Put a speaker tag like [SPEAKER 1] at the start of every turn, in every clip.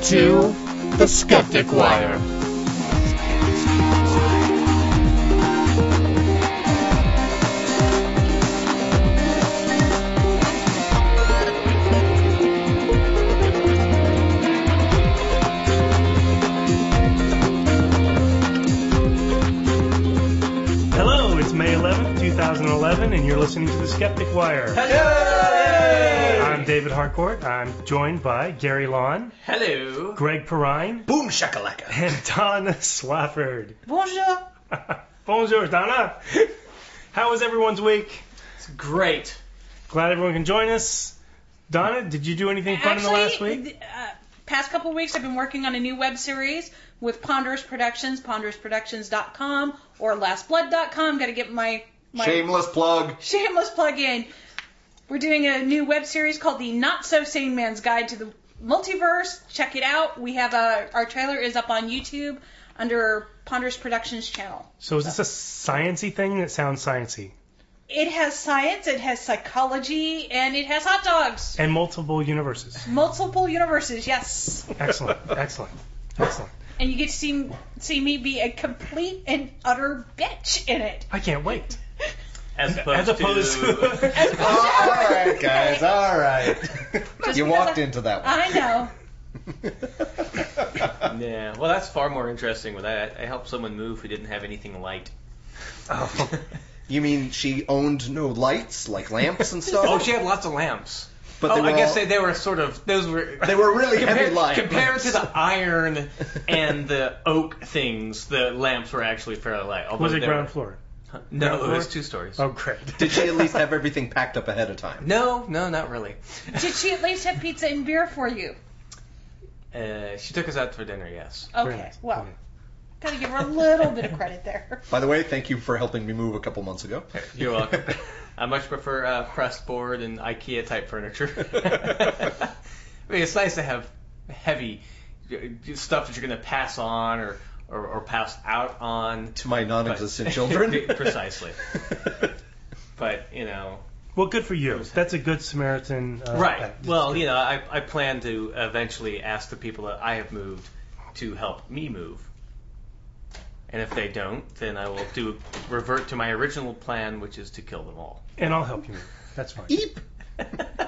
[SPEAKER 1] to The Skeptic Wire.
[SPEAKER 2] Hello, it's May 11th, 2011, and you're listening to The Skeptic Wire. I'm David Harcourt. I'm joined by Gary Lawn,
[SPEAKER 3] Hello.
[SPEAKER 2] Greg Perrine,
[SPEAKER 3] Boom shakalaka.
[SPEAKER 2] and Donna Slafford.
[SPEAKER 3] Bonjour.
[SPEAKER 2] Bonjour, Donna. How was everyone's week?
[SPEAKER 3] It's great.
[SPEAKER 2] Glad everyone can join us. Donna, did you do anything fun
[SPEAKER 4] Actually,
[SPEAKER 2] in the last week?
[SPEAKER 4] th- Uh, past couple weeks, I've been working on a new web series with Ponderous Productions, ponderousproductions.com or lastblood.com. Got to get my, my
[SPEAKER 5] Shameless plug.
[SPEAKER 4] shameless plug in. We're doing a new web series called The Not So Sane Man's Guide to the Multiverse. Check it out. We have a our trailer is up on YouTube under Ponderous Productions channel.
[SPEAKER 2] So is this a sciency thing that sounds sciency?
[SPEAKER 4] It has science, it has psychology, and it has hot dogs.
[SPEAKER 2] And multiple universes.
[SPEAKER 4] Multiple universes, yes.
[SPEAKER 2] Excellent, excellent, excellent.
[SPEAKER 4] and you get to see see me be a complete and utter bitch in it.
[SPEAKER 2] I can't wait.
[SPEAKER 3] As
[SPEAKER 2] As
[SPEAKER 3] opposed,
[SPEAKER 2] opposed
[SPEAKER 3] to...
[SPEAKER 2] to...
[SPEAKER 5] All right, guys. All right.
[SPEAKER 4] Just
[SPEAKER 5] You
[SPEAKER 4] because
[SPEAKER 5] walked
[SPEAKER 4] I-
[SPEAKER 5] into that one.
[SPEAKER 4] I know.
[SPEAKER 3] yeah, well, that's far more interesting. With that, I helped someone move who didn't have anything light.
[SPEAKER 2] Oh.
[SPEAKER 5] You mean she owned no lights, like lamps and stuff?
[SPEAKER 3] oh, she had lots of lamps.
[SPEAKER 5] But
[SPEAKER 3] oh,
[SPEAKER 5] they were
[SPEAKER 3] I guess
[SPEAKER 5] all-
[SPEAKER 3] they, they were sort of those were
[SPEAKER 5] They were really heavy
[SPEAKER 3] compared,
[SPEAKER 5] lamps.
[SPEAKER 3] compared to the iron and the oak things. The lamps were actually fairly light. although
[SPEAKER 2] Was it
[SPEAKER 3] they
[SPEAKER 2] ground
[SPEAKER 3] were-
[SPEAKER 2] floor?
[SPEAKER 3] No,
[SPEAKER 2] ground
[SPEAKER 3] it was
[SPEAKER 2] floor?
[SPEAKER 3] two stories.
[SPEAKER 2] Oh, great.
[SPEAKER 5] Did she at least have everything packed up ahead of time?
[SPEAKER 3] No, no, not really.
[SPEAKER 4] Did she at least have pizza and beer for you?
[SPEAKER 3] Uh, she took us out for dinner. Yes.
[SPEAKER 4] Okay.
[SPEAKER 2] Very nice.
[SPEAKER 4] Well,
[SPEAKER 2] Okay.
[SPEAKER 4] gotta give her a little bit of credit there.
[SPEAKER 5] By the way, thank you for helping me move a couple months ago.
[SPEAKER 3] You're welcome. I much prefer uh, pressed board and IKEA type furniture. I mean, it's nice to have heavy uh, stuff that you're going to pass on or, or, or pass out on.
[SPEAKER 5] To my non-existent
[SPEAKER 3] But-
[SPEAKER 5] children.
[SPEAKER 3] Precisely. But, you know.
[SPEAKER 2] Well, good for you. That's a good Samaritan. Uh,
[SPEAKER 3] Right.
[SPEAKER 2] act.
[SPEAKER 3] Well, you know, I, I plan to eventually ask the people that I have moved to help me move. And if they don't, then I will do revert to my original plan, which is to kill them all.
[SPEAKER 2] and I'll help you. move. That's fine.
[SPEAKER 5] Eep.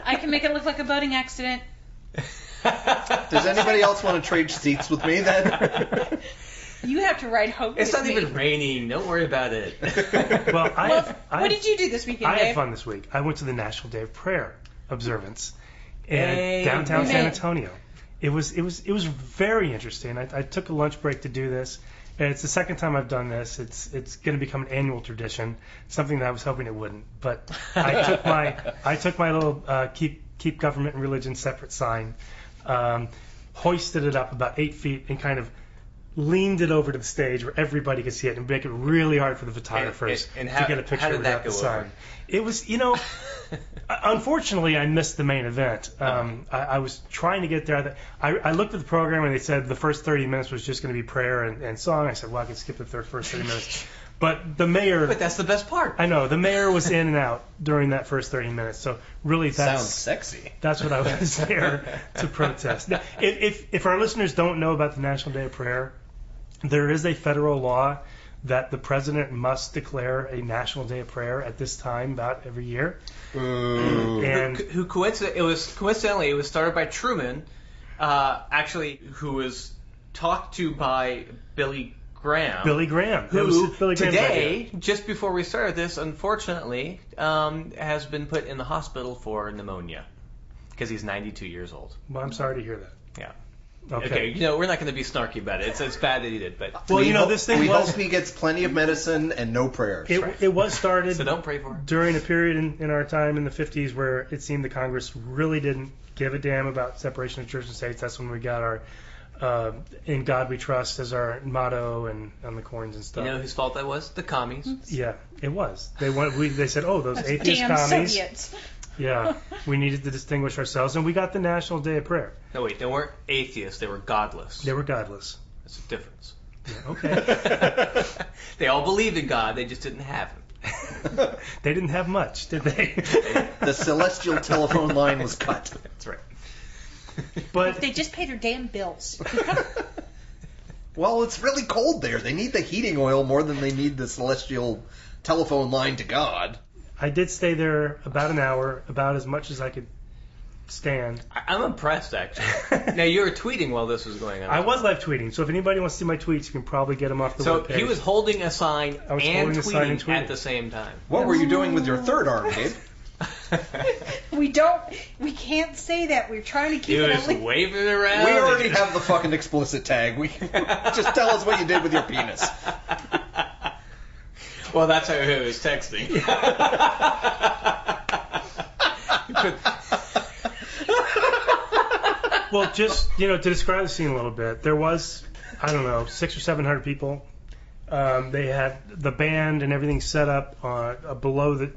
[SPEAKER 4] I can make it look like a boating accident.
[SPEAKER 5] Does anybody else want to trade seats with me then?
[SPEAKER 4] You have to ride home.
[SPEAKER 3] It's
[SPEAKER 4] with
[SPEAKER 3] not
[SPEAKER 4] me.
[SPEAKER 3] even raining. Don't worry about it.
[SPEAKER 2] Well, I
[SPEAKER 4] Well,
[SPEAKER 2] have, I, have,
[SPEAKER 4] what did you do this weekend,
[SPEAKER 2] I
[SPEAKER 4] Dave?
[SPEAKER 2] had fun this week. I went to the National Day of Prayer observance in
[SPEAKER 3] Hey,
[SPEAKER 2] downtown
[SPEAKER 4] man.
[SPEAKER 2] San Antonio. It was it was it was very interesting. I, I took a lunch break to do this, and it's the second time I've done this. It's it's going to become an annual tradition. Something that I was hoping it wouldn't, but I took my I took my little uh, keep keep government and religion separate sign, um, hoisted it up about eight feet, and kind of leaned it over to the stage where everybody could see it and make it really hard for the photographers
[SPEAKER 3] and how-
[SPEAKER 2] to get a picture
[SPEAKER 3] how did
[SPEAKER 2] without
[SPEAKER 3] that
[SPEAKER 2] the
[SPEAKER 3] go
[SPEAKER 2] sign.
[SPEAKER 3] over?
[SPEAKER 2] It was, you know, unfortunately, I missed the main event. Um, I, I was trying to get there. I, I looked at the program and they said the first 30 minutes was just going to be prayer and, and song. I said, well, I could skip the third, first 30 minutes. But the mayor,
[SPEAKER 3] but that's the best part.
[SPEAKER 2] I know, the mayor was in and out during that first 30 minutes. So really, that's
[SPEAKER 5] Sounds sexy.
[SPEAKER 2] that's what I was there to protest. Now, if, if, if our listeners don't know about the National Day of Prayer, there is a federal law that the president must declare a National Day of Prayer at this time about every year.
[SPEAKER 5] Ooh.
[SPEAKER 2] And
[SPEAKER 3] Who, who coincident? It was coincidentally it was started by Truman, uh, actually, who was talked to by Billy Graham.
[SPEAKER 2] Billy Graham, that was
[SPEAKER 3] Who
[SPEAKER 2] Billy Graham's idea.
[SPEAKER 3] today, just before we started this, unfortunately, um, has been put in the hospital for pneumonia because he's 92 years old.
[SPEAKER 2] Well, I'm sorry to hear that.
[SPEAKER 3] Yeah.
[SPEAKER 2] Okay.
[SPEAKER 3] you know we're not going to be snarky about it. It's, it's bad that he did, but
[SPEAKER 2] Well,
[SPEAKER 5] We
[SPEAKER 2] you know,
[SPEAKER 5] hope-
[SPEAKER 2] this thing
[SPEAKER 5] We
[SPEAKER 2] was-
[SPEAKER 5] hope he gets plenty of medicine and no prayers.
[SPEAKER 2] It, it was started
[SPEAKER 3] so don't pray for him.
[SPEAKER 2] during a period in, in our time in the 50s where it seemed the Congress really didn't give a damn about separation of church and states. That's when we got our uh, "In God We Trust" as our motto and on the coins and
[SPEAKER 3] You
[SPEAKER 2] stuff.
[SPEAKER 3] know whose fault that was? The commies.
[SPEAKER 2] yeah, it was. They went. We, they said, "Oh, those atheist
[SPEAKER 4] Damn
[SPEAKER 2] commies."
[SPEAKER 4] Soviets.
[SPEAKER 2] Yeah, we needed to distinguish ourselves, and we got the National Day of Prayer.
[SPEAKER 3] No, wait, they weren't atheists. They were godless.
[SPEAKER 2] They were godless.
[SPEAKER 3] That's the difference.
[SPEAKER 2] Okay,
[SPEAKER 3] they all believed in God. They just didn't have him.
[SPEAKER 2] they didn't have much, did they?
[SPEAKER 5] The celestial telephone line was cut.
[SPEAKER 3] That's right.
[SPEAKER 4] If
[SPEAKER 2] But
[SPEAKER 4] they just pay their damn bills.
[SPEAKER 5] well, it's really cold there. They need the heating oil more than they need the celestial telephone line to God.
[SPEAKER 2] I did stay there about an hour, about as much as I could stand.
[SPEAKER 3] I- I'm impressed, actually. now you were tweeting while this was going on.
[SPEAKER 2] I was live tweeting, so if anybody wants to see my tweets, you can probably get them off the
[SPEAKER 3] So
[SPEAKER 2] webpage.
[SPEAKER 3] he was holding a sign
[SPEAKER 2] I was
[SPEAKER 3] and
[SPEAKER 2] holding
[SPEAKER 3] tweeting
[SPEAKER 2] a sign and
[SPEAKER 3] at
[SPEAKER 2] tweeting.
[SPEAKER 3] the same time.
[SPEAKER 5] What were you doing with your third arm, Gabe?
[SPEAKER 4] we don't. We can't say that. We're trying to keep
[SPEAKER 3] he
[SPEAKER 4] it.
[SPEAKER 3] was
[SPEAKER 4] at least-
[SPEAKER 3] waving around.
[SPEAKER 5] We already have the fucking explicit tag. We just tell us what you did with your penis.
[SPEAKER 3] Well, that's how he was texting.
[SPEAKER 2] well, just you know, to describe the scene a little bit, there was I don't know six or seven hundred people. Um, they had the band and everything set up uh, uh, below the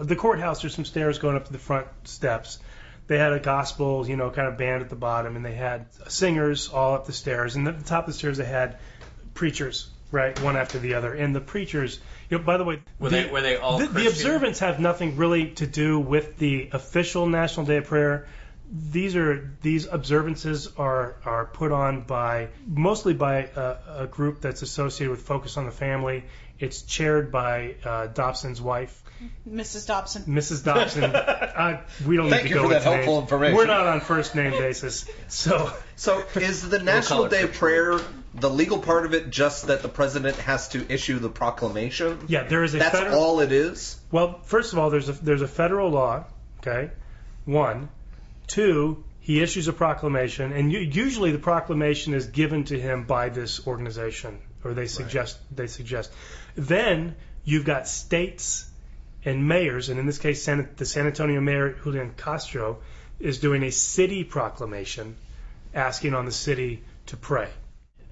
[SPEAKER 2] the courthouse. There's some stairs going up to the front steps. They had a gospel, you know, kind of band at the bottom, and they had singers all up the stairs. And at the top of the stairs, they had preachers, right, one after the other. And the preachers, you know, by the way,
[SPEAKER 3] Were
[SPEAKER 2] the-
[SPEAKER 3] they- were they all
[SPEAKER 2] the, the
[SPEAKER 3] Christian?
[SPEAKER 2] observance have nothing really to do with the official National Day of Prayer these are these observances are are put on by mostly by a, a group that's associated with Focus on the Family. It's chaired by uh, Dobson's wife,
[SPEAKER 4] Mrs. Dobson.
[SPEAKER 2] Mrs. Dobson. uh, we don't
[SPEAKER 5] Thank
[SPEAKER 2] need
[SPEAKER 5] you
[SPEAKER 2] to go
[SPEAKER 5] for
[SPEAKER 2] with
[SPEAKER 5] that helpful
[SPEAKER 2] names.
[SPEAKER 5] information.
[SPEAKER 2] We're not on first name basis, so
[SPEAKER 5] So, is the National
[SPEAKER 3] it
[SPEAKER 5] Day of Prayer
[SPEAKER 3] Christian.
[SPEAKER 5] the legal part of it just that the president has to issue the proclamation?
[SPEAKER 2] yeah, there is a
[SPEAKER 5] That's
[SPEAKER 2] federal.
[SPEAKER 5] all it is.
[SPEAKER 2] Well, first of all, there's a there's a federal law. Okay, one, two. He issues a proclamation, and u- usually the proclamation is given to him by this organization, or they suggest they suggest. Then you've got states and mayors, and in this case, San, the San Antonio mayor Julian Castro is doing a city proclamation, asking on the city to pray.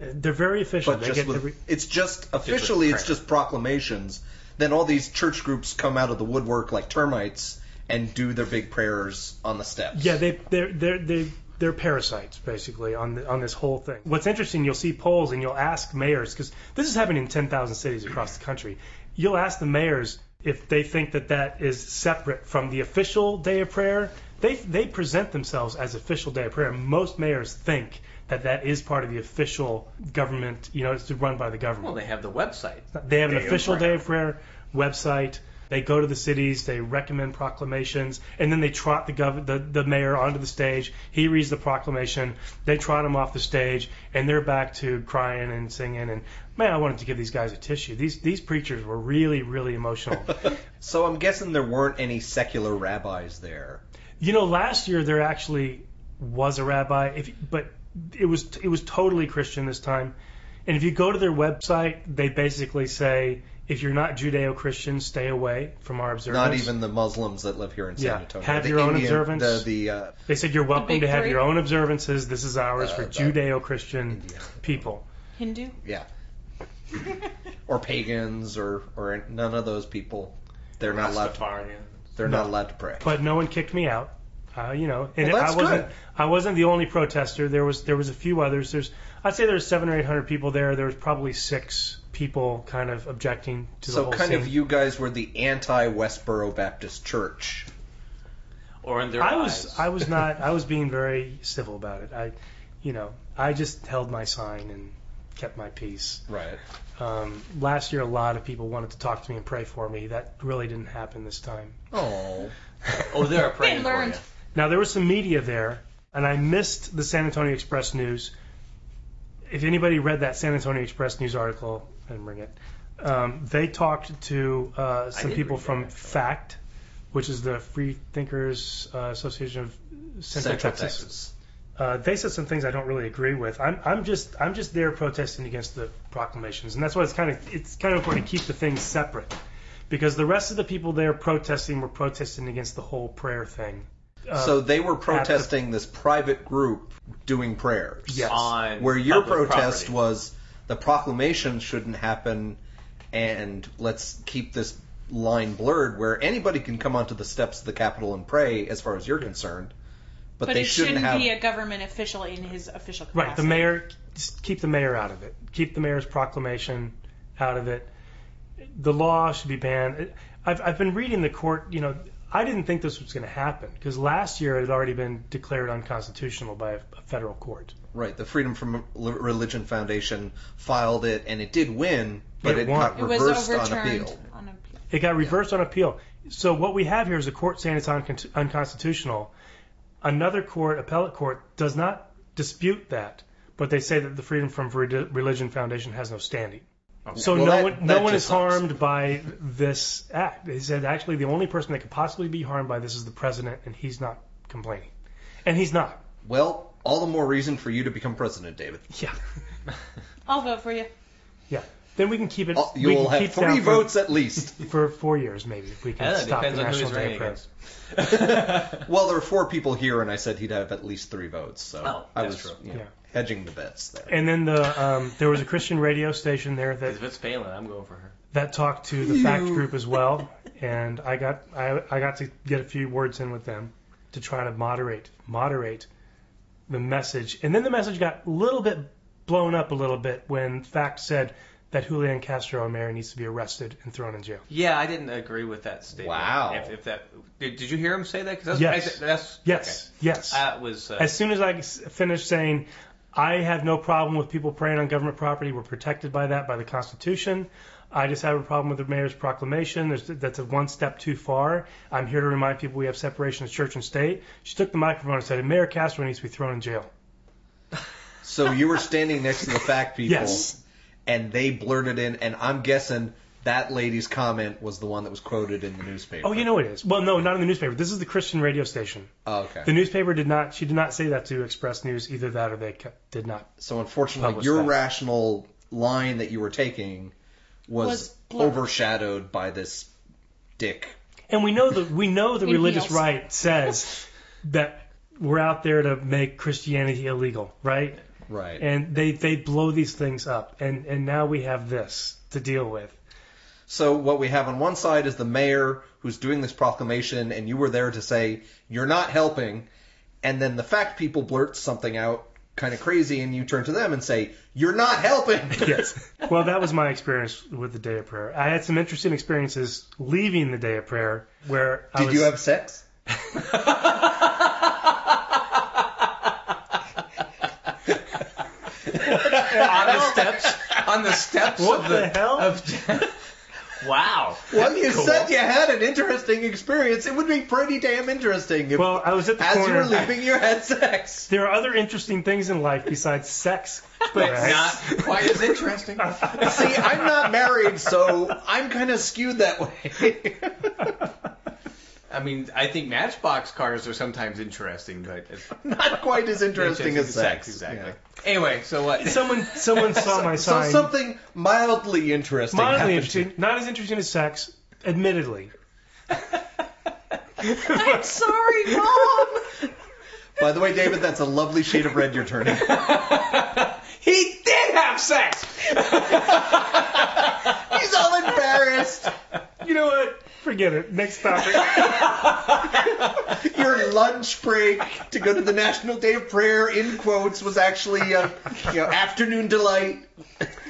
[SPEAKER 2] Uh, They're very efficient.
[SPEAKER 5] But
[SPEAKER 2] they
[SPEAKER 5] just
[SPEAKER 2] get
[SPEAKER 5] with,
[SPEAKER 2] every,
[SPEAKER 5] it's just officially it's
[SPEAKER 3] prayer.
[SPEAKER 5] just proclamations. Then all these church groups come out of the woodwork like termites and do their big prayers on the steps.
[SPEAKER 2] Yeah, they they're they're they they're parasites basically on the, on this whole thing. What's interesting, you'll see polls and you'll ask mayors because this is happening in 10,000 cities across the country. You'll ask the mayors if they think that that is separate from the official day of prayer. They they present themselves as official day of prayer. Most mayors think that that is part of the official government. You know, it's run by the government.
[SPEAKER 3] well, they have the website.
[SPEAKER 2] They have an
[SPEAKER 3] Day of
[SPEAKER 2] official
[SPEAKER 3] Prayer.
[SPEAKER 2] Day of Prayer website. They go to the cities, they recommend proclamations, and then they trot the, gov- the the mayor onto the stage. He reads the proclamation. They trot him off the stage, and they're back to crying and singing. And man, I wanted to give these guys a tissue. These these preachers were really really emotional.
[SPEAKER 5] So I'm guessing there weren't any secular rabbis there.
[SPEAKER 2] you know, last year there actually was a rabbi, if, but it was it was totally Christian this time. And if you go to their website, they basically say if you're not Judeo-Christian, stay away from our observance.
[SPEAKER 5] Not even the Muslims that live here in San
[SPEAKER 2] Yeah.
[SPEAKER 5] Antonio.
[SPEAKER 2] Have
[SPEAKER 5] The
[SPEAKER 2] your own
[SPEAKER 5] Indian-
[SPEAKER 2] observance.
[SPEAKER 5] The, the uh,
[SPEAKER 2] They said you're welcome
[SPEAKER 4] big
[SPEAKER 2] to have
[SPEAKER 4] three?
[SPEAKER 2] your own observances. This is ours
[SPEAKER 5] Uh,
[SPEAKER 2] for
[SPEAKER 5] the-
[SPEAKER 2] Judeo-Christian people.
[SPEAKER 4] Hindu.
[SPEAKER 5] yeah, or pagans or or none of those people. They're not allowed. To,
[SPEAKER 3] Rastafarian.
[SPEAKER 5] they're not allowed to pray.
[SPEAKER 2] But no one kicked me out. Uh, you know, and
[SPEAKER 5] Well,
[SPEAKER 2] I
[SPEAKER 5] that's
[SPEAKER 2] wasn't
[SPEAKER 5] good.
[SPEAKER 2] I wasn't the only protester. There was there was a few others. There's I'd say there was seven or eight hundred people there. There was probably six people kind of objecting to the
[SPEAKER 5] So
[SPEAKER 2] whole
[SPEAKER 5] kind
[SPEAKER 2] scene.
[SPEAKER 5] of you guys were the anti Westboro Baptist Church.
[SPEAKER 3] Or in their
[SPEAKER 2] I was
[SPEAKER 3] eyes.
[SPEAKER 2] I was not I was being very civil about it. I you know, I just held my sign and kept my peace.
[SPEAKER 5] Right.
[SPEAKER 2] Um, last year a lot of people wanted to talk to me and pray for me. That really didn't happen this time.
[SPEAKER 5] Oh.
[SPEAKER 3] Oh, they're praying for
[SPEAKER 4] learned.
[SPEAKER 3] you.
[SPEAKER 2] Now there was some media there, and I missed the San Antonio Express news. If anybody read that San Antonio Express news article, I didn't bring it. Um, they talked to uh, some
[SPEAKER 3] did
[SPEAKER 2] people
[SPEAKER 3] read that,
[SPEAKER 2] from
[SPEAKER 3] actually.
[SPEAKER 2] FACT, which is the Free Thinkers uh, Association of Central,
[SPEAKER 5] Central
[SPEAKER 2] Texas.
[SPEAKER 5] Texas.
[SPEAKER 2] Uh, they said some things I don't really agree with. I'm, I'm just I'm just there protesting against the proclamations, and that's why it's kind of it's kind of important to keep the things separate, because the rest of the people there protesting were protesting against the whole prayer thing. Uh,
[SPEAKER 5] so they were protesting this private group doing prayers.
[SPEAKER 2] Yes.
[SPEAKER 3] On
[SPEAKER 5] Where your
[SPEAKER 3] public
[SPEAKER 5] protest
[SPEAKER 3] property.
[SPEAKER 5] was the proclamation shouldn't happen and let's keep this line blurred where anybody can come onto the steps of the Capitol and pray as far as you're concerned. But,
[SPEAKER 4] But
[SPEAKER 5] they
[SPEAKER 4] it shouldn't,
[SPEAKER 5] have
[SPEAKER 4] be a government official in his official capacity.
[SPEAKER 2] Right. The mayor, just keep the mayor out of it. Keep the mayor's proclamation out of it. The law should be banned. I've, I've been reading the court, you know, I didn't think this was going to happen because last year it had already been declared unconstitutional by a, a federal court.
[SPEAKER 5] Right, the Freedom from Li- Religion Foundation filed it, and it did win, but it,
[SPEAKER 2] It won.
[SPEAKER 5] got
[SPEAKER 4] It was
[SPEAKER 5] reversed on
[SPEAKER 4] overturned
[SPEAKER 5] appeal.
[SPEAKER 4] on appeal.
[SPEAKER 2] It got reversed on appeal. So what we have here is a court saying it's uncon- unconstitutional. Another court, appellate court, does not dispute that, but they say that the Freedom from Re- Religion Foundation has no standing. So
[SPEAKER 5] Well,
[SPEAKER 2] no
[SPEAKER 5] that-
[SPEAKER 2] one, no
[SPEAKER 5] that
[SPEAKER 2] one
[SPEAKER 5] just
[SPEAKER 2] is
[SPEAKER 5] sucks.
[SPEAKER 2] harmed by this act. They said actually the only person that could possibly be harmed by this is the president, and he's not complaining, and he's not.
[SPEAKER 5] Well, all the more reason for you to become president, David.
[SPEAKER 2] Yeah.
[SPEAKER 4] I'll vote for you.
[SPEAKER 2] Then we can keep it.
[SPEAKER 5] All-
[SPEAKER 2] we
[SPEAKER 5] Oh, You'll
[SPEAKER 2] can keep
[SPEAKER 5] have
[SPEAKER 2] it down
[SPEAKER 5] three
[SPEAKER 2] for-
[SPEAKER 5] votes at least.
[SPEAKER 2] for four years, maybe if we
[SPEAKER 3] I don't
[SPEAKER 2] can
[SPEAKER 3] know, it
[SPEAKER 2] stop the
[SPEAKER 3] depends on who
[SPEAKER 2] National Day
[SPEAKER 3] he's running
[SPEAKER 2] of Prayer.
[SPEAKER 3] against.
[SPEAKER 5] Well, there were four people here, and I said he'd have at least three votes, so
[SPEAKER 3] Oh,
[SPEAKER 5] I was
[SPEAKER 3] that's true.
[SPEAKER 5] you know,
[SPEAKER 2] Yeah.
[SPEAKER 5] hedging the bets there.
[SPEAKER 2] And then the um, there was a Christian radio station there that
[SPEAKER 3] If it's Palin, I'm going for her.
[SPEAKER 2] that talked to the fact group as well, and I got I, I got to get a few words in with them to try to moderate moderate the message. And then the message got a little bit blown up a little bit when fact said that Julian Castro O'Meara needs to be arrested and thrown in jail.
[SPEAKER 3] Yeah, I didn't agree with that statement.
[SPEAKER 5] Wow.
[SPEAKER 3] If, if that did, did you hear him say that? 'Cause that's,
[SPEAKER 2] Yes.
[SPEAKER 3] I- that's-
[SPEAKER 2] Yes, yes.
[SPEAKER 3] okay. That was. Uh,
[SPEAKER 2] as soon as I s- finished saying, I have no problem with people praying on government property. We're protected by that by the Constitution. I just have a problem with the mayor's proclamation. There's, that's a one step too far. I'm here to remind people we have separation of church and state. She took the microphone and said, Mayor Castro needs to be thrown in jail.
[SPEAKER 5] So you were standing next to the fact people,
[SPEAKER 2] Yes.
[SPEAKER 5] and they blurted in, and I'm guessing that lady's comment was the one that was quoted in the newspaper.
[SPEAKER 2] Oh, you know it is. Well, no, not in the newspaper. This is the Christian radio station.
[SPEAKER 5] Oh, okay.
[SPEAKER 2] The newspaper did not, she did not say that to Express News, either that or they ca- did not.
[SPEAKER 5] so unfortunately,
[SPEAKER 2] Publish
[SPEAKER 5] your
[SPEAKER 2] that.
[SPEAKER 5] rational line that you were taking
[SPEAKER 4] Was
[SPEAKER 5] was,
[SPEAKER 4] blurred.
[SPEAKER 5] overshadowed by this dick.
[SPEAKER 2] And we know the we know the
[SPEAKER 4] In
[SPEAKER 2] religious
[SPEAKER 4] heels.
[SPEAKER 2] right says that we're out there to make Christianity illegal, right?
[SPEAKER 5] Right.
[SPEAKER 2] and they they blow these things up and and now we have this to deal with
[SPEAKER 5] So what we have on one side is the mayor who's doing this proclamation, and you were there to say you're not helping, and then the fact people blurt something out kind of crazy, and you turn to them and say you're not helping.
[SPEAKER 2] yes well that was my experience with the day of prayer i had some interesting experiences leaving the day of prayer where i
[SPEAKER 5] Did
[SPEAKER 2] was
[SPEAKER 5] you have sex?
[SPEAKER 3] on the steps. On the steps
[SPEAKER 2] What
[SPEAKER 3] of
[SPEAKER 2] the hell?
[SPEAKER 3] Of, wow.
[SPEAKER 5] Well, you said you had an interesting experience. It would be pretty damn interesting if,
[SPEAKER 2] well i was at the
[SPEAKER 5] as you
[SPEAKER 2] corner
[SPEAKER 5] were leaving, you had sex.
[SPEAKER 2] there are other interesting things in life besides sex
[SPEAKER 3] But
[SPEAKER 2] Right?
[SPEAKER 3] not quite as interesting.
[SPEAKER 5] See, I'm not married, so I'm kind of skewed that way.
[SPEAKER 3] I mean, I think Matchbox cars are sometimes interesting, but it's
[SPEAKER 5] not quite as interesting as sex.
[SPEAKER 3] Exactly.
[SPEAKER 5] Yeah.
[SPEAKER 3] Anyway, so what?
[SPEAKER 2] someone someone saw my
[SPEAKER 5] So
[SPEAKER 2] sign
[SPEAKER 5] something mildly interesting. happened
[SPEAKER 2] mildly
[SPEAKER 5] to
[SPEAKER 2] interesting not as interesting as sex admittedly
[SPEAKER 4] I'm sorry, Mom.
[SPEAKER 5] By the way, David, that's a lovely shade of red you're turning.
[SPEAKER 3] he did have sex.
[SPEAKER 5] He's all embarrassed.
[SPEAKER 2] you know what forget it next topic
[SPEAKER 5] Your lunch break to go to the National Day of Prayer, in quotes, was actually uh, you know, afternoon delight.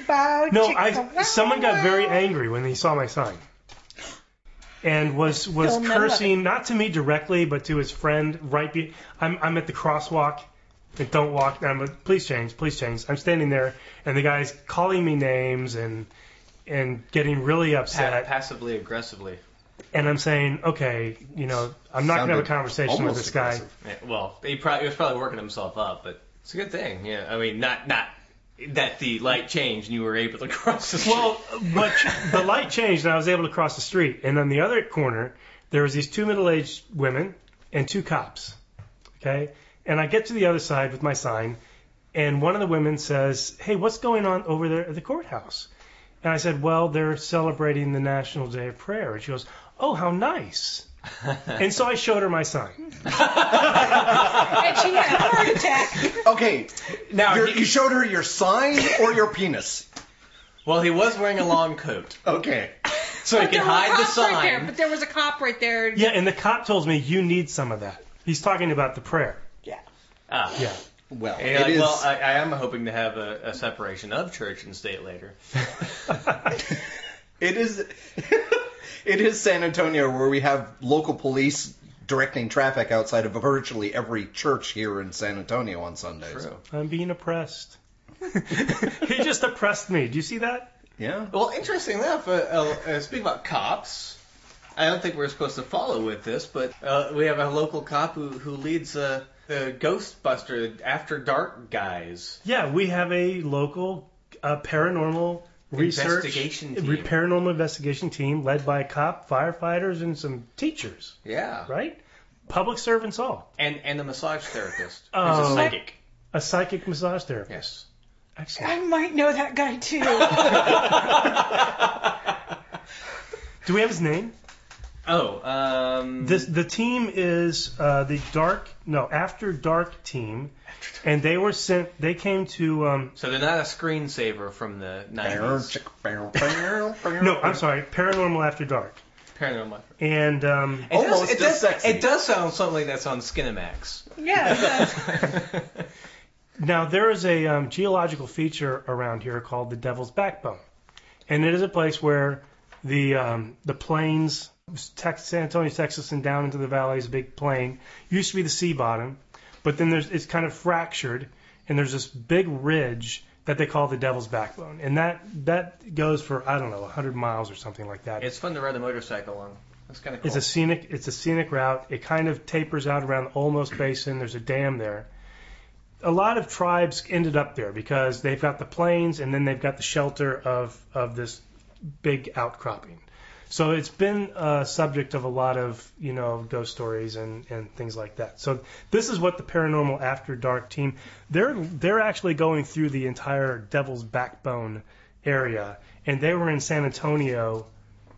[SPEAKER 2] No, I. Someone got very angry when they saw my sign, and was was
[SPEAKER 4] They'll never-
[SPEAKER 2] cursing not to me directly, but to his friend right. Be- I'm I'm at the crosswalk. And don't walk. And I'm like, please change, please change. I'm standing there, and the guy's calling me names and and getting really
[SPEAKER 3] Pa-
[SPEAKER 2] upset.
[SPEAKER 3] passively aggressively.
[SPEAKER 2] And I'm saying, okay, you know, I'm not gonna have a
[SPEAKER 5] Sounded
[SPEAKER 2] conversation with
[SPEAKER 5] almost
[SPEAKER 2] this guy.
[SPEAKER 5] aggressive.
[SPEAKER 3] Yeah, well, he probably he was probably working himself up, but it's a good thing. Yeah, I mean, not not that the light changed and you were able to cross the street.
[SPEAKER 2] Well, but the light changed, and I was able to cross the street. And on the other corner, there was these two middle-aged women and two cops. Okay, and I get to the other side with my sign, and one of the women says, "Hey, what's going on over there at the courthouse?" And I said, "Well, they're celebrating the National Day of Prayer." And she goes, "Oh, how nice." and so I showed her my sign.
[SPEAKER 4] And she had a heart attack.
[SPEAKER 5] Okay,
[SPEAKER 3] now
[SPEAKER 2] Uh,
[SPEAKER 5] you're,
[SPEAKER 3] he-
[SPEAKER 5] you showed her your sign or your penis.
[SPEAKER 3] well, he was wearing a long coat,
[SPEAKER 5] Okay.
[SPEAKER 3] so he
[SPEAKER 4] But
[SPEAKER 3] can
[SPEAKER 4] there were
[SPEAKER 3] hide the
[SPEAKER 4] cops right there.
[SPEAKER 3] sign.
[SPEAKER 4] But there was a cop right there.
[SPEAKER 2] Yeah, and the cop tells me, "You need some of that." He's talking about the prayer.
[SPEAKER 3] Ah.
[SPEAKER 2] Yeah.
[SPEAKER 5] Well,
[SPEAKER 3] And you're
[SPEAKER 5] it
[SPEAKER 3] like,
[SPEAKER 5] is.
[SPEAKER 3] well, I, I am hoping to have a, a separation of church and state later.
[SPEAKER 5] It is. it is San Antonio where we have local police directing traffic outside of virtually every church here in San Antonio on Sundays.
[SPEAKER 3] True.
[SPEAKER 2] I'm being oppressed. he just oppressed me. Do you see that?
[SPEAKER 5] Yeah.
[SPEAKER 3] Well, interesting enough, uh, uh, uh, speaking about cops, I don't think we're supposed to follow with this, but uh, we have a local cop who, who leads uh, the Ghostbuster After Dark guys.
[SPEAKER 2] Yeah, we have a local uh, paranormal research
[SPEAKER 3] Investigation
[SPEAKER 2] re-
[SPEAKER 3] team.
[SPEAKER 2] paranormal investigation team led by a cop, firefighters, and some teachers.
[SPEAKER 3] Yeah.
[SPEAKER 2] Right? Public servants all.
[SPEAKER 3] And and a massage therapist. Who's
[SPEAKER 2] Oh.
[SPEAKER 3] a psychic.
[SPEAKER 2] A psychic massage therapist.
[SPEAKER 3] Yes.
[SPEAKER 2] Excellent.
[SPEAKER 4] I might know that guy too.
[SPEAKER 2] Do we have his name?
[SPEAKER 3] Oh, um.
[SPEAKER 2] This the team is uh, the Dark no After Dark team, and they were sent. They came to um,
[SPEAKER 3] So they're not a screensaver from the 90s.
[SPEAKER 2] no, I'm sorry, Paranormal After Dark,
[SPEAKER 3] Paranormal.
[SPEAKER 2] and um,
[SPEAKER 3] It does-
[SPEAKER 5] Almost
[SPEAKER 3] it
[SPEAKER 5] as
[SPEAKER 3] does,
[SPEAKER 5] sexy.
[SPEAKER 3] It does sound something that's on Skinamax.
[SPEAKER 4] yeah. that's-
[SPEAKER 2] Now, there is a um, geological feature around here called the Devil's Backbone, and it is a place where the um, the plains, Tex- San Antonio, Texas, and down into the valley is a big plain. Used to be the sea bottom, but then there's it's kind of fractured, and there's this big ridge that they call the Devil's Backbone, and that that goes for I don't know 100 miles or something like that.
[SPEAKER 3] It's fun to ride a motorcycle on. That's kind of cool.
[SPEAKER 2] It's a scenic. It's a scenic route. It kind of tapers out around the Olmos Basin. There's a dam there. A lot of tribes ended up there because they've got the plains and then they've got the shelter of of this big outcropping. So it's been a subject of a lot of you know ghost stories and and things like that. So this is what the paranormal after dark team they're they're actually going through the entire Devil's Backbone area and they were in San Antonio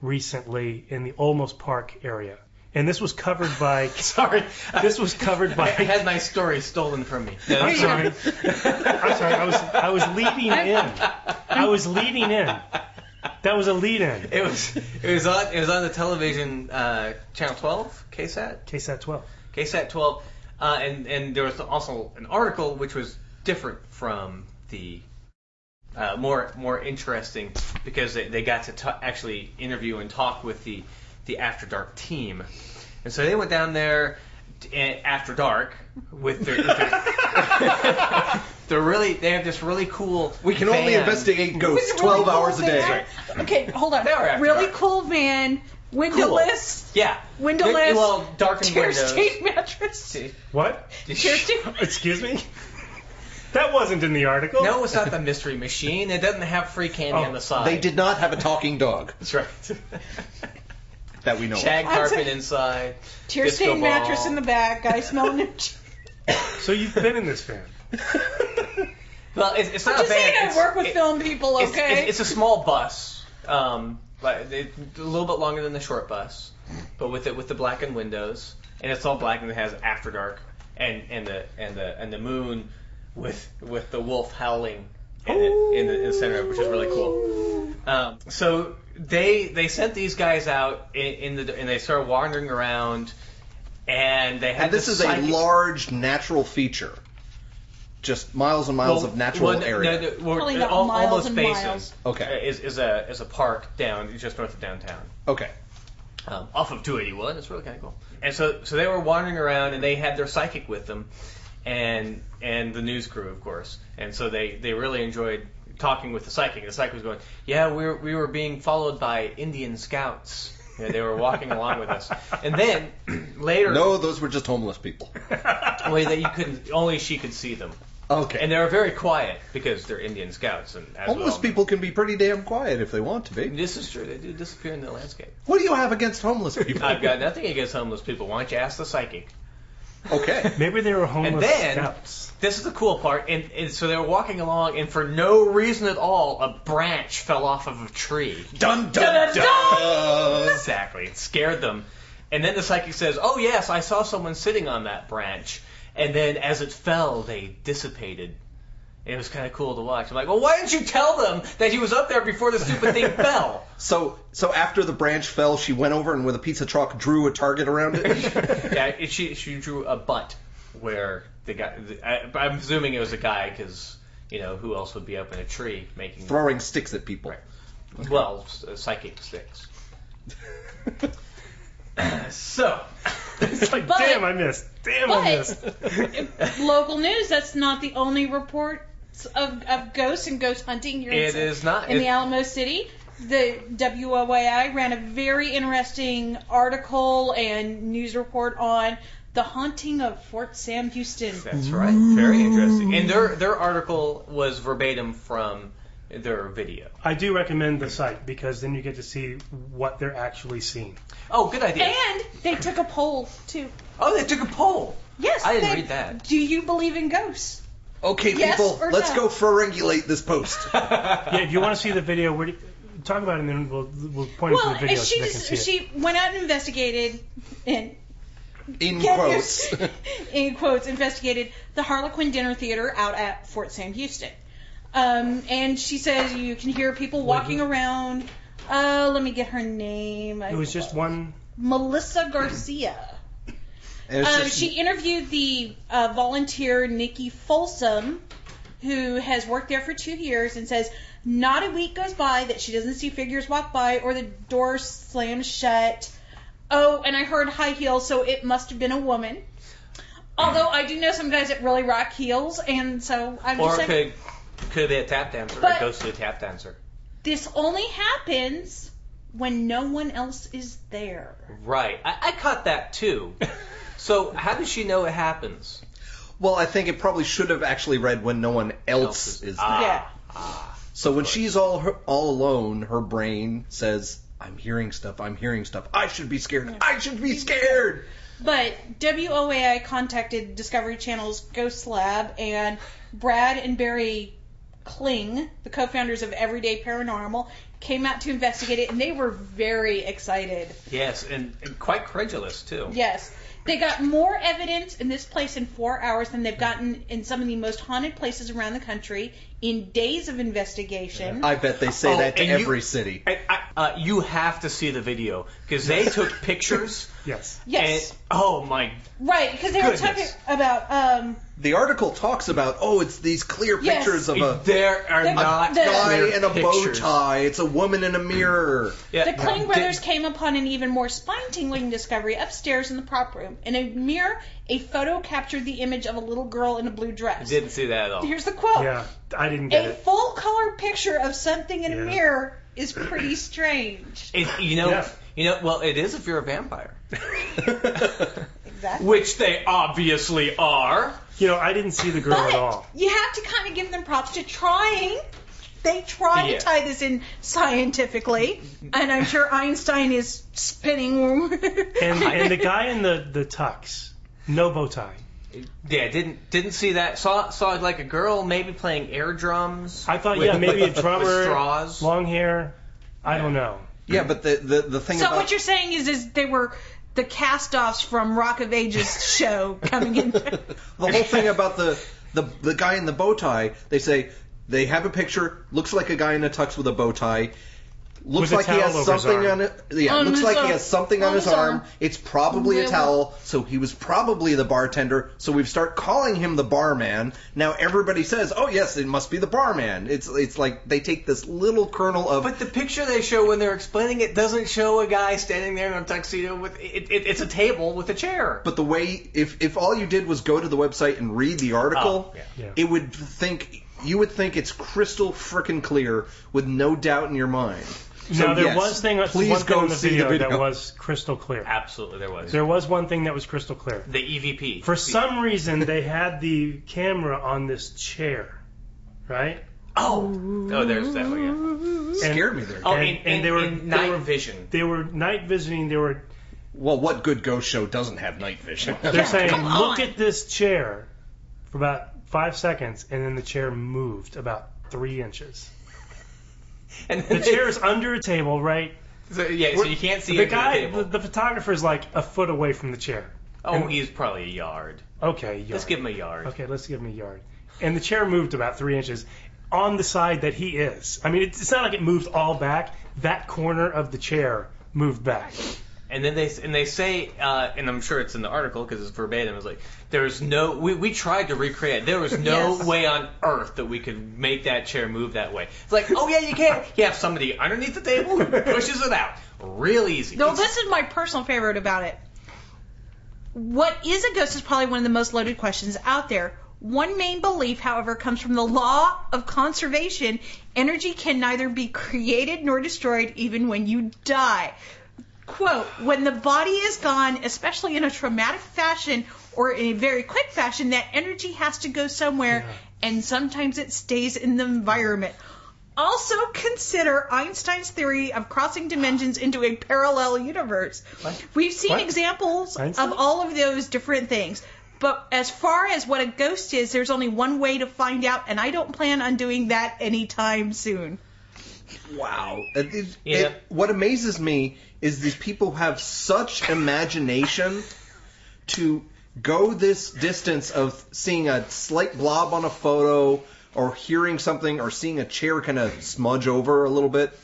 [SPEAKER 2] recently in the Olmos Park area. And this was covered by
[SPEAKER 3] Sorry.
[SPEAKER 2] this was covered
[SPEAKER 3] I
[SPEAKER 2] by
[SPEAKER 3] had my story stolen from me.
[SPEAKER 2] I'm sorry. I'm sorry. I was I was leading in. I was leading in. That was a lead in.
[SPEAKER 3] It was it was on it was on the television uh, channel 12 KSAT
[SPEAKER 2] KSAT 12.
[SPEAKER 3] KSAT 12 uh, and and there was also an article which was different from the uh, more more interesting because they, they got to ta actually interview and talk with the the After Dark team and so they went down there t- a- after dark with their, with their they're really they have this really cool
[SPEAKER 5] We can only
[SPEAKER 3] van.
[SPEAKER 5] investigate
[SPEAKER 4] It's
[SPEAKER 5] ghosts
[SPEAKER 4] a
[SPEAKER 5] 12
[SPEAKER 4] really cool
[SPEAKER 5] hours a
[SPEAKER 4] van.
[SPEAKER 5] day.
[SPEAKER 4] Okay, hold on.
[SPEAKER 3] They were after
[SPEAKER 4] Really
[SPEAKER 3] dark.
[SPEAKER 4] cool van, windowless,
[SPEAKER 3] yeah
[SPEAKER 4] windowless,
[SPEAKER 3] They- well darkened
[SPEAKER 4] tear
[SPEAKER 3] windows
[SPEAKER 4] stained mattress.
[SPEAKER 2] What?
[SPEAKER 4] Tear stained.
[SPEAKER 2] Excuse me? That wasn't in the article.
[SPEAKER 3] No, it's not the mystery machine. It doesn't have free candy
[SPEAKER 2] Oh,
[SPEAKER 3] on the side.
[SPEAKER 5] They did not have a talking dog
[SPEAKER 3] That's right.
[SPEAKER 5] that we know
[SPEAKER 3] Shag
[SPEAKER 4] I'm
[SPEAKER 3] carpet
[SPEAKER 4] sorry.
[SPEAKER 3] inside.
[SPEAKER 4] Tear
[SPEAKER 3] Disco
[SPEAKER 4] stained
[SPEAKER 3] ball.
[SPEAKER 4] mattress in the back. I smell new.
[SPEAKER 2] So you've been in this van.
[SPEAKER 3] Well, it's, it's not
[SPEAKER 4] Just
[SPEAKER 3] a van.
[SPEAKER 4] saying, I
[SPEAKER 3] It's-
[SPEAKER 4] work with
[SPEAKER 3] it-
[SPEAKER 4] film people.
[SPEAKER 3] It's,
[SPEAKER 4] Okay.
[SPEAKER 3] it's, it's a small bus, um, but it, a little bit longer than the short bus, but with it with the blackened windows, and it's all black and it has after dark and and the and the and the moon with with the wolf howling in, it, in, the, in the center of it, which is really cool. Um, so they they sent these guys out in, in the and they started wandering around, and they had
[SPEAKER 5] And this is a
[SPEAKER 3] psychic-
[SPEAKER 5] large natural feature. Just miles and miles
[SPEAKER 3] Well,
[SPEAKER 5] of natural
[SPEAKER 3] well, no,
[SPEAKER 5] area.
[SPEAKER 3] no, well,
[SPEAKER 4] Probably not
[SPEAKER 3] al-
[SPEAKER 4] miles
[SPEAKER 3] almost
[SPEAKER 4] and
[SPEAKER 3] bases.
[SPEAKER 4] miles.
[SPEAKER 5] Okay.
[SPEAKER 3] Is, is a is a park down just north of downtown,
[SPEAKER 5] Okay. Oh.
[SPEAKER 3] um, off of 281. It's really kind of cool. And so so they were wandering around and they had their psychic with them, and and the news crew of course. And so they they really enjoyed talking with the psychic. The psychic was going, yeah, we were, we were being followed by Indian scouts. You know, they were walking along with us. And then later,
[SPEAKER 5] No, those were just homeless people.
[SPEAKER 3] the way that you couldn't only she could see them.
[SPEAKER 5] Okay.
[SPEAKER 3] And they were very quiet because they're Indian scouts and as we
[SPEAKER 5] homeless
[SPEAKER 3] all know.
[SPEAKER 5] people can be pretty damn quiet if they want to be.
[SPEAKER 3] This is true. They do disappear in the landscape.
[SPEAKER 5] What do you have against homeless people?
[SPEAKER 3] I've got nothing against homeless people. Why don't you ask the psychic?
[SPEAKER 5] Okay.
[SPEAKER 2] Maybe they were homeless
[SPEAKER 3] And then-
[SPEAKER 2] scouts.
[SPEAKER 3] This is the cool part. And, and so they were walking along, and for no reason at all, a branch fell off of a tree.
[SPEAKER 5] Dun dun dun.
[SPEAKER 3] Exactly. It scared them. And then the psychic says, Oh, yes, I saw someone sitting on that branch. And then as it fell, they dissipated. It was kind of cool to watch. I'm like, Well, why didn't you tell them that he was up there before the stupid thing fell?
[SPEAKER 5] So so after the branch fell, she went over and with a pizza truck drew a target around it.
[SPEAKER 3] yeah, it, she she drew a butt where the guy. The, I, I'm assuming it was a guy because you know who else would be up in a tree making
[SPEAKER 5] Throwing sticks at people.
[SPEAKER 3] well s- uh, psychic sticks. So,
[SPEAKER 2] It's like,
[SPEAKER 4] But-
[SPEAKER 2] damn, I missed. Damn, I
[SPEAKER 4] but-
[SPEAKER 2] missed.
[SPEAKER 4] Local news. That's not the only report of, of ghosts and ghost hunting. You're
[SPEAKER 3] it
[SPEAKER 4] in-
[SPEAKER 3] is not.
[SPEAKER 4] in
[SPEAKER 3] it-
[SPEAKER 4] the Alamo City. The WOAI ran a very interesting article and news report on the haunting of Fort Sam Houston.
[SPEAKER 3] That's right. Very interesting. And their their article was verbatim from their video.
[SPEAKER 2] I do recommend the site because then you get to see what they're actually seeing.
[SPEAKER 3] Oh, good idea.
[SPEAKER 4] And they took a poll too.
[SPEAKER 3] oh, they took a poll.
[SPEAKER 4] Yes,
[SPEAKER 3] I didn't
[SPEAKER 4] they-
[SPEAKER 3] read that.
[SPEAKER 4] Do you believe in ghosts?
[SPEAKER 5] Okay,
[SPEAKER 4] Yes
[SPEAKER 5] people,
[SPEAKER 4] or
[SPEAKER 5] let's
[SPEAKER 4] no?
[SPEAKER 5] go ferengulate this post.
[SPEAKER 2] Yeah, if you want to see the video, where do you, talk about it, and then we'll we'll point
[SPEAKER 4] well,
[SPEAKER 2] it to the video
[SPEAKER 4] she
[SPEAKER 2] so they
[SPEAKER 4] just
[SPEAKER 2] can see it.
[SPEAKER 4] she went out and investigated and
[SPEAKER 5] In
[SPEAKER 4] Get
[SPEAKER 5] quotes.
[SPEAKER 4] this- in quotes, investigated the Harlequin Dinner Theater out at Fort Sam Houston. Um, and she says you can hear people walking around. Uh, let me get her name.
[SPEAKER 2] It was just one.
[SPEAKER 4] Melissa Garcia.
[SPEAKER 5] And it's
[SPEAKER 4] Um,
[SPEAKER 5] just-
[SPEAKER 4] she interviewed the uh, volunteer Nikki Folsom, who has worked there for two years, and says not a week goes by that she doesn't see figures walk by or the door slam shut. Oh, and I heard high heels, so it must have been a woman. Although I do know some guys that really rock heels, and so I'm
[SPEAKER 3] Or
[SPEAKER 4] just like,
[SPEAKER 3] could could be a tap dancer or
[SPEAKER 4] But-
[SPEAKER 3] ghostly tap dancer.
[SPEAKER 4] this only happens when no one else is there.
[SPEAKER 3] Right. I, I caught that too. So how does she know it happens?
[SPEAKER 5] Well, I think it probably should have actually read when no one else is there.
[SPEAKER 3] Ah.
[SPEAKER 4] Yeah.
[SPEAKER 5] So when she's all her, all alone, her brain says, "I'm hearing stuff. I'm hearing stuff. I should be scared. I should be scared."
[SPEAKER 4] But WOAI contacted Discovery Channel's Ghost Lab, and Brad and Barry Kling, the co founders of Everyday Paranormal, came out to investigate it, and they were very excited.
[SPEAKER 3] Yes, and, and quite credulous too.
[SPEAKER 4] Yes. They got more evidence in this place in four hours than they've gotten in some of the most haunted places around the country in days of investigation.
[SPEAKER 5] I bet they say
[SPEAKER 3] Oh,
[SPEAKER 5] that to
[SPEAKER 3] and you-
[SPEAKER 5] every city.
[SPEAKER 3] I, I, uh, you have to see the video because they took pictures.
[SPEAKER 2] Yes.
[SPEAKER 4] yes.
[SPEAKER 3] And, oh my!
[SPEAKER 4] right, because they were talking
[SPEAKER 3] Goodness.
[SPEAKER 4] about. Um,
[SPEAKER 5] The article talks about, "Oh, it's these clear
[SPEAKER 4] Yes.
[SPEAKER 5] pictures of a
[SPEAKER 3] There are
[SPEAKER 4] The-
[SPEAKER 3] not
[SPEAKER 4] the-
[SPEAKER 5] guy
[SPEAKER 3] clear
[SPEAKER 5] in a bow
[SPEAKER 3] pictures.
[SPEAKER 5] tie. It's a woman in a mirror."
[SPEAKER 3] Yeah,
[SPEAKER 4] The Kling
[SPEAKER 3] did-
[SPEAKER 4] brothers came upon an even more spine tingling discovery upstairs in the prop room. In a mirror, a photo captured the image of a little girl in a blue dress.
[SPEAKER 3] Didn't see that at all.
[SPEAKER 4] Here's the quote
[SPEAKER 2] Yeah, I didn't get
[SPEAKER 4] A
[SPEAKER 2] it.
[SPEAKER 4] full color picture of something in a
[SPEAKER 2] Yeah.
[SPEAKER 4] mirror is pretty strange.
[SPEAKER 3] It- you know,
[SPEAKER 2] Yeah.
[SPEAKER 3] you know. Well, it is if you're a vampire,
[SPEAKER 4] Exactly.
[SPEAKER 3] which they obviously are.
[SPEAKER 2] You know, I didn't see the girl
[SPEAKER 4] But
[SPEAKER 2] at all.
[SPEAKER 4] you have to kind of give them props to trying. They try
[SPEAKER 3] Yeah.
[SPEAKER 4] to tie this in scientifically, and I'm sure Einstein is spinning.
[SPEAKER 2] And and the guy in the the tux, no bow tie.
[SPEAKER 3] Yeah, didn't didn't see that. Saw saw like a girl maybe playing air drums.
[SPEAKER 2] I thought,
[SPEAKER 3] with-
[SPEAKER 2] yeah, maybe a
[SPEAKER 3] with
[SPEAKER 2] drummer,
[SPEAKER 3] straws.
[SPEAKER 2] long hair. I don't know.
[SPEAKER 5] Yeah, but the the, the thing
[SPEAKER 4] So
[SPEAKER 5] about
[SPEAKER 4] what you're saying is, is they were the cast-offs from Rock of Ages show coming in.
[SPEAKER 5] the whole thing about the, the the guy in the bow tie, they say they have a picture, looks like a guy in a tux with a bow tie. Looks
[SPEAKER 2] With a
[SPEAKER 5] like he
[SPEAKER 2] towel
[SPEAKER 5] has
[SPEAKER 2] over his
[SPEAKER 5] something
[SPEAKER 2] arm.
[SPEAKER 5] on it. Yeah,
[SPEAKER 4] On
[SPEAKER 5] looks
[SPEAKER 4] his
[SPEAKER 5] like he
[SPEAKER 4] arm.
[SPEAKER 5] has something on,
[SPEAKER 4] On
[SPEAKER 5] his,
[SPEAKER 4] his
[SPEAKER 5] arm.
[SPEAKER 4] arm.
[SPEAKER 5] It's probably a
[SPEAKER 4] Yeah.
[SPEAKER 5] towel, so he was probably the bartender. So we start calling him the barman. Now everybody says, "Oh yes, it must be the barman." It's it's like they take this little kernel of
[SPEAKER 3] But the picture they show when they're explaining it doesn't show a guy standing there in a tuxedo with it, it, it's a table with a chair.
[SPEAKER 5] But the way, if if all you did was go to the website and read the article,
[SPEAKER 3] Oh, yeah.
[SPEAKER 2] Yeah.
[SPEAKER 5] it would think you would think it's crystal frickin' clear with no doubt in your mind. So,
[SPEAKER 2] now there
[SPEAKER 5] yes,
[SPEAKER 2] was thing,
[SPEAKER 5] please
[SPEAKER 2] one thing
[SPEAKER 5] go
[SPEAKER 2] in the
[SPEAKER 5] see the
[SPEAKER 2] video,
[SPEAKER 5] video.
[SPEAKER 2] that was crystal clear.
[SPEAKER 3] Absolutely, there was
[SPEAKER 2] There was one thing that was crystal clear.
[SPEAKER 3] the E EVP.
[SPEAKER 2] For some reason, they had the camera on this chair, right?
[SPEAKER 3] oh oh, there's that one. Yeah.
[SPEAKER 5] scared me there.
[SPEAKER 3] Oh,
[SPEAKER 2] And-
[SPEAKER 3] and,
[SPEAKER 2] and they were-
[SPEAKER 3] in
[SPEAKER 2] they
[SPEAKER 3] night
[SPEAKER 2] were-
[SPEAKER 3] vision.
[SPEAKER 2] They were night visiting. They were
[SPEAKER 5] Well, what good ghost show doesn't have night vision?
[SPEAKER 2] they're saying,
[SPEAKER 4] come
[SPEAKER 2] look
[SPEAKER 4] on."
[SPEAKER 2] at this chair for about five seconds, and then the chair moved about three inches.
[SPEAKER 3] And
[SPEAKER 2] The chair is under a table, right?
[SPEAKER 3] So, yeah, so you can't see
[SPEAKER 2] the
[SPEAKER 3] under
[SPEAKER 2] guy,
[SPEAKER 3] the table.
[SPEAKER 2] the, the photographer is like a foot away from the chair.
[SPEAKER 3] oh, he's probably a yard.
[SPEAKER 2] Okay, yard.
[SPEAKER 3] Let's give him a yard.
[SPEAKER 2] okay, let's give him a yard. And the chair moved about three inches on the side that he is. I mean, it's, it's not like it moved all back. That corner of the chair moved back.
[SPEAKER 3] And then they and they say, uh, and I'm sure it's in the article because it's verbatim. It's like there's no we, we tried to recreate. it. There was no
[SPEAKER 4] Yes.
[SPEAKER 3] way on earth that we could make that chair move that way. It's like, oh yeah, you can. You have somebody underneath the table who pushes it out. real easy.
[SPEAKER 4] No, this is my personal favorite about it. What is a ghost is probably one of the most loaded questions out there. One main belief, however, comes from the law of conservation. Energy can neither be created nor destroyed even when you die. Quote, when the body is gone, especially in a traumatic fashion or in a very quick fashion, that energy has to go somewhere and sometimes it stays in the environment. Also consider Einstein's theory of crossing dimensions into a parallel universe.
[SPEAKER 3] What?
[SPEAKER 4] We've seen
[SPEAKER 2] What?
[SPEAKER 4] examples
[SPEAKER 2] Einstein?
[SPEAKER 4] of all of those different things. But as far as what a ghost is, there's only one way to find out, and I don't plan on doing that anytime soon.
[SPEAKER 5] Wow. It- it-
[SPEAKER 3] Yeah.
[SPEAKER 5] it- what amazes me is these people have such imagination to go this distance of seeing a slight blob on a photo or hearing something or seeing a chair kind of smudge over a little bit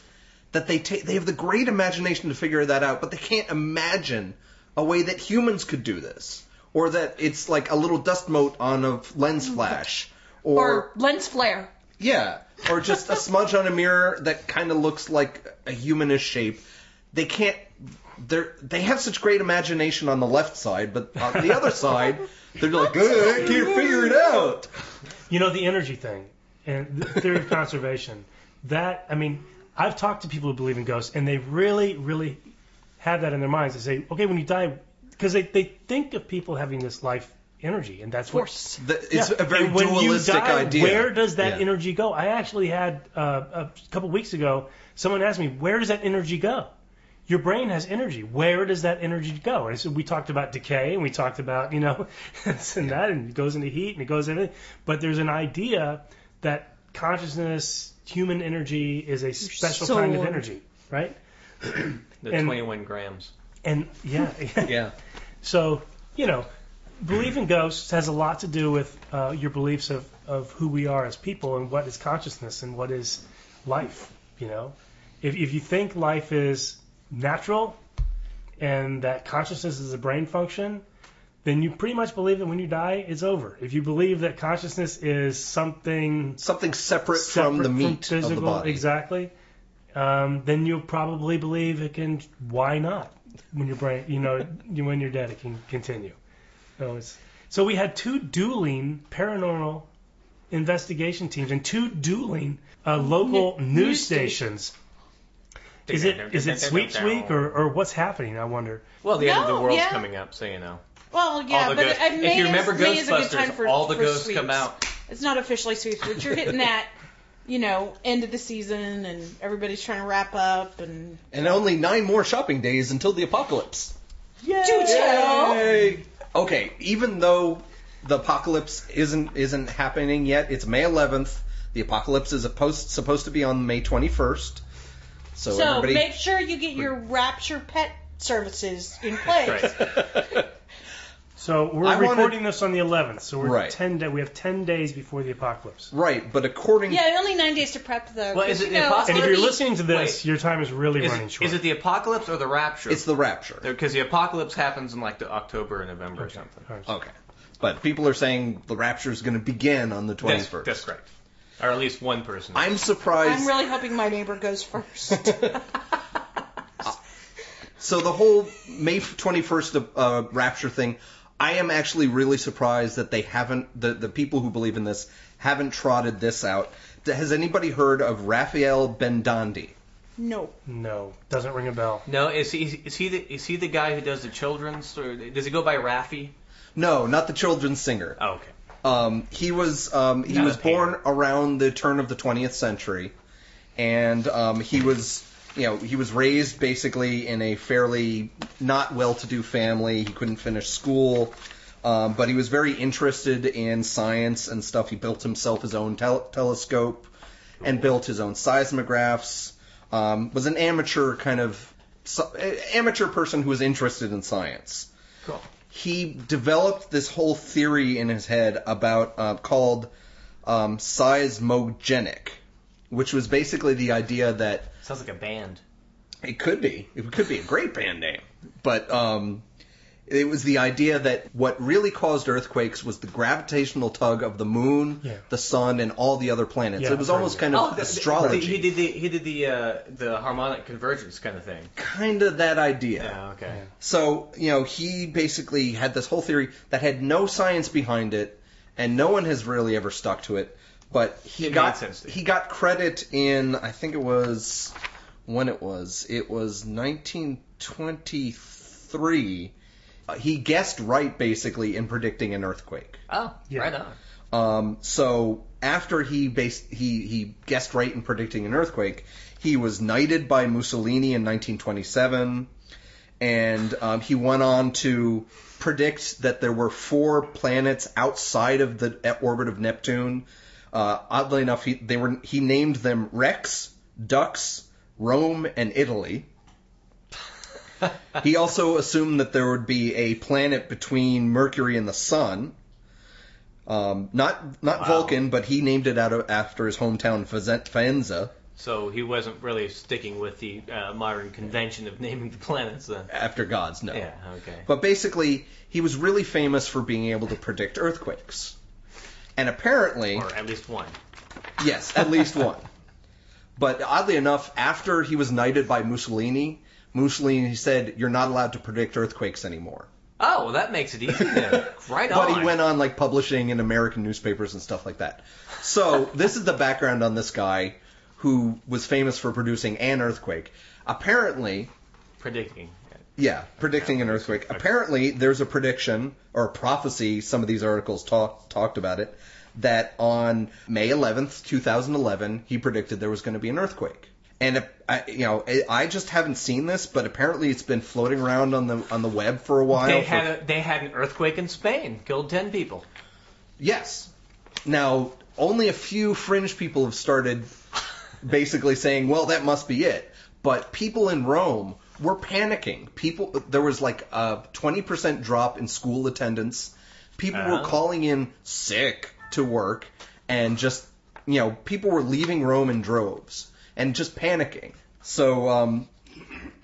[SPEAKER 5] that they take they have the great imagination to figure that out but they can't imagine a way that humans could do this or that it's like a little dust mote on a lens flash
[SPEAKER 4] Or lens flare.
[SPEAKER 5] yeah, or just a smudge on a mirror that kind of looks like a humanish shape. They can't. They are they have such great imagination on the left side, but on the other side, they're like, "Ugh, I can't figure it out.
[SPEAKER 2] You know the energy thing and the theory of conservation. That I mean, I've talked to people who believe in ghosts, and they really, really have that in their minds. They say, okay, when you die, because they they think of people having this life energy, and that's what
[SPEAKER 4] Force.
[SPEAKER 5] The- It's
[SPEAKER 2] Yeah.
[SPEAKER 5] a very
[SPEAKER 2] and when
[SPEAKER 5] dualistic
[SPEAKER 2] you die,
[SPEAKER 5] idea.
[SPEAKER 2] Where does that
[SPEAKER 5] Yeah.
[SPEAKER 2] energy go? I actually had uh, a couple weeks ago someone asked me, "Where does that energy go?" Your brain has energy. Where does that energy go? And so we talked about decay, and we talked about you know this and that, and it goes into heat, and it goes into. But there's an idea that consciousness, human energy, is a special
[SPEAKER 4] soul.
[SPEAKER 2] kind of energy, right?
[SPEAKER 3] the
[SPEAKER 2] and-
[SPEAKER 3] 21 grams.
[SPEAKER 2] And yeah,
[SPEAKER 5] Yeah,
[SPEAKER 2] So, you know, belief in ghosts has a lot to do with uh, your beliefs of, of who we are as people and what is consciousness and what is life, you know? If, if you think life is natural and that consciousness is a brain function, then you pretty much believe that when you die, it's over. If you believe that consciousness is something
[SPEAKER 5] something separate,
[SPEAKER 2] separate
[SPEAKER 5] from the meat
[SPEAKER 2] physical,
[SPEAKER 5] of the body.
[SPEAKER 2] exactly, um, then you'll probably believe it can. Why not? When your brain, you know, you- when you're dead, it can continue. So it's so we had two dueling paranormal investigation teams and two dueling uh, local
[SPEAKER 4] N-
[SPEAKER 2] news
[SPEAKER 4] news
[SPEAKER 2] stations. Is it is it sweeps week or, or what's happening? I wonder.
[SPEAKER 3] Well, the end of the
[SPEAKER 4] No,
[SPEAKER 3] world's
[SPEAKER 4] yeah.
[SPEAKER 3] coming up, so you know.
[SPEAKER 4] Well,
[SPEAKER 3] all
[SPEAKER 4] yeah,
[SPEAKER 3] the
[SPEAKER 4] but
[SPEAKER 3] ghosts.
[SPEAKER 4] I- May
[SPEAKER 3] if you
[SPEAKER 4] is-
[SPEAKER 3] remember
[SPEAKER 4] May is a good time
[SPEAKER 3] Ghostbusters,
[SPEAKER 4] for,
[SPEAKER 3] all the
[SPEAKER 4] for
[SPEAKER 3] ghosts
[SPEAKER 4] sweeps.
[SPEAKER 3] come out.
[SPEAKER 4] It's not officially sweeps, but you're hitting that, you know, end of the season, and everybody's trying to wrap up and.
[SPEAKER 5] And only nine more shopping days until the apocalypse.
[SPEAKER 4] Do tell.
[SPEAKER 5] Yay! Okay, even though the apocalypse isn't isn't happening yet, it's May 11th. The apocalypse is supposed supposed to be on May 21st. So,
[SPEAKER 4] So
[SPEAKER 5] everybody
[SPEAKER 4] make sure you get your rapture pet services in place.
[SPEAKER 2] So we're
[SPEAKER 5] I wanted-
[SPEAKER 2] recording this on the 11th, so we're
[SPEAKER 5] Right.
[SPEAKER 2] ten. Da- we have ten days before the apocalypse.
[SPEAKER 5] right, but according
[SPEAKER 4] Yeah, only nine days to prep the.
[SPEAKER 3] Well, is it
[SPEAKER 4] you
[SPEAKER 3] the
[SPEAKER 4] know,
[SPEAKER 3] apocalypse?
[SPEAKER 4] it's
[SPEAKER 2] And if
[SPEAKER 4] gonna
[SPEAKER 2] you're
[SPEAKER 4] be-
[SPEAKER 2] listening to this,
[SPEAKER 3] Wait.
[SPEAKER 2] your time is really
[SPEAKER 3] Is
[SPEAKER 2] running
[SPEAKER 3] it,
[SPEAKER 2] short.
[SPEAKER 3] is it the apocalypse or the rapture?
[SPEAKER 5] it's the rapture.
[SPEAKER 3] because the apocalypse happens in like the October or November or
[SPEAKER 2] Okay.
[SPEAKER 3] something.
[SPEAKER 2] All right.
[SPEAKER 5] Okay. But people are saying the rapture is going to begin on the 21st.
[SPEAKER 3] That's, that's correct. Or at least one person.
[SPEAKER 5] I'm surprised.
[SPEAKER 4] I'm really hoping my neighbor goes first.
[SPEAKER 5] So the whole May 21st uh, rapture thing, I am actually really surprised that they haven't the the people who believe in this haven't trotted this out. Has anybody heard of Raphael Bendandi?
[SPEAKER 4] no.
[SPEAKER 2] No, doesn't ring a bell.
[SPEAKER 3] no, is he is he the is he the guy who does the children's or does he go by Raffy?
[SPEAKER 5] No, not the children's singer.
[SPEAKER 3] Oh, okay.
[SPEAKER 5] Um, he was um, he
[SPEAKER 3] Not
[SPEAKER 5] was
[SPEAKER 3] a painter.
[SPEAKER 5] born around the turn of the 20th century, and um, he was you know he was raised basically in a fairly not well-to-do family. He couldn't finish school, um, but he was very interested in science and stuff. He built himself his own tel- telescope and built his own seismographs. Um, was an amateur kind of so, amateur person who was interested in science
[SPEAKER 3] Cool.
[SPEAKER 5] he developed this whole theory in his head about uh, called um, seismogenic, which was basically the idea that
[SPEAKER 3] Sounds like a band.
[SPEAKER 5] it could be it could be a great band name, but um, It was the idea that what really caused earthquakes was the gravitational tug of the moon,
[SPEAKER 2] Yeah.
[SPEAKER 5] the sun, and all the other planets.
[SPEAKER 2] Yeah,
[SPEAKER 5] it was almost kind
[SPEAKER 3] Oh,
[SPEAKER 5] of
[SPEAKER 3] the- the-
[SPEAKER 5] astrology,
[SPEAKER 3] he did the he did the uh, the harmonic convergence kind of thing.
[SPEAKER 5] kind of that idea.
[SPEAKER 3] Yeah. Okay.
[SPEAKER 5] So, you know, he basically had this whole theory that had no science behind it, and no one has really ever stuck to it. But he
[SPEAKER 3] It made
[SPEAKER 5] got
[SPEAKER 3] sense to
[SPEAKER 5] he got credit in I think it was when it was it was 1923. Uh, he guessed right basically in predicting an earthquake.
[SPEAKER 3] Oh,
[SPEAKER 2] Yeah.
[SPEAKER 3] right on.
[SPEAKER 5] Um, so after he based, he he guessed right in predicting an earthquake, he was knighted by Mussolini in 1927, and um, he went on to predict that there were four planets outside of the orbit of Neptune. Uh, oddly enough, he they were he named them Rex, Dux, Rome, and Italy. he also assumed that there would be a planet between Mercury and the Sun. Um, not not
[SPEAKER 3] Wow.
[SPEAKER 5] Vulcan, but he named it out of, after his hometown Fazen- Faenza
[SPEAKER 3] So he wasn't really sticking with the uh, modern convention of naming the planets then.
[SPEAKER 5] after gods. No,
[SPEAKER 3] Yeah. Okay.
[SPEAKER 5] but basically he was really famous for being able to predict earthquakes, and apparently
[SPEAKER 3] Or at least one.
[SPEAKER 5] yes, at least one. But oddly enough, after he was knighted by Mussolini, Mussolini said, "You're not allowed to predict earthquakes anymore."
[SPEAKER 3] Oh, well, that makes it easy then. right
[SPEAKER 5] but
[SPEAKER 3] on.
[SPEAKER 5] he went on like publishing in American newspapers and stuff like that. So this is the background on this guy who was famous for producing an earthquake. Apparently,
[SPEAKER 3] predicting.
[SPEAKER 5] yeah, predicting an earthquake. Apparently, there's a prediction or a prophecy. Some of these articles talk, talked about it that on May 11th, 2011, he predicted there was going to be an earthquake. And uh, I, you know, I- I just haven't seen this, but apparently it's been floating around on the on the web for a while.
[SPEAKER 3] They
[SPEAKER 5] for-
[SPEAKER 3] had a, they had an earthquake in Spain, killed ten people.
[SPEAKER 5] Yes. Now, only a few fringe people have started basically saying, "Well, that must be it." But people in Rome were panicking. People there was like a 20% drop in school attendance. People were
[SPEAKER 3] Oh.
[SPEAKER 5] calling in sick to work and just, you know, people were leaving Rome in droves and just panicking. So um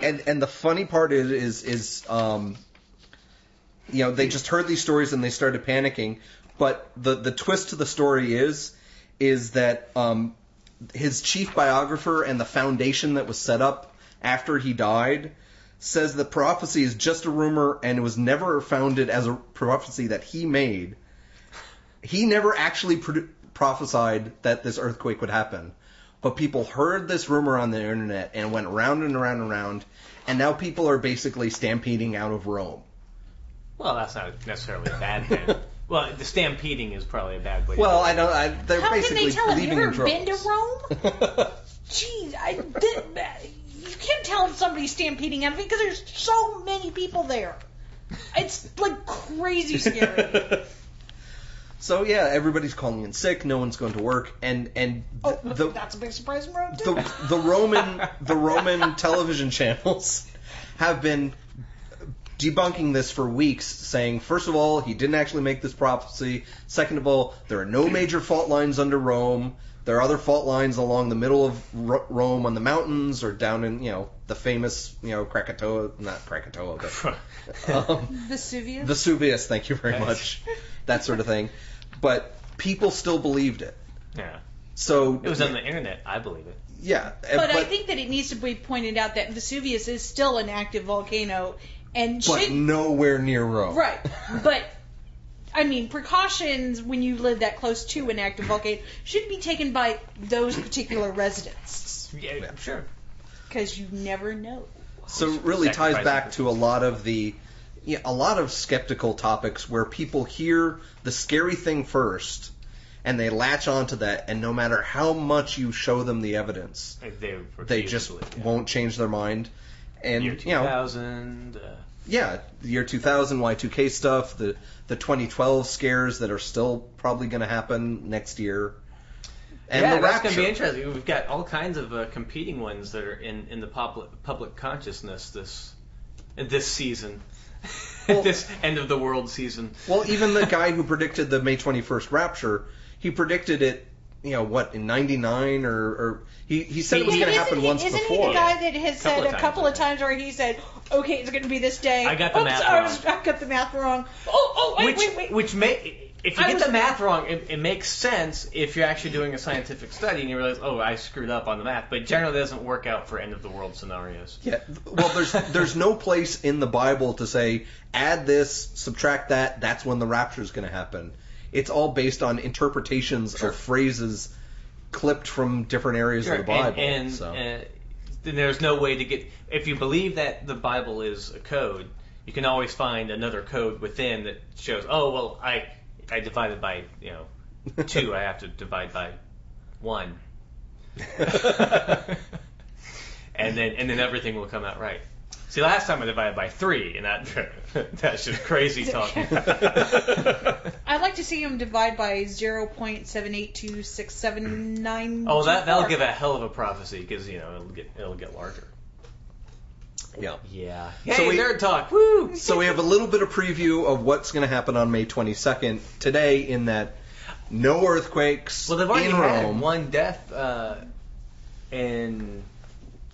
[SPEAKER 5] and and the funny part is is is um you know, they just heard these stories and they started panicking. But the the twist to the story is is that um, his chief biographer and the foundation that was set up after he died says the prophecy is just a rumor and it was never founded as a prophecy that he made. He never actually produ prophesied that this earthquake would happen. But people heard this rumor on the internet and went round and round and round, and now people are basically stampeding out of Rome.
[SPEAKER 3] Well, that's not necessarily a bad thing. well, the stampeding is probably a bad way. to
[SPEAKER 5] Well,
[SPEAKER 3] do it.
[SPEAKER 5] I don't. I, they're
[SPEAKER 4] How can
[SPEAKER 5] basically
[SPEAKER 4] they tell him? You
[SPEAKER 5] leaving in
[SPEAKER 4] ever been to
[SPEAKER 5] droves.
[SPEAKER 4] Rome? Gee, I didn't. You can't tell if somebody's stampeding out of it because there's so many people there. It's like crazy scary.
[SPEAKER 5] so yeah, everybody's calling in sick. No one's going to work, and and
[SPEAKER 4] Oh,
[SPEAKER 5] the
[SPEAKER 4] that's a big surprise in Rome too.
[SPEAKER 5] the, the Roman the Roman television channels have been debunking this for weeks, saying first of all he didn't actually make this prophecy. Second of all, there are no major fault lines under Rome. There are other fault lines along the middle of Ro- Rome on the mountains or down in you know the famous you know Krakatoa, not Krakatoa, but um,
[SPEAKER 4] Vesuvius.
[SPEAKER 5] Vesuvius, thank you very much. that sort of thing. But people still believed it.
[SPEAKER 3] yeah.
[SPEAKER 5] So
[SPEAKER 3] It was on the internet. I believe it.
[SPEAKER 5] yeah,
[SPEAKER 4] but, I think that it needs to be pointed out that Vesuvius is still an active volcano and
[SPEAKER 5] but
[SPEAKER 4] should
[SPEAKER 5] nowhere near Rome.
[SPEAKER 4] right. But I mean, precautions when you live that close to an active volcano should be taken by those particular residents
[SPEAKER 3] Yeah, sure.
[SPEAKER 4] because you never know.
[SPEAKER 5] So it really ties
[SPEAKER 3] Sacrificing
[SPEAKER 5] back
[SPEAKER 3] for-
[SPEAKER 5] to a lot of the yeah, a lot of skeptical topics where people hear the scary thing first and they latch onto that and no matter how much you show them the evidence,
[SPEAKER 3] They,
[SPEAKER 5] they just won't change their mind. And
[SPEAKER 3] Year
[SPEAKER 5] you know,
[SPEAKER 3] 2000. Uh,
[SPEAKER 5] yeah, the year 2000 Y2K stuff, the the 2012 scares that are still probably going to happen next year, and
[SPEAKER 3] yeah,
[SPEAKER 5] the
[SPEAKER 3] that's gonna
[SPEAKER 5] rapture.
[SPEAKER 3] be interesting. We've got all kinds of uh, competing ones that are in, in the public public consciousness this this season,
[SPEAKER 5] Well-
[SPEAKER 3] this end of the world season.
[SPEAKER 5] well, even the guy who predicted the May 21st rapture, he predicted it you know what in '99 or, or he he said it was
[SPEAKER 4] Wait,
[SPEAKER 5] going to
[SPEAKER 4] isn't
[SPEAKER 5] happen
[SPEAKER 4] he-
[SPEAKER 5] once
[SPEAKER 4] isn't
[SPEAKER 5] before.
[SPEAKER 4] he the guy that has
[SPEAKER 3] Couple
[SPEAKER 4] said
[SPEAKER 3] of
[SPEAKER 4] a couple of
[SPEAKER 3] times.
[SPEAKER 4] times where he said, "Okay, it's going to be this day."
[SPEAKER 3] I got the
[SPEAKER 4] Oops,
[SPEAKER 3] math
[SPEAKER 4] I, was, I got the math wrong. Oh, oh, wait,
[SPEAKER 3] which
[SPEAKER 4] wait, wait.
[SPEAKER 3] which may if you
[SPEAKER 4] I
[SPEAKER 3] get
[SPEAKER 4] was-
[SPEAKER 3] the math wrong, it, it makes sense if you're actually doing a scientific study and you realize, oh, I screwed up on the math. But generally, it doesn't work out for end of the world scenarios.
[SPEAKER 5] Yeah. Well, there's there's no place in the Bible to say add this, subtract that. That's when the rapture is going to happen. It's all based on interpretations of phrases clipped from different areas of the Bible.
[SPEAKER 3] And, and,
[SPEAKER 5] so.
[SPEAKER 3] uh, then there's no way to get. If you believe that the Bible is a code, you can always find another code within that shows. Oh well, I I divided by you know two. I have to divide by one, and then and then everything will come out right. See, last time I divided by three, and that that's just crazy talking.
[SPEAKER 4] I'd like to see him divide by zero point seven eight two six seven nine.
[SPEAKER 3] Oh, that that'll give a hell of a prophecy because you know it'll get it'll get larger.
[SPEAKER 5] yeah.
[SPEAKER 3] Yeah. Hey,
[SPEAKER 5] So we-
[SPEAKER 3] nerd talk. Woo!
[SPEAKER 5] So we have a little bit of preview of what's going to happen on May 22nd today. In that, no earthquakes
[SPEAKER 3] Well, they've already
[SPEAKER 5] in
[SPEAKER 3] had
[SPEAKER 5] Rome.
[SPEAKER 3] one death uh, in,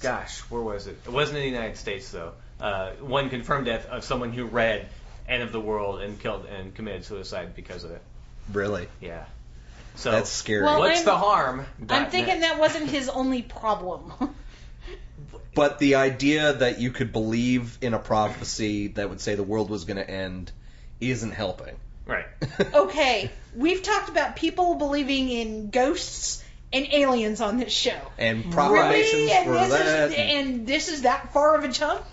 [SPEAKER 3] gosh, where was it? It wasn't in the United States though. Uh, one confirmed death of someone who read End of the World and killed and committed suicide because of it.
[SPEAKER 5] Really,
[SPEAKER 3] Yeah. So
[SPEAKER 5] that's scary.
[SPEAKER 4] Well,
[SPEAKER 3] what's
[SPEAKER 4] I'm-
[SPEAKER 3] the harm?
[SPEAKER 4] I'm thinking that wasn't his only problem.
[SPEAKER 5] But the idea that you could believe in a prophecy that would say the world was going to end isn't helping.
[SPEAKER 3] right.
[SPEAKER 4] okay, we've talked about people believing in ghosts and aliens on this show.
[SPEAKER 5] and
[SPEAKER 4] Really?
[SPEAKER 5] proclamations
[SPEAKER 4] And
[SPEAKER 5] for
[SPEAKER 4] this,
[SPEAKER 5] that.
[SPEAKER 4] is, and this is that far of a jump?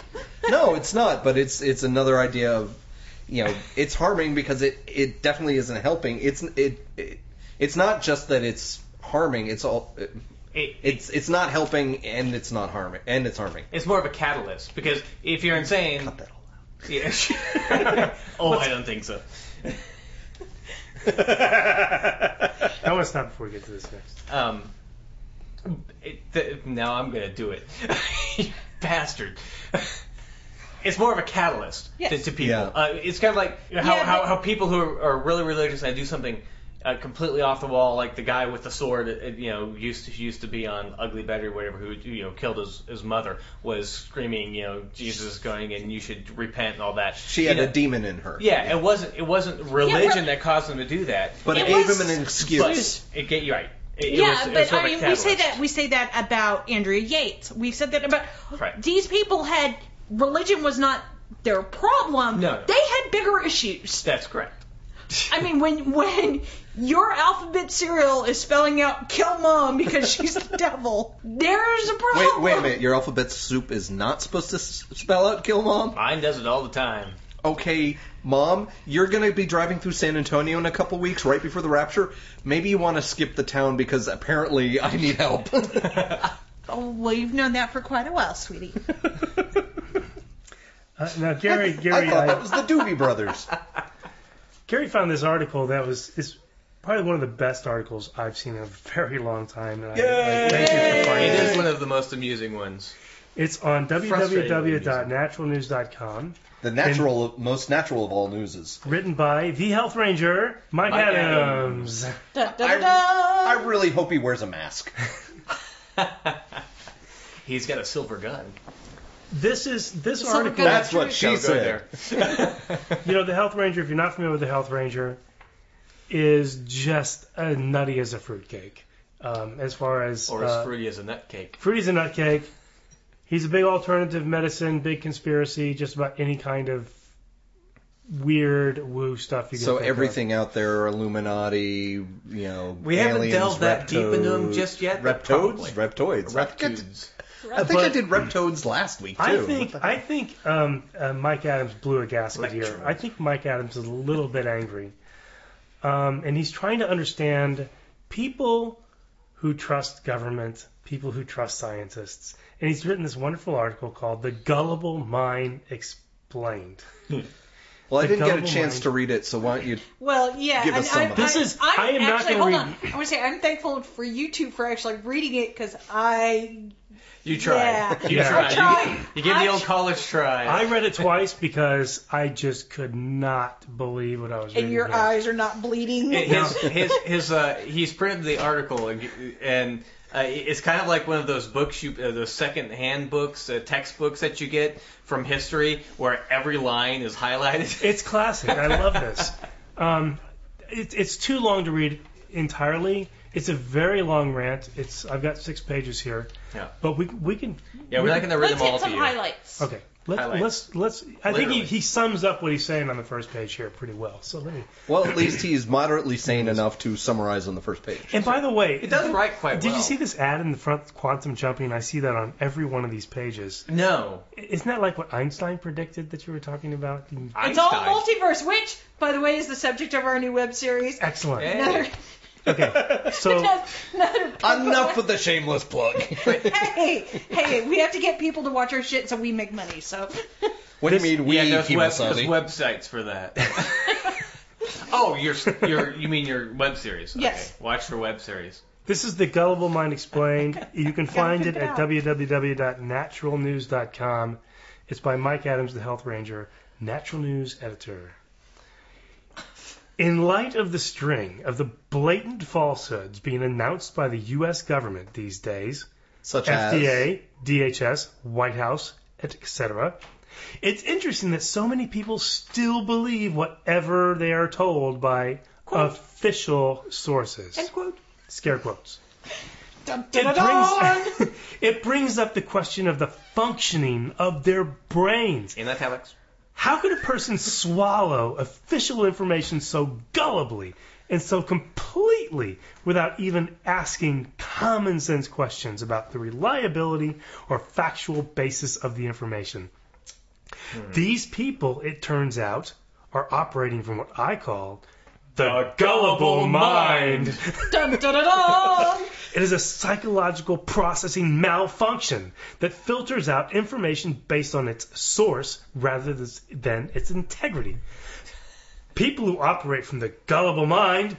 [SPEAKER 5] no, it's not, but it's it's another idea of you know it's harming because it it definitely isn't helping. It's it, it it's not just that it's harming. It's all it,
[SPEAKER 3] It-
[SPEAKER 5] it's it's not helping and it's not harming and it's harming.
[SPEAKER 3] it's more of a catalyst because if you're insane,
[SPEAKER 5] Cut that all out.
[SPEAKER 3] yeah. oh, I don't think so.
[SPEAKER 2] That was not before we get to this next.
[SPEAKER 3] Um, it, th- now I'm gonna do it, You bastard. It's more of a catalyst to,
[SPEAKER 4] Yes.
[SPEAKER 3] to people.
[SPEAKER 5] Yeah.
[SPEAKER 3] Uh, it's kind of like how,
[SPEAKER 4] Yeah,
[SPEAKER 3] how,
[SPEAKER 4] but-
[SPEAKER 3] how people who are, are really religious and do something uh, completely off the wall, like the guy with the sword, uh, you know, used to used to be on Ugly Betty or whatever, who you know killed his, his mother, was screaming, you know, Jesus is going and you should repent and all that.
[SPEAKER 5] She
[SPEAKER 3] You
[SPEAKER 5] had
[SPEAKER 3] know,
[SPEAKER 5] a demon in her.
[SPEAKER 3] Yeah, it wasn't it wasn't religion that caused them to do that,
[SPEAKER 5] but it,
[SPEAKER 4] It
[SPEAKER 5] gave
[SPEAKER 4] was-
[SPEAKER 5] him an
[SPEAKER 3] but
[SPEAKER 5] excuse.
[SPEAKER 3] it get you right. It, it
[SPEAKER 4] yeah,
[SPEAKER 3] was- it was
[SPEAKER 4] but
[SPEAKER 3] sort of
[SPEAKER 4] I
[SPEAKER 3] a
[SPEAKER 4] mean, we say
[SPEAKER 3] catalyst.
[SPEAKER 4] that we say that about Andrea Yates. We've said that about
[SPEAKER 3] Right.
[SPEAKER 4] these people had religion was not their problem.
[SPEAKER 3] No, no.
[SPEAKER 4] They had bigger issues.
[SPEAKER 3] That's correct.
[SPEAKER 4] I mean, when when your alphabet cereal is spelling out "kill mom" because she's the devil, there's a
[SPEAKER 5] Wait,
[SPEAKER 4] problem.
[SPEAKER 5] wait a minute. Your alphabet soup is not supposed to s- spell out kill mom?
[SPEAKER 3] Mine does it all the time.
[SPEAKER 5] okay, mom, you're going to be driving through San Antonio in a couple weeks, right before the rapture. Maybe you want to skip the town because apparently I need help.
[SPEAKER 4] Oh, well, you've known that for quite a while, sweetie.
[SPEAKER 2] Uh, now, Gary,
[SPEAKER 5] I
[SPEAKER 2] Gary,
[SPEAKER 5] thought
[SPEAKER 2] I,
[SPEAKER 5] that was the Doobie Brothers.
[SPEAKER 2] Gary found this article that was is probably one of the best articles I've seen in a very long time. And I, I thank you for finding
[SPEAKER 3] It
[SPEAKER 2] it.
[SPEAKER 3] is one of the most amusing ones.
[SPEAKER 2] It's on
[SPEAKER 3] Frustratingly
[SPEAKER 2] www.naturalnews.com,
[SPEAKER 5] The natural, most natural of all newses.
[SPEAKER 2] written by the Health Ranger, Mike,
[SPEAKER 3] Mike
[SPEAKER 2] Adams.
[SPEAKER 4] Da, da, da,
[SPEAKER 5] I-
[SPEAKER 4] da.
[SPEAKER 5] I really hope he wears a mask.
[SPEAKER 3] He's got a silver gun.
[SPEAKER 2] This is this
[SPEAKER 4] Silver
[SPEAKER 2] article.
[SPEAKER 4] gun.
[SPEAKER 5] That's what she
[SPEAKER 3] Don't go
[SPEAKER 5] said.
[SPEAKER 3] there.
[SPEAKER 2] You know, the Health Ranger. If you're not familiar with the Health Ranger, is just as nutty as a fruitcake. Um, as far as
[SPEAKER 3] or as
[SPEAKER 2] uh,
[SPEAKER 3] fruity as a nut cake.
[SPEAKER 2] Fruity's a nutcake. He's a big alternative medicine, big conspiracy, just about any kind of weird woo stuff you can.
[SPEAKER 5] So
[SPEAKER 2] think
[SPEAKER 5] everything out there, Illuminati, you know,
[SPEAKER 3] We haven't
[SPEAKER 5] aliens,
[SPEAKER 3] delved that deep into them
[SPEAKER 5] reptoids-
[SPEAKER 3] just yet,
[SPEAKER 5] Reptoids,
[SPEAKER 3] but probably.
[SPEAKER 5] reptoids. I think I did-
[SPEAKER 3] Reptoids.
[SPEAKER 5] I think I
[SPEAKER 2] But-
[SPEAKER 5] did reptoids last week too.
[SPEAKER 2] Of. I think I think um, uh, Mike Adams blew a gasket here. I think Mike Adams is a little bit angry, um, and he's trying to understand people who trust government, people who trust scientists, and he's written this wonderful article called "The Gullible Mind Explained."
[SPEAKER 5] Well, I
[SPEAKER 2] The
[SPEAKER 5] didn't get a
[SPEAKER 2] double
[SPEAKER 5] chance
[SPEAKER 2] mind.
[SPEAKER 5] to read it, so why don't you
[SPEAKER 4] Well, yeah.
[SPEAKER 5] Give us
[SPEAKER 4] and
[SPEAKER 5] somebody.
[SPEAKER 2] This is-
[SPEAKER 4] I'm
[SPEAKER 2] I am not
[SPEAKER 4] actually,
[SPEAKER 2] gonna
[SPEAKER 4] Hold on. I want to say I'm thankful for you two for actually reading it because I
[SPEAKER 3] You try.
[SPEAKER 4] Yeah.
[SPEAKER 3] You
[SPEAKER 2] Yeah.
[SPEAKER 3] try.
[SPEAKER 4] I tried.
[SPEAKER 3] You, you give the
[SPEAKER 4] I
[SPEAKER 3] old college try.
[SPEAKER 2] I read it twice because I just could not believe what I was reading.
[SPEAKER 6] and your
[SPEAKER 2] here.
[SPEAKER 6] eyes are not bleeding.
[SPEAKER 3] And his his his uh he's printed the article and, and uh, it's kind of like one of those books you uh, those second hand books uh, textbooks that you get from history where every line is highlighted.
[SPEAKER 2] It's classic. I love this. Um, it, it's too long to read entirely. It's a very long rant. It's I've got six pages here.
[SPEAKER 3] Yeah.
[SPEAKER 2] But we we can.
[SPEAKER 3] yeah, we're not gonna read
[SPEAKER 4] Let's
[SPEAKER 3] them all
[SPEAKER 4] hit
[SPEAKER 3] to
[SPEAKER 4] some
[SPEAKER 3] you.
[SPEAKER 4] highlights.
[SPEAKER 2] Okay. Let's,
[SPEAKER 3] Highlights.
[SPEAKER 2] let's let's. I
[SPEAKER 3] Literally.
[SPEAKER 2] think he, he sums up what he's saying on the first page here pretty well. So let me.
[SPEAKER 5] Well, at least he's moderately sane enough to summarize on the first page.
[SPEAKER 2] And by the way,
[SPEAKER 3] It does write quite
[SPEAKER 2] Did
[SPEAKER 3] well.
[SPEAKER 2] you see this ad in the front? Quantum jumping. I see that on every one of these pages.
[SPEAKER 3] No.
[SPEAKER 2] Isn't that like what Einstein predicted that you were talking about?
[SPEAKER 4] It's all
[SPEAKER 3] Einstein.
[SPEAKER 4] multiverse, which
[SPEAKER 6] By the way, is the subject of our new web series.
[SPEAKER 2] Excellent.
[SPEAKER 3] Hey.
[SPEAKER 6] Another,
[SPEAKER 2] So
[SPEAKER 6] another
[SPEAKER 5] Enough with the shameless plug.
[SPEAKER 6] hey, hey, we have to get people to watch our shit so we make money. So
[SPEAKER 5] what do you mean we
[SPEAKER 3] yeah, there's, web, there's
[SPEAKER 5] Himasani?
[SPEAKER 3] websites for that. oh, your your you mean your web series?
[SPEAKER 6] Yes.
[SPEAKER 3] Okay. Watch for web series.
[SPEAKER 2] this is the Gullible Mind Explained. You can find it
[SPEAKER 6] figure it
[SPEAKER 2] at
[SPEAKER 6] out.
[SPEAKER 2] www.naturalnews.com. It's by Mike Adams, the Health Ranger, Natural News Editor. In light of the string of the blatant falsehoods being announced by the U.S. government these days,
[SPEAKER 5] Such as
[SPEAKER 2] FDA, DHS, White House, etc. It's interesting that so many people still believe whatever they are told by official sources.
[SPEAKER 6] end quote.
[SPEAKER 2] Scare quotes.
[SPEAKER 6] Dun,
[SPEAKER 2] It
[SPEAKER 6] dun, dun, dun.
[SPEAKER 2] brings, it brings up the question of the functioning of their brains.
[SPEAKER 3] In italics.
[SPEAKER 2] How could a person swallow official information so gullibly and so completely without even asking common sense questions about the reliability or factual basis of the information? These people, it turns out, are operating from what I call the, gullible mind.
[SPEAKER 6] Dun, dun, dun, dun.
[SPEAKER 2] It is a psychological processing malfunction that filters out information based on its source rather th- than its integrity. People who operate from the gullible mind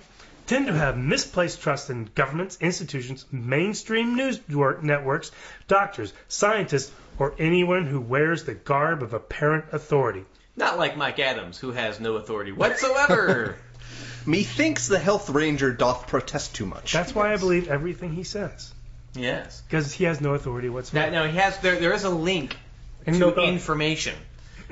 [SPEAKER 2] tend to have misplaced trust in governments, institutions, mainstream news wor- networks, doctors, scientists, or anyone who wears the garb of apparent authority.
[SPEAKER 3] Not like Mike Adams, who has no authority whatsoever.
[SPEAKER 5] methinks the health ranger doth protest too much.
[SPEAKER 2] That's why I believe everything he says,
[SPEAKER 3] yes.
[SPEAKER 2] because he has no authority
[SPEAKER 3] Now,
[SPEAKER 2] whatsoever.
[SPEAKER 3] now he has there. There is a link
[SPEAKER 2] And no
[SPEAKER 3] to
[SPEAKER 2] God.
[SPEAKER 3] information.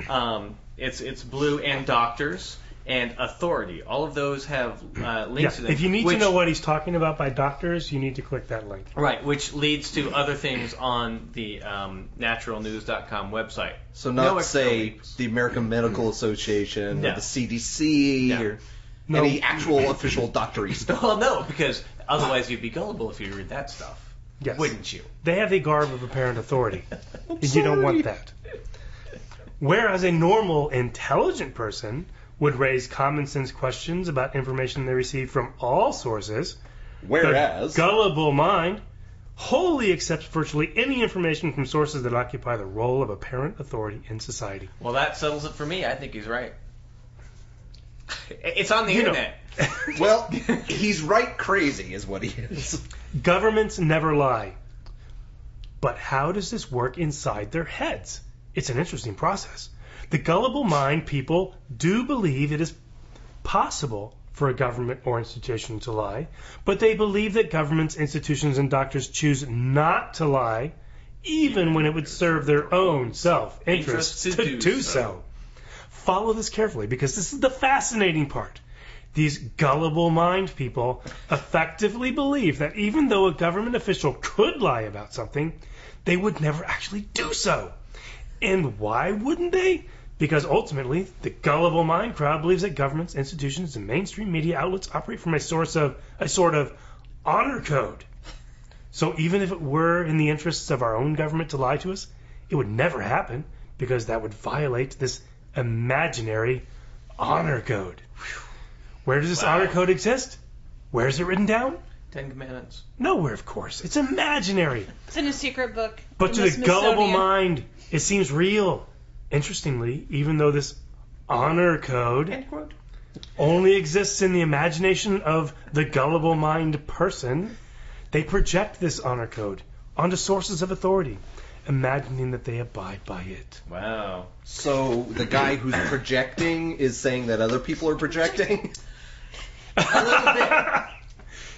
[SPEAKER 3] Um, it's it's blue and doctors and authority. All of those have uh, links
[SPEAKER 2] Yeah,
[SPEAKER 3] to them.
[SPEAKER 2] if you need
[SPEAKER 3] which,
[SPEAKER 2] to know what he's talking about by doctors, you need to click that link.
[SPEAKER 3] right, which leads to other things on the um, naturalnews.com website.
[SPEAKER 5] So not
[SPEAKER 3] No external
[SPEAKER 5] say
[SPEAKER 3] links.
[SPEAKER 5] the American Medical Association or
[SPEAKER 3] No.
[SPEAKER 5] the CDC
[SPEAKER 3] No.
[SPEAKER 5] or
[SPEAKER 2] No.
[SPEAKER 5] any actual official doctory stuff.
[SPEAKER 3] Well, no, because otherwise you'd be gullible if you read that stuff,
[SPEAKER 2] Yes.
[SPEAKER 3] wouldn't you?
[SPEAKER 2] They have the garb of apparent authority, and you don't want that. Whereas a normal, intelligent person would raise common sense questions about information they receive from all sources, the
[SPEAKER 5] Whereas
[SPEAKER 2] gullible mind wholly accepts virtually any information from sources that occupy the role of apparent authority in society.
[SPEAKER 3] Well, that settles it for me. I think he's right. It's on the
[SPEAKER 2] You know-
[SPEAKER 3] internet.
[SPEAKER 5] Well, he's right crazy is what he is.
[SPEAKER 2] Governments never lie. But how does this work inside their heads? It's an interesting process. The gullible mind people do believe it is possible for a government or institution to lie, but they believe that governments, institutions, and doctors choose not to lie, even when it would serve their own self interest to, do, so. Follow this carefully because this is the fascinating part these gullible mind people effectively believe that even though a government official could lie about something, they would never actually do so. And why wouldn't they? Because ultimately, the gullible mind crowd believes that governments, institutions, and mainstream media outlets operate from a source of a sort of honor code. So even if it were in the interests of our own government to lie to us, it would never happen because that would violate this imaginary honor code. Where does this honor code exist? Where is it written down?
[SPEAKER 3] Ten Commandments.
[SPEAKER 2] Nowhere, of course. It's imaginary.
[SPEAKER 4] it's in a secret book.
[SPEAKER 2] But
[SPEAKER 4] in
[SPEAKER 2] to the gullible
[SPEAKER 4] Smithsonian.
[SPEAKER 2] mind, it seems real. Interestingly, even though this honor code
[SPEAKER 3] End quote.
[SPEAKER 2] only exists in the imagination of the gullible mind person, they project this honor code onto sources of authority, imagining that they abide by it.
[SPEAKER 3] Wow.
[SPEAKER 5] So the guy who's projecting is saying that other people are projecting. A little bit.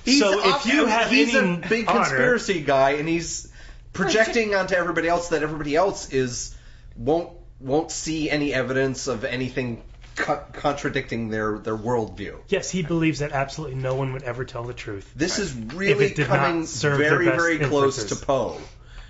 [SPEAKER 5] He's
[SPEAKER 2] So if
[SPEAKER 5] obviously-
[SPEAKER 2] you have
[SPEAKER 5] he's
[SPEAKER 2] any
[SPEAKER 5] a big
[SPEAKER 2] honor-
[SPEAKER 5] conspiracy guy, and he's projecting onto everybody else that everybody else is won't won't see any evidence of anything co- contradicting their their worldview.
[SPEAKER 2] Yes, he believes that absolutely no one would ever tell the truth.
[SPEAKER 5] This is really
[SPEAKER 2] did not
[SPEAKER 5] coming
[SPEAKER 2] serve their
[SPEAKER 5] very
[SPEAKER 2] best
[SPEAKER 5] very close to
[SPEAKER 2] inferences.
[SPEAKER 5] Poe,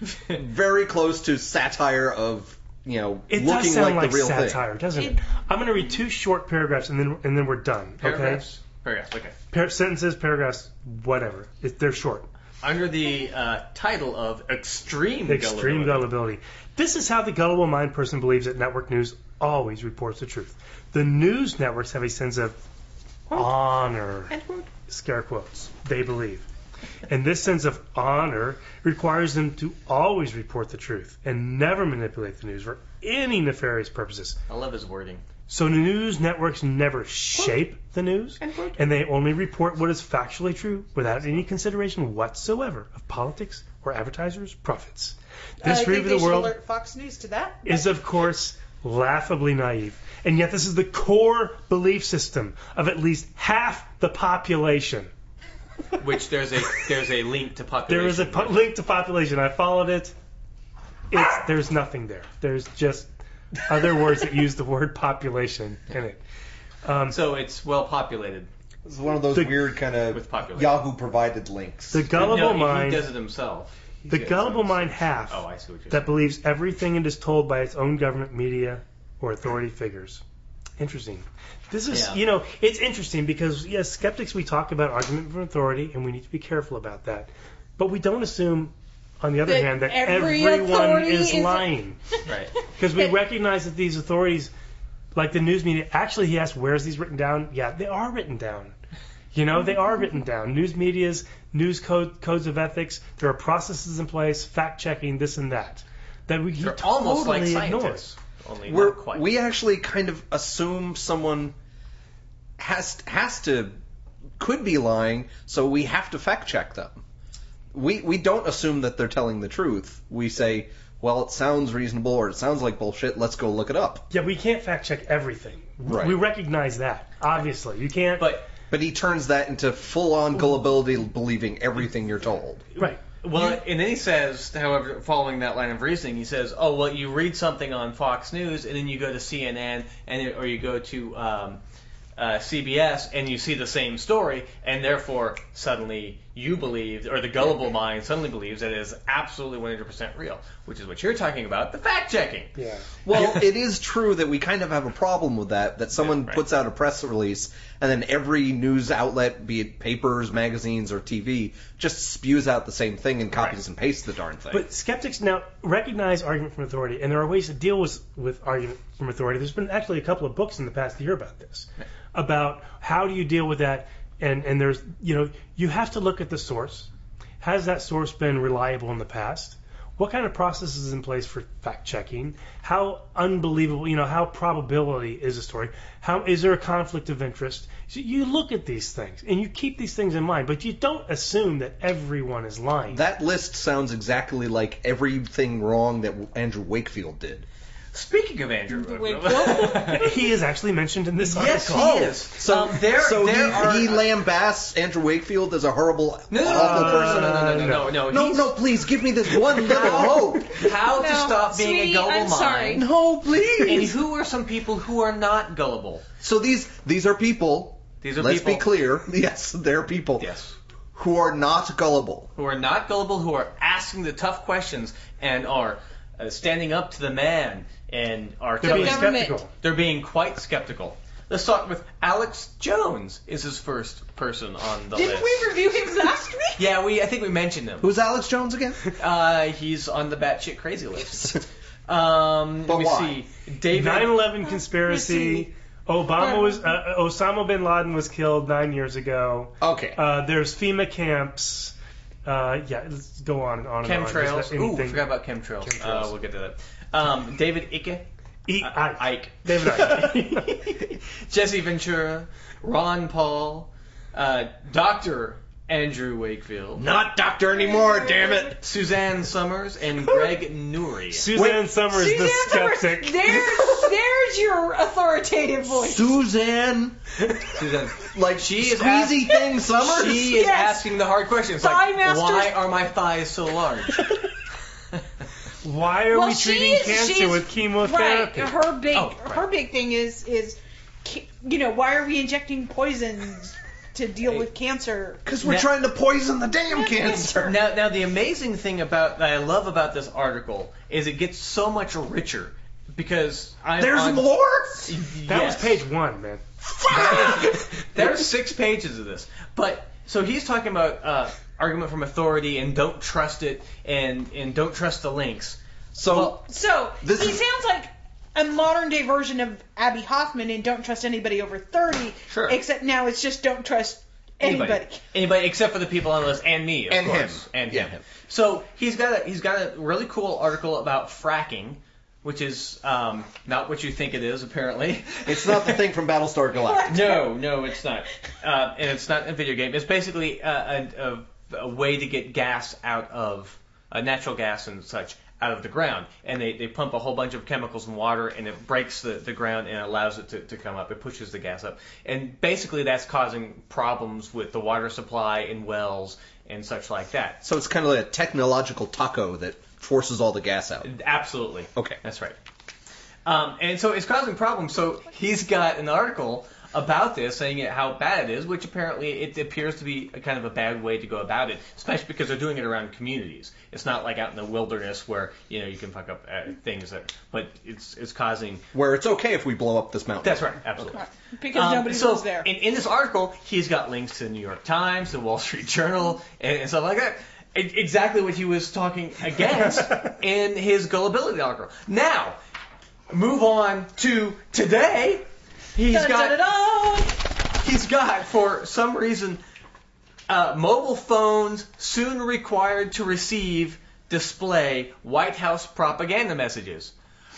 [SPEAKER 5] very close to satire of you know
[SPEAKER 2] It does
[SPEAKER 5] looking like,
[SPEAKER 2] sound like,
[SPEAKER 5] the real
[SPEAKER 2] satire, doesn't it?
[SPEAKER 4] It-
[SPEAKER 2] I'm going to read two short paragraphs and then and then we're done. Okay,
[SPEAKER 3] Paragraphs. Paragraphs. Okay.
[SPEAKER 2] Par- sentences, paragraphs, whatever. It, they're short.
[SPEAKER 3] Under the uh, title of extreme
[SPEAKER 2] Extreme
[SPEAKER 3] gullibility.
[SPEAKER 2] gullibility. This is how the gullible mind person believes that network news always reports the truth. The news networks have a sense of honor. Scare quotes. They believe. And this sense of honor requires them to always report the truth and never manipulate the news for any nefarious purposes.
[SPEAKER 3] I love his wording.
[SPEAKER 2] So news networks never shape the news, and they only report what is factually true without any consideration whatsoever of politics or advertisers' profits. This
[SPEAKER 7] I
[SPEAKER 2] view
[SPEAKER 7] think
[SPEAKER 2] of
[SPEAKER 7] they
[SPEAKER 2] the
[SPEAKER 7] should
[SPEAKER 2] world
[SPEAKER 7] alert Fox News to that.
[SPEAKER 2] is, of course, laughably naive. And yet, this is the core belief system of at least half the population.
[SPEAKER 3] Which there's a there's a link to population.
[SPEAKER 2] There is a po- link to population. I followed it. It's, there's nothing there. There's just other words that use the word population in it. Um,
[SPEAKER 3] So it's well populated
[SPEAKER 5] thing. It's one of those
[SPEAKER 2] The-
[SPEAKER 5] weird kind
[SPEAKER 3] with
[SPEAKER 5] of
[SPEAKER 3] population.
[SPEAKER 5] Yahoo provided links.
[SPEAKER 2] the gullible
[SPEAKER 3] no, he-
[SPEAKER 2] mind.
[SPEAKER 3] He does it himself.
[SPEAKER 2] The
[SPEAKER 3] Yeah,
[SPEAKER 2] gullible
[SPEAKER 3] so-
[SPEAKER 2] mind half
[SPEAKER 3] Oh, I see what
[SPEAKER 2] that
[SPEAKER 3] you're saying.
[SPEAKER 2] believes everything it is told by its own government, media, or authority figures. Interesting. This is,
[SPEAKER 3] Yeah.
[SPEAKER 2] you know, it's interesting because, yes, skeptics, we talk about argument from authority, and we need to be careful about that. But we don't assume, on the other
[SPEAKER 4] That
[SPEAKER 2] hand, that
[SPEAKER 4] every
[SPEAKER 2] everyone
[SPEAKER 4] authority
[SPEAKER 2] is,
[SPEAKER 4] is-
[SPEAKER 2] lying.
[SPEAKER 3] Right.
[SPEAKER 2] Because we recognize that these authorities, like the news media, actually, he asked, where is these written down? Yeah, they are written down. You know, they are written down. News media's news code, codes of ethics. There are processes in place, fact checking, this and that. That we he
[SPEAKER 3] They're
[SPEAKER 2] totally
[SPEAKER 3] almost like
[SPEAKER 2] ignores.
[SPEAKER 3] scientists. Only
[SPEAKER 5] We're,
[SPEAKER 3] not quite.
[SPEAKER 5] we actually kind of assume someone has has to could be lying, so we have to fact check them. We we don't assume that they're telling the truth. We say, well, it sounds reasonable or it sounds like bullshit. Let's go look it up.
[SPEAKER 2] Yeah, we can't fact check everything.
[SPEAKER 5] Right.
[SPEAKER 2] We recognize that, obviously. You can't.
[SPEAKER 3] but
[SPEAKER 5] But he turns that into full on gullibility, believing everything you're told.
[SPEAKER 2] right.
[SPEAKER 3] well, and then he says, however, following that line of reasoning, he says, "Oh, well, you read something on Fox News, and then you go to CNN, and it- or you go to um, uh, CBS, and you see the same story, and therefore suddenly you believe, or the gullible mind suddenly believes that it is absolutely 100% real, which is what you're talking about—the fact checking."
[SPEAKER 2] Yeah.
[SPEAKER 5] Well, it is true that we kind of have a problem with that. That someone
[SPEAKER 3] right.
[SPEAKER 5] puts out a press release, and then every news outlet, be it papers, magazines, or TV, just spews out the same thing and copies
[SPEAKER 3] Right.
[SPEAKER 5] and pastes the darn thing.
[SPEAKER 2] But skeptics now recognize argument from authority, and there are ways to deal with, with argument from authority. There's been actually a couple of books in the past year about this, about how do you deal with that, and, and there's, you know, you have to look at the source. Has that source been reliable in the past? What kind of process is in place for fact checking? How unbelievable, you know, how probability is a story? How is there a conflict of interest? So you look at these things and you keep these things in mind, but you don't assume that everyone is lying.
[SPEAKER 5] that list sounds exactly like everything wrong that Andrew Wakefield did.
[SPEAKER 3] Speaking of Andrew
[SPEAKER 7] Wait,
[SPEAKER 3] Wakefield,
[SPEAKER 2] he is actually mentioned in this
[SPEAKER 3] Yes,
[SPEAKER 2] article.
[SPEAKER 3] he is.
[SPEAKER 5] So
[SPEAKER 3] Um, there,
[SPEAKER 5] so
[SPEAKER 3] there
[SPEAKER 5] he,
[SPEAKER 3] are,
[SPEAKER 5] he lambasts Andrew Wakefield as a horrible,
[SPEAKER 3] no, no,
[SPEAKER 5] awful
[SPEAKER 3] no,
[SPEAKER 5] person.
[SPEAKER 3] no, no, no, no, no, no, no,
[SPEAKER 5] No,
[SPEAKER 3] he's-
[SPEAKER 5] no, please give me this one little hope.
[SPEAKER 3] How to
[SPEAKER 4] No,
[SPEAKER 3] stop being
[SPEAKER 4] sweetie,
[SPEAKER 3] a gullible
[SPEAKER 4] I'm sorry.
[SPEAKER 3] mind.
[SPEAKER 5] No,
[SPEAKER 3] And
[SPEAKER 5] please.
[SPEAKER 3] who are some people who are not gullible?
[SPEAKER 5] So these these are people.
[SPEAKER 3] These are
[SPEAKER 5] Let's
[SPEAKER 3] people.
[SPEAKER 5] be clear. Yes, they're people.
[SPEAKER 3] Yes.
[SPEAKER 5] who are not gullible.
[SPEAKER 3] Who are not gullible, who are asking the tough questions and are uh, standing up to the man and are
[SPEAKER 2] They're being
[SPEAKER 3] telling-
[SPEAKER 4] government.
[SPEAKER 2] skeptical.
[SPEAKER 3] they're being quite skeptical. Let's talk with Alex Jones is his first person on the
[SPEAKER 7] Didn't
[SPEAKER 3] list.
[SPEAKER 7] we review him last week?
[SPEAKER 3] yeah, we I think we mentioned him.
[SPEAKER 5] Who's Alex Jones again?
[SPEAKER 3] Uh, he's on the batshit crazy list. Um,
[SPEAKER 5] But
[SPEAKER 3] let me
[SPEAKER 5] why?
[SPEAKER 3] see. David
[SPEAKER 2] 9/11 conspiracy. Obama was uh, Osama bin Laden was killed nine years ago.
[SPEAKER 5] Okay.
[SPEAKER 2] Uh, there's FEMA camps. Uh, yeah, let's go on and on and on. There's
[SPEAKER 3] Chemtrails.
[SPEAKER 2] not
[SPEAKER 3] Ooh,
[SPEAKER 2] anything-
[SPEAKER 3] forgot about chemtrails.
[SPEAKER 2] Chemtrails.
[SPEAKER 3] Uh, we'll get to that. Um, David Icke. uh,
[SPEAKER 2] E- Ike.
[SPEAKER 3] Ike.
[SPEAKER 2] David Icke.
[SPEAKER 3] Jesse Ventura. Ron Paul. Uh, Dr. Andrew Wakefield,
[SPEAKER 5] Not doctor anymore, damn it.
[SPEAKER 3] Suzanne Summers, and Greg Nuri.
[SPEAKER 2] Suzanne Summers, the
[SPEAKER 6] Summers,
[SPEAKER 2] skeptic.
[SPEAKER 6] There's, there's your authoritative voice.
[SPEAKER 5] Suzanne,
[SPEAKER 3] Suzanne,
[SPEAKER 5] like
[SPEAKER 3] She
[SPEAKER 5] she
[SPEAKER 3] is
[SPEAKER 5] is squeezy thing Summers.
[SPEAKER 3] she is
[SPEAKER 6] Yes.
[SPEAKER 3] asking the hard questions
[SPEAKER 6] Thigh
[SPEAKER 3] like,
[SPEAKER 6] masters-
[SPEAKER 3] why are my thighs so large?
[SPEAKER 2] Why are
[SPEAKER 6] Well,
[SPEAKER 2] we
[SPEAKER 6] she
[SPEAKER 2] treating
[SPEAKER 6] is-
[SPEAKER 2] cancer
[SPEAKER 6] she's-
[SPEAKER 2] with
[SPEAKER 6] Right.
[SPEAKER 2] chemotherapy?
[SPEAKER 6] Her big
[SPEAKER 3] Oh, right.
[SPEAKER 6] her big thing is is ca- you know why are we injecting poisons to deal with cancer?
[SPEAKER 5] Because we're
[SPEAKER 3] Now-
[SPEAKER 5] trying to poison the damn cancer.
[SPEAKER 3] Now, now the amazing thing about that I love about this article is it gets so much richer because I'm
[SPEAKER 5] There's
[SPEAKER 3] on,
[SPEAKER 5] more?
[SPEAKER 2] That
[SPEAKER 3] Yes.
[SPEAKER 2] was page one, man.
[SPEAKER 3] There's six pages of this, but so he's talking about uh, argument from authority and don't trust it and and don't trust the links.
[SPEAKER 5] So
[SPEAKER 3] Well,
[SPEAKER 6] So
[SPEAKER 5] This
[SPEAKER 6] he
[SPEAKER 5] is-
[SPEAKER 6] sounds like a modern day version of Abby Hoffman in Don't Trust Anybody Over Thirty.
[SPEAKER 3] Sure.
[SPEAKER 6] Except now it's just don't trust anybody.
[SPEAKER 3] Anybody, Anybody except for the people on the list and me, of
[SPEAKER 5] And
[SPEAKER 3] course.
[SPEAKER 5] him.
[SPEAKER 3] and
[SPEAKER 5] Yeah.
[SPEAKER 3] him. So he's got a he's got a really cool article about fracking, which is um, not what you think it is apparently.
[SPEAKER 5] it's not the thing from Battlestar Galactica.
[SPEAKER 3] No, no, it's not. Uh, and it's not a video game. It's basically uh, a, a, a, a way to get gas out of uh, natural gas and such out of the ground. And they, they pump a whole bunch of chemicals and water, and it breaks the, the ground and allows it to, to come up. It pushes the gas up. And basically, that's causing problems with the water supply and wells and such like that.
[SPEAKER 5] So it's kind of like a technological taco that forces all the gas out.
[SPEAKER 3] Absolutely.
[SPEAKER 5] Okay.
[SPEAKER 3] That's right. Um, and so it's causing problems. So he's got an article about this saying it- how bad it is, which apparently it appears to be a kind of a bad way to go about it, especially because they're doing it around communities. It's not like out in the wilderness where you know you can fuck up uh, things that, but it's it's causing.
[SPEAKER 5] Where it's okay if we blow up this mountain.
[SPEAKER 3] That's right, absolutely.
[SPEAKER 6] Because
[SPEAKER 3] Um,
[SPEAKER 6] nobody
[SPEAKER 3] so
[SPEAKER 6] lives there.
[SPEAKER 3] In, in this article, he's got links to the New York Times, the Wall Street Journal, and, and stuff like that. E- exactly what he was talking against in his gullibility article. Now, move on to today. He's
[SPEAKER 6] Dun,
[SPEAKER 3] got
[SPEAKER 6] dun, dun, dun.
[SPEAKER 3] he's got for some reason uh, mobile phones soon required to receive display White House propaganda messages.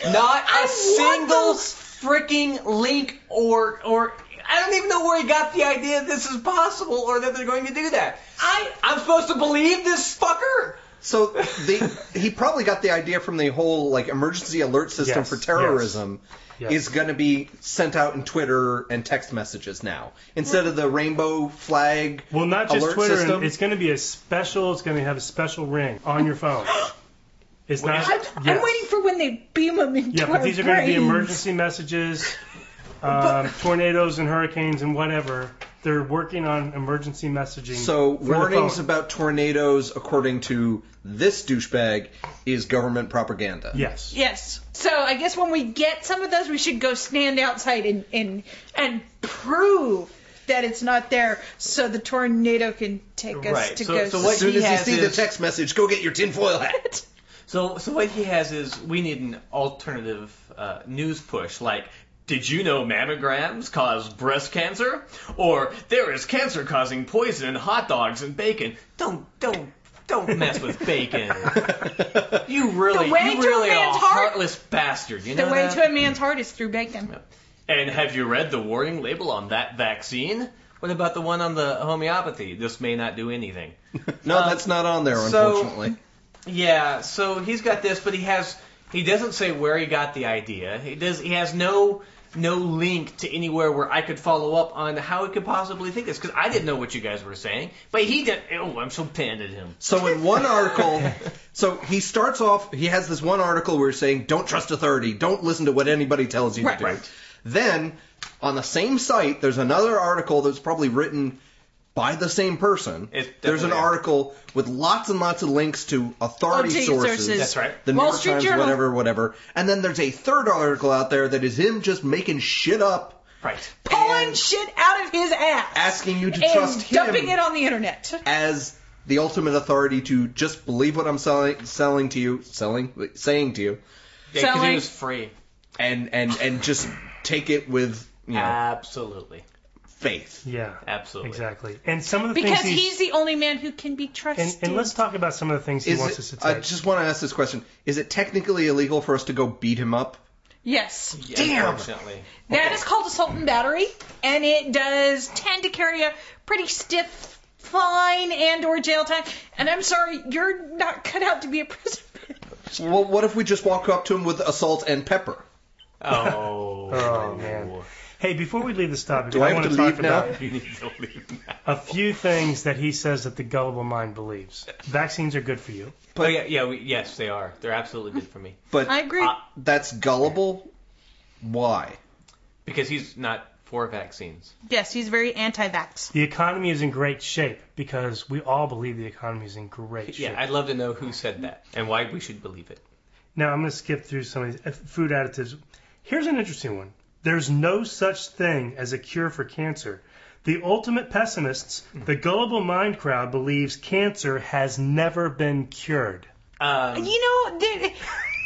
[SPEAKER 3] Not a single freaking link or or I don't even know where he got the idea this is possible or that they're going to do that. I I'm supposed to believe this fucker.
[SPEAKER 5] So the, he probably got the idea from the whole like emergency alert system
[SPEAKER 2] Yes,
[SPEAKER 5] for terrorism
[SPEAKER 2] yes, yes.
[SPEAKER 5] is going to be sent out in Twitter and text messages now instead of the rainbow flag.
[SPEAKER 2] Well, not just
[SPEAKER 5] alert
[SPEAKER 2] Twitter.
[SPEAKER 5] System.
[SPEAKER 2] And it's going to be a special. It's going to have a special ring on your phone. It's not.
[SPEAKER 3] is it?
[SPEAKER 2] yes.
[SPEAKER 6] I'm waiting for when they beam them into
[SPEAKER 2] Yeah, but
[SPEAKER 6] our
[SPEAKER 2] these are going to be
[SPEAKER 6] brains.
[SPEAKER 2] emergency messages, um, tornadoes and hurricanes and whatever. They're working on emergency messaging.
[SPEAKER 5] so
[SPEAKER 2] for the
[SPEAKER 5] warnings
[SPEAKER 2] phone.
[SPEAKER 5] about tornadoes, according to this douchebag, is government propaganda.
[SPEAKER 2] Yes.
[SPEAKER 6] Yes. So I guess when we get some of those, we should go stand outside and and, and prove that it's not there, so the tornado can take us
[SPEAKER 3] Right.
[SPEAKER 6] to
[SPEAKER 3] So-
[SPEAKER 6] go.
[SPEAKER 3] so
[SPEAKER 5] As
[SPEAKER 3] what
[SPEAKER 5] soon
[SPEAKER 3] he
[SPEAKER 5] as you
[SPEAKER 3] has
[SPEAKER 5] see the
[SPEAKER 3] is-
[SPEAKER 5] text message, go get your tinfoil hat.
[SPEAKER 3] So, so what he has is we need an alternative uh, news push, like. Did you know mammograms cause breast cancer? Or there is cancer causing poison in hot dogs and bacon. Don't don't don't mess with bacon. You really
[SPEAKER 6] The way
[SPEAKER 3] you
[SPEAKER 6] to a
[SPEAKER 3] really are a
[SPEAKER 6] man's heart-
[SPEAKER 3] heartless bastard. You know
[SPEAKER 6] the way
[SPEAKER 3] that?
[SPEAKER 6] to a man's heart is through bacon.
[SPEAKER 3] And have you read the warning label on that vaccine? What about the one on the homeopathy? This may not do anything.
[SPEAKER 5] no, that's not on there,
[SPEAKER 3] so-
[SPEAKER 5] unfortunately.
[SPEAKER 3] Yeah, so he's got this, but he has he doesn't say where he got the idea. He does he has no no link to anywhere where I could follow up on how he could possibly think this because I didn't know what you guys were saying, but he did. Oh, I'm so panned at him.
[SPEAKER 5] So in one article, so he starts off. He has this one article where he's saying, "Don't trust authority. Don't listen to what anybody tells you
[SPEAKER 6] Right.
[SPEAKER 5] to do."
[SPEAKER 6] Right.
[SPEAKER 5] Then on the same site, there's another article that's probably written by the same person.
[SPEAKER 3] It
[SPEAKER 5] there's an
[SPEAKER 3] definitely is.
[SPEAKER 5] article with lots and lots of links to authority
[SPEAKER 6] Authority
[SPEAKER 5] sources.
[SPEAKER 6] Oh, sources.
[SPEAKER 3] That's right.
[SPEAKER 5] The New
[SPEAKER 6] Wall
[SPEAKER 5] York
[SPEAKER 6] Street
[SPEAKER 5] Times,
[SPEAKER 6] Journal.
[SPEAKER 5] whatever, whatever. And then there's a third article out there that is him just making shit up,
[SPEAKER 3] Right.
[SPEAKER 6] Pulling
[SPEAKER 5] And-
[SPEAKER 6] shit out of his ass.
[SPEAKER 5] asking you to
[SPEAKER 6] and
[SPEAKER 5] trust him
[SPEAKER 6] dumping it on the internet.
[SPEAKER 5] as the ultimate authority to just believe what I'm selling, selling to you, selling, saying to you,
[SPEAKER 3] Yeah, 'cause
[SPEAKER 6] Selling.
[SPEAKER 3] he was free.
[SPEAKER 5] and and and just take it with you know
[SPEAKER 3] Absolutely.
[SPEAKER 5] faith.
[SPEAKER 2] Yeah.
[SPEAKER 3] Absolutely.
[SPEAKER 2] Exactly. And some of the
[SPEAKER 6] Because
[SPEAKER 2] things
[SPEAKER 6] he's the only man who can be trusted.
[SPEAKER 2] and, and let's talk about some of the things he
[SPEAKER 5] Is it-
[SPEAKER 2] wants us to
[SPEAKER 5] I
[SPEAKER 2] take.
[SPEAKER 5] just want to ask this question: Is it technically illegal for us to go beat him up?
[SPEAKER 6] yes.
[SPEAKER 5] Damn.
[SPEAKER 3] Unfortunately.
[SPEAKER 6] That is called assault and battery, and it does tend to carry a pretty stiff
[SPEAKER 4] fine and or jail time. And I'm sorry, you're not cut out to be a prison.
[SPEAKER 5] Well, what if we just walk up to him with assault and pepper?
[SPEAKER 3] Oh,
[SPEAKER 2] Oh, man. Hey, before we leave this topic,
[SPEAKER 5] Do I
[SPEAKER 2] I,
[SPEAKER 5] have
[SPEAKER 2] want
[SPEAKER 5] to
[SPEAKER 2] to talk
[SPEAKER 5] leave now?
[SPEAKER 2] about
[SPEAKER 3] You need to leave now.
[SPEAKER 2] a few things that he says that the gullible mind believes. Vaccines are good for you.
[SPEAKER 3] But Oh, yeah, yeah, we, yes, they are. They're absolutely good for me
[SPEAKER 5] But
[SPEAKER 4] I agree.
[SPEAKER 3] Uh,
[SPEAKER 5] that's gullible. Why?
[SPEAKER 3] because he's not for vaccines.
[SPEAKER 4] yes, he's very anti-vax.
[SPEAKER 2] The economy is in great shape because we all believe the economy is in great shape.
[SPEAKER 3] Yeah, I'd love to know who said that and why we should believe it.
[SPEAKER 2] Now I'm going to skip through some of these Uh, food additives. Here's an interesting one. There's no such thing as a cure for cancer. The ultimate pessimists, the gullible mind crowd, believes cancer has never been cured.
[SPEAKER 3] Um,
[SPEAKER 4] You know, they,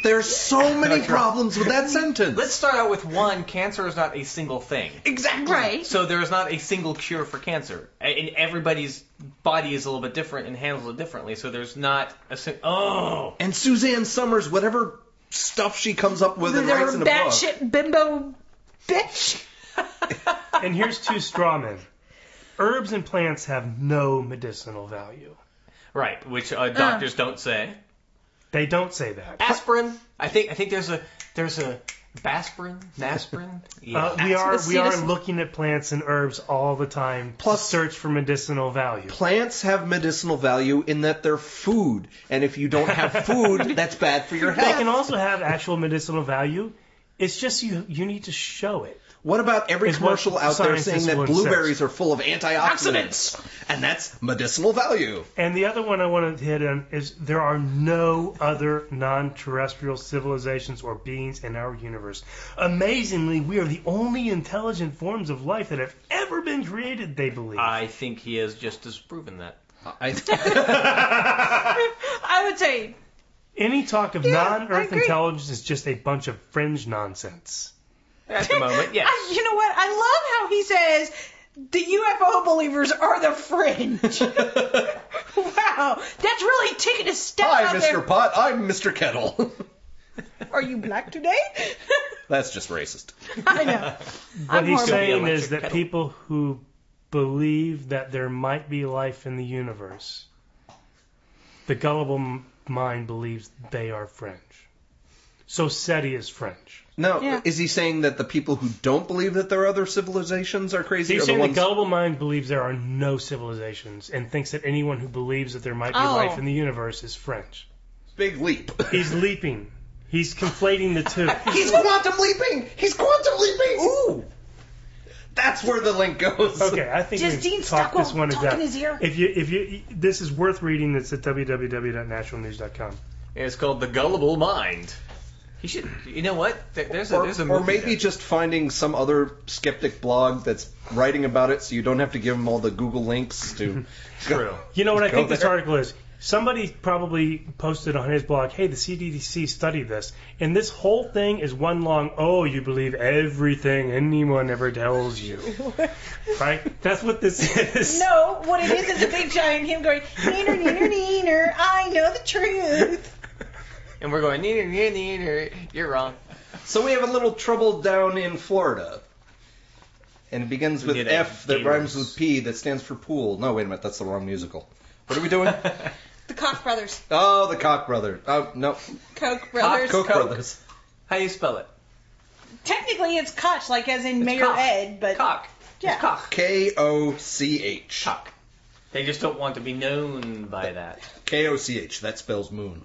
[SPEAKER 5] There's so many problems with that sentence.
[SPEAKER 3] let's start out with one: cancer is not a single thing.
[SPEAKER 4] exactly. Right.
[SPEAKER 3] So there is not a single cure for cancer, A- and everybody's body is a little bit different and handles it differently. So there's not a sing- oh
[SPEAKER 5] and Suzanne Summers, whatever stuff she comes up with and
[SPEAKER 4] They're
[SPEAKER 5] writes in a book.
[SPEAKER 4] batshit bimbo bitch.
[SPEAKER 2] And here's two straw men. Herbs and plants have no medicinal value.
[SPEAKER 3] right, which uh, doctors don't say.
[SPEAKER 2] They don't say that. Uh,
[SPEAKER 3] Aspirin. I think I think there's a there's a Baspirin, Naspirin. Yeah.
[SPEAKER 2] Uh, we are we are
[SPEAKER 4] Acetus-
[SPEAKER 2] looking at plants and herbs all the time.
[SPEAKER 5] Plus-
[SPEAKER 2] Plus, search for medicinal value.
[SPEAKER 5] Plants have medicinal value in that they're food, and if you don't have food, that's bad for your
[SPEAKER 2] They
[SPEAKER 5] health.
[SPEAKER 2] can also have actual medicinal value. It's just you you need to show it.
[SPEAKER 5] What about every
[SPEAKER 2] Is what
[SPEAKER 5] commercial out there
[SPEAKER 2] scientists
[SPEAKER 5] saying that
[SPEAKER 2] would
[SPEAKER 5] blueberries are full of antioxidants, and that's medicinal value?
[SPEAKER 2] And the other one I want to hit on is there are no other non terrestrial civilizations or beings in our universe. Amazingly, we are the only intelligent forms of life that have ever been created, they believe.
[SPEAKER 3] I think he has just disproven that.
[SPEAKER 5] I,
[SPEAKER 4] I would say
[SPEAKER 2] Any talk of
[SPEAKER 4] Yeah,
[SPEAKER 2] non
[SPEAKER 4] I
[SPEAKER 2] Earth
[SPEAKER 4] agree.
[SPEAKER 2] intelligence is just a bunch of fringe nonsense.
[SPEAKER 3] At the moment, yes.
[SPEAKER 4] I- you know what? I love how he says the UFO believers are the fringe. wow, that's really taking a step
[SPEAKER 5] hi,
[SPEAKER 4] out
[SPEAKER 5] Mr.
[SPEAKER 4] there.
[SPEAKER 5] Pot. I'm Mr. Kettle.
[SPEAKER 4] Are you black today?
[SPEAKER 5] that's just racist.
[SPEAKER 4] I know.
[SPEAKER 2] What
[SPEAKER 4] I'm
[SPEAKER 2] he's
[SPEAKER 4] horrible.
[SPEAKER 2] saying
[SPEAKER 3] Electric
[SPEAKER 2] is that
[SPEAKER 3] kettle.
[SPEAKER 2] people who believe that there might be life in the universe, the gullible m- mind believes they are fringe. So SETI is fringe.
[SPEAKER 5] Now,
[SPEAKER 4] Yeah.
[SPEAKER 5] is he saying that the people who don't believe that there are other civilizations are crazy?
[SPEAKER 2] So you're
[SPEAKER 5] or the
[SPEAKER 2] saying
[SPEAKER 5] ones...
[SPEAKER 2] the gullible mind believes there are no civilizations and thinks that anyone who believes that there might be
[SPEAKER 4] Oh.
[SPEAKER 2] life in the universe is fringe.
[SPEAKER 5] Big leap.
[SPEAKER 2] He's leaping. He's conflating the two.
[SPEAKER 5] He's quantum leaping. He's quantum leaping. Ooh, that's where the link goes.
[SPEAKER 2] Okay, I think
[SPEAKER 4] Just
[SPEAKER 2] we've
[SPEAKER 4] Dean
[SPEAKER 2] talked
[SPEAKER 4] Stockwell
[SPEAKER 2] this one
[SPEAKER 4] talking
[SPEAKER 2] exact-
[SPEAKER 4] his ear.
[SPEAKER 2] If you, if you, this is worth reading. It's at www.naturalnews.com.
[SPEAKER 3] It's called the gullible mind. He should. You know what? There, there's a
[SPEAKER 5] Or,
[SPEAKER 3] there's a
[SPEAKER 5] or
[SPEAKER 3] movie
[SPEAKER 5] maybe
[SPEAKER 3] there.
[SPEAKER 5] just finding some other skeptic blog that's writing about it, so you don't have to give them all the Google links to.
[SPEAKER 3] True.
[SPEAKER 2] You know what I
[SPEAKER 5] Go
[SPEAKER 2] think this
[SPEAKER 5] there.
[SPEAKER 2] article is? Somebody probably posted on his blog, "Hey, the CDC studied this, and this whole thing is one long oh, you believe everything anyone ever tells you, right? That's what this is.
[SPEAKER 4] No, what it is is a big giant him going neener neener neener. I know the truth.
[SPEAKER 3] and we're going neener neener neener. You're wrong.
[SPEAKER 5] so we have a little trouble down in Florida, and it begins
[SPEAKER 3] We
[SPEAKER 5] with
[SPEAKER 3] need a
[SPEAKER 5] F that
[SPEAKER 3] gamers.
[SPEAKER 5] rhymes with P that stands for pool. No, wait a minute, that's the wrong musical. What are we doing?
[SPEAKER 4] The Koch brothers,
[SPEAKER 5] oh, the Cock Brother. Oh no,
[SPEAKER 4] Koch brothers.
[SPEAKER 5] Koch
[SPEAKER 3] Koch.
[SPEAKER 5] Brothers.
[SPEAKER 3] How do you spell it?
[SPEAKER 4] Technically, it's Koch, like as in Mayor
[SPEAKER 3] cock.
[SPEAKER 4] Ed, but
[SPEAKER 3] Cock.
[SPEAKER 4] yeah.
[SPEAKER 3] It's cock.
[SPEAKER 5] K O C H.
[SPEAKER 3] Cock. They just don't want to be known by that.
[SPEAKER 5] K O C H. That spells moon.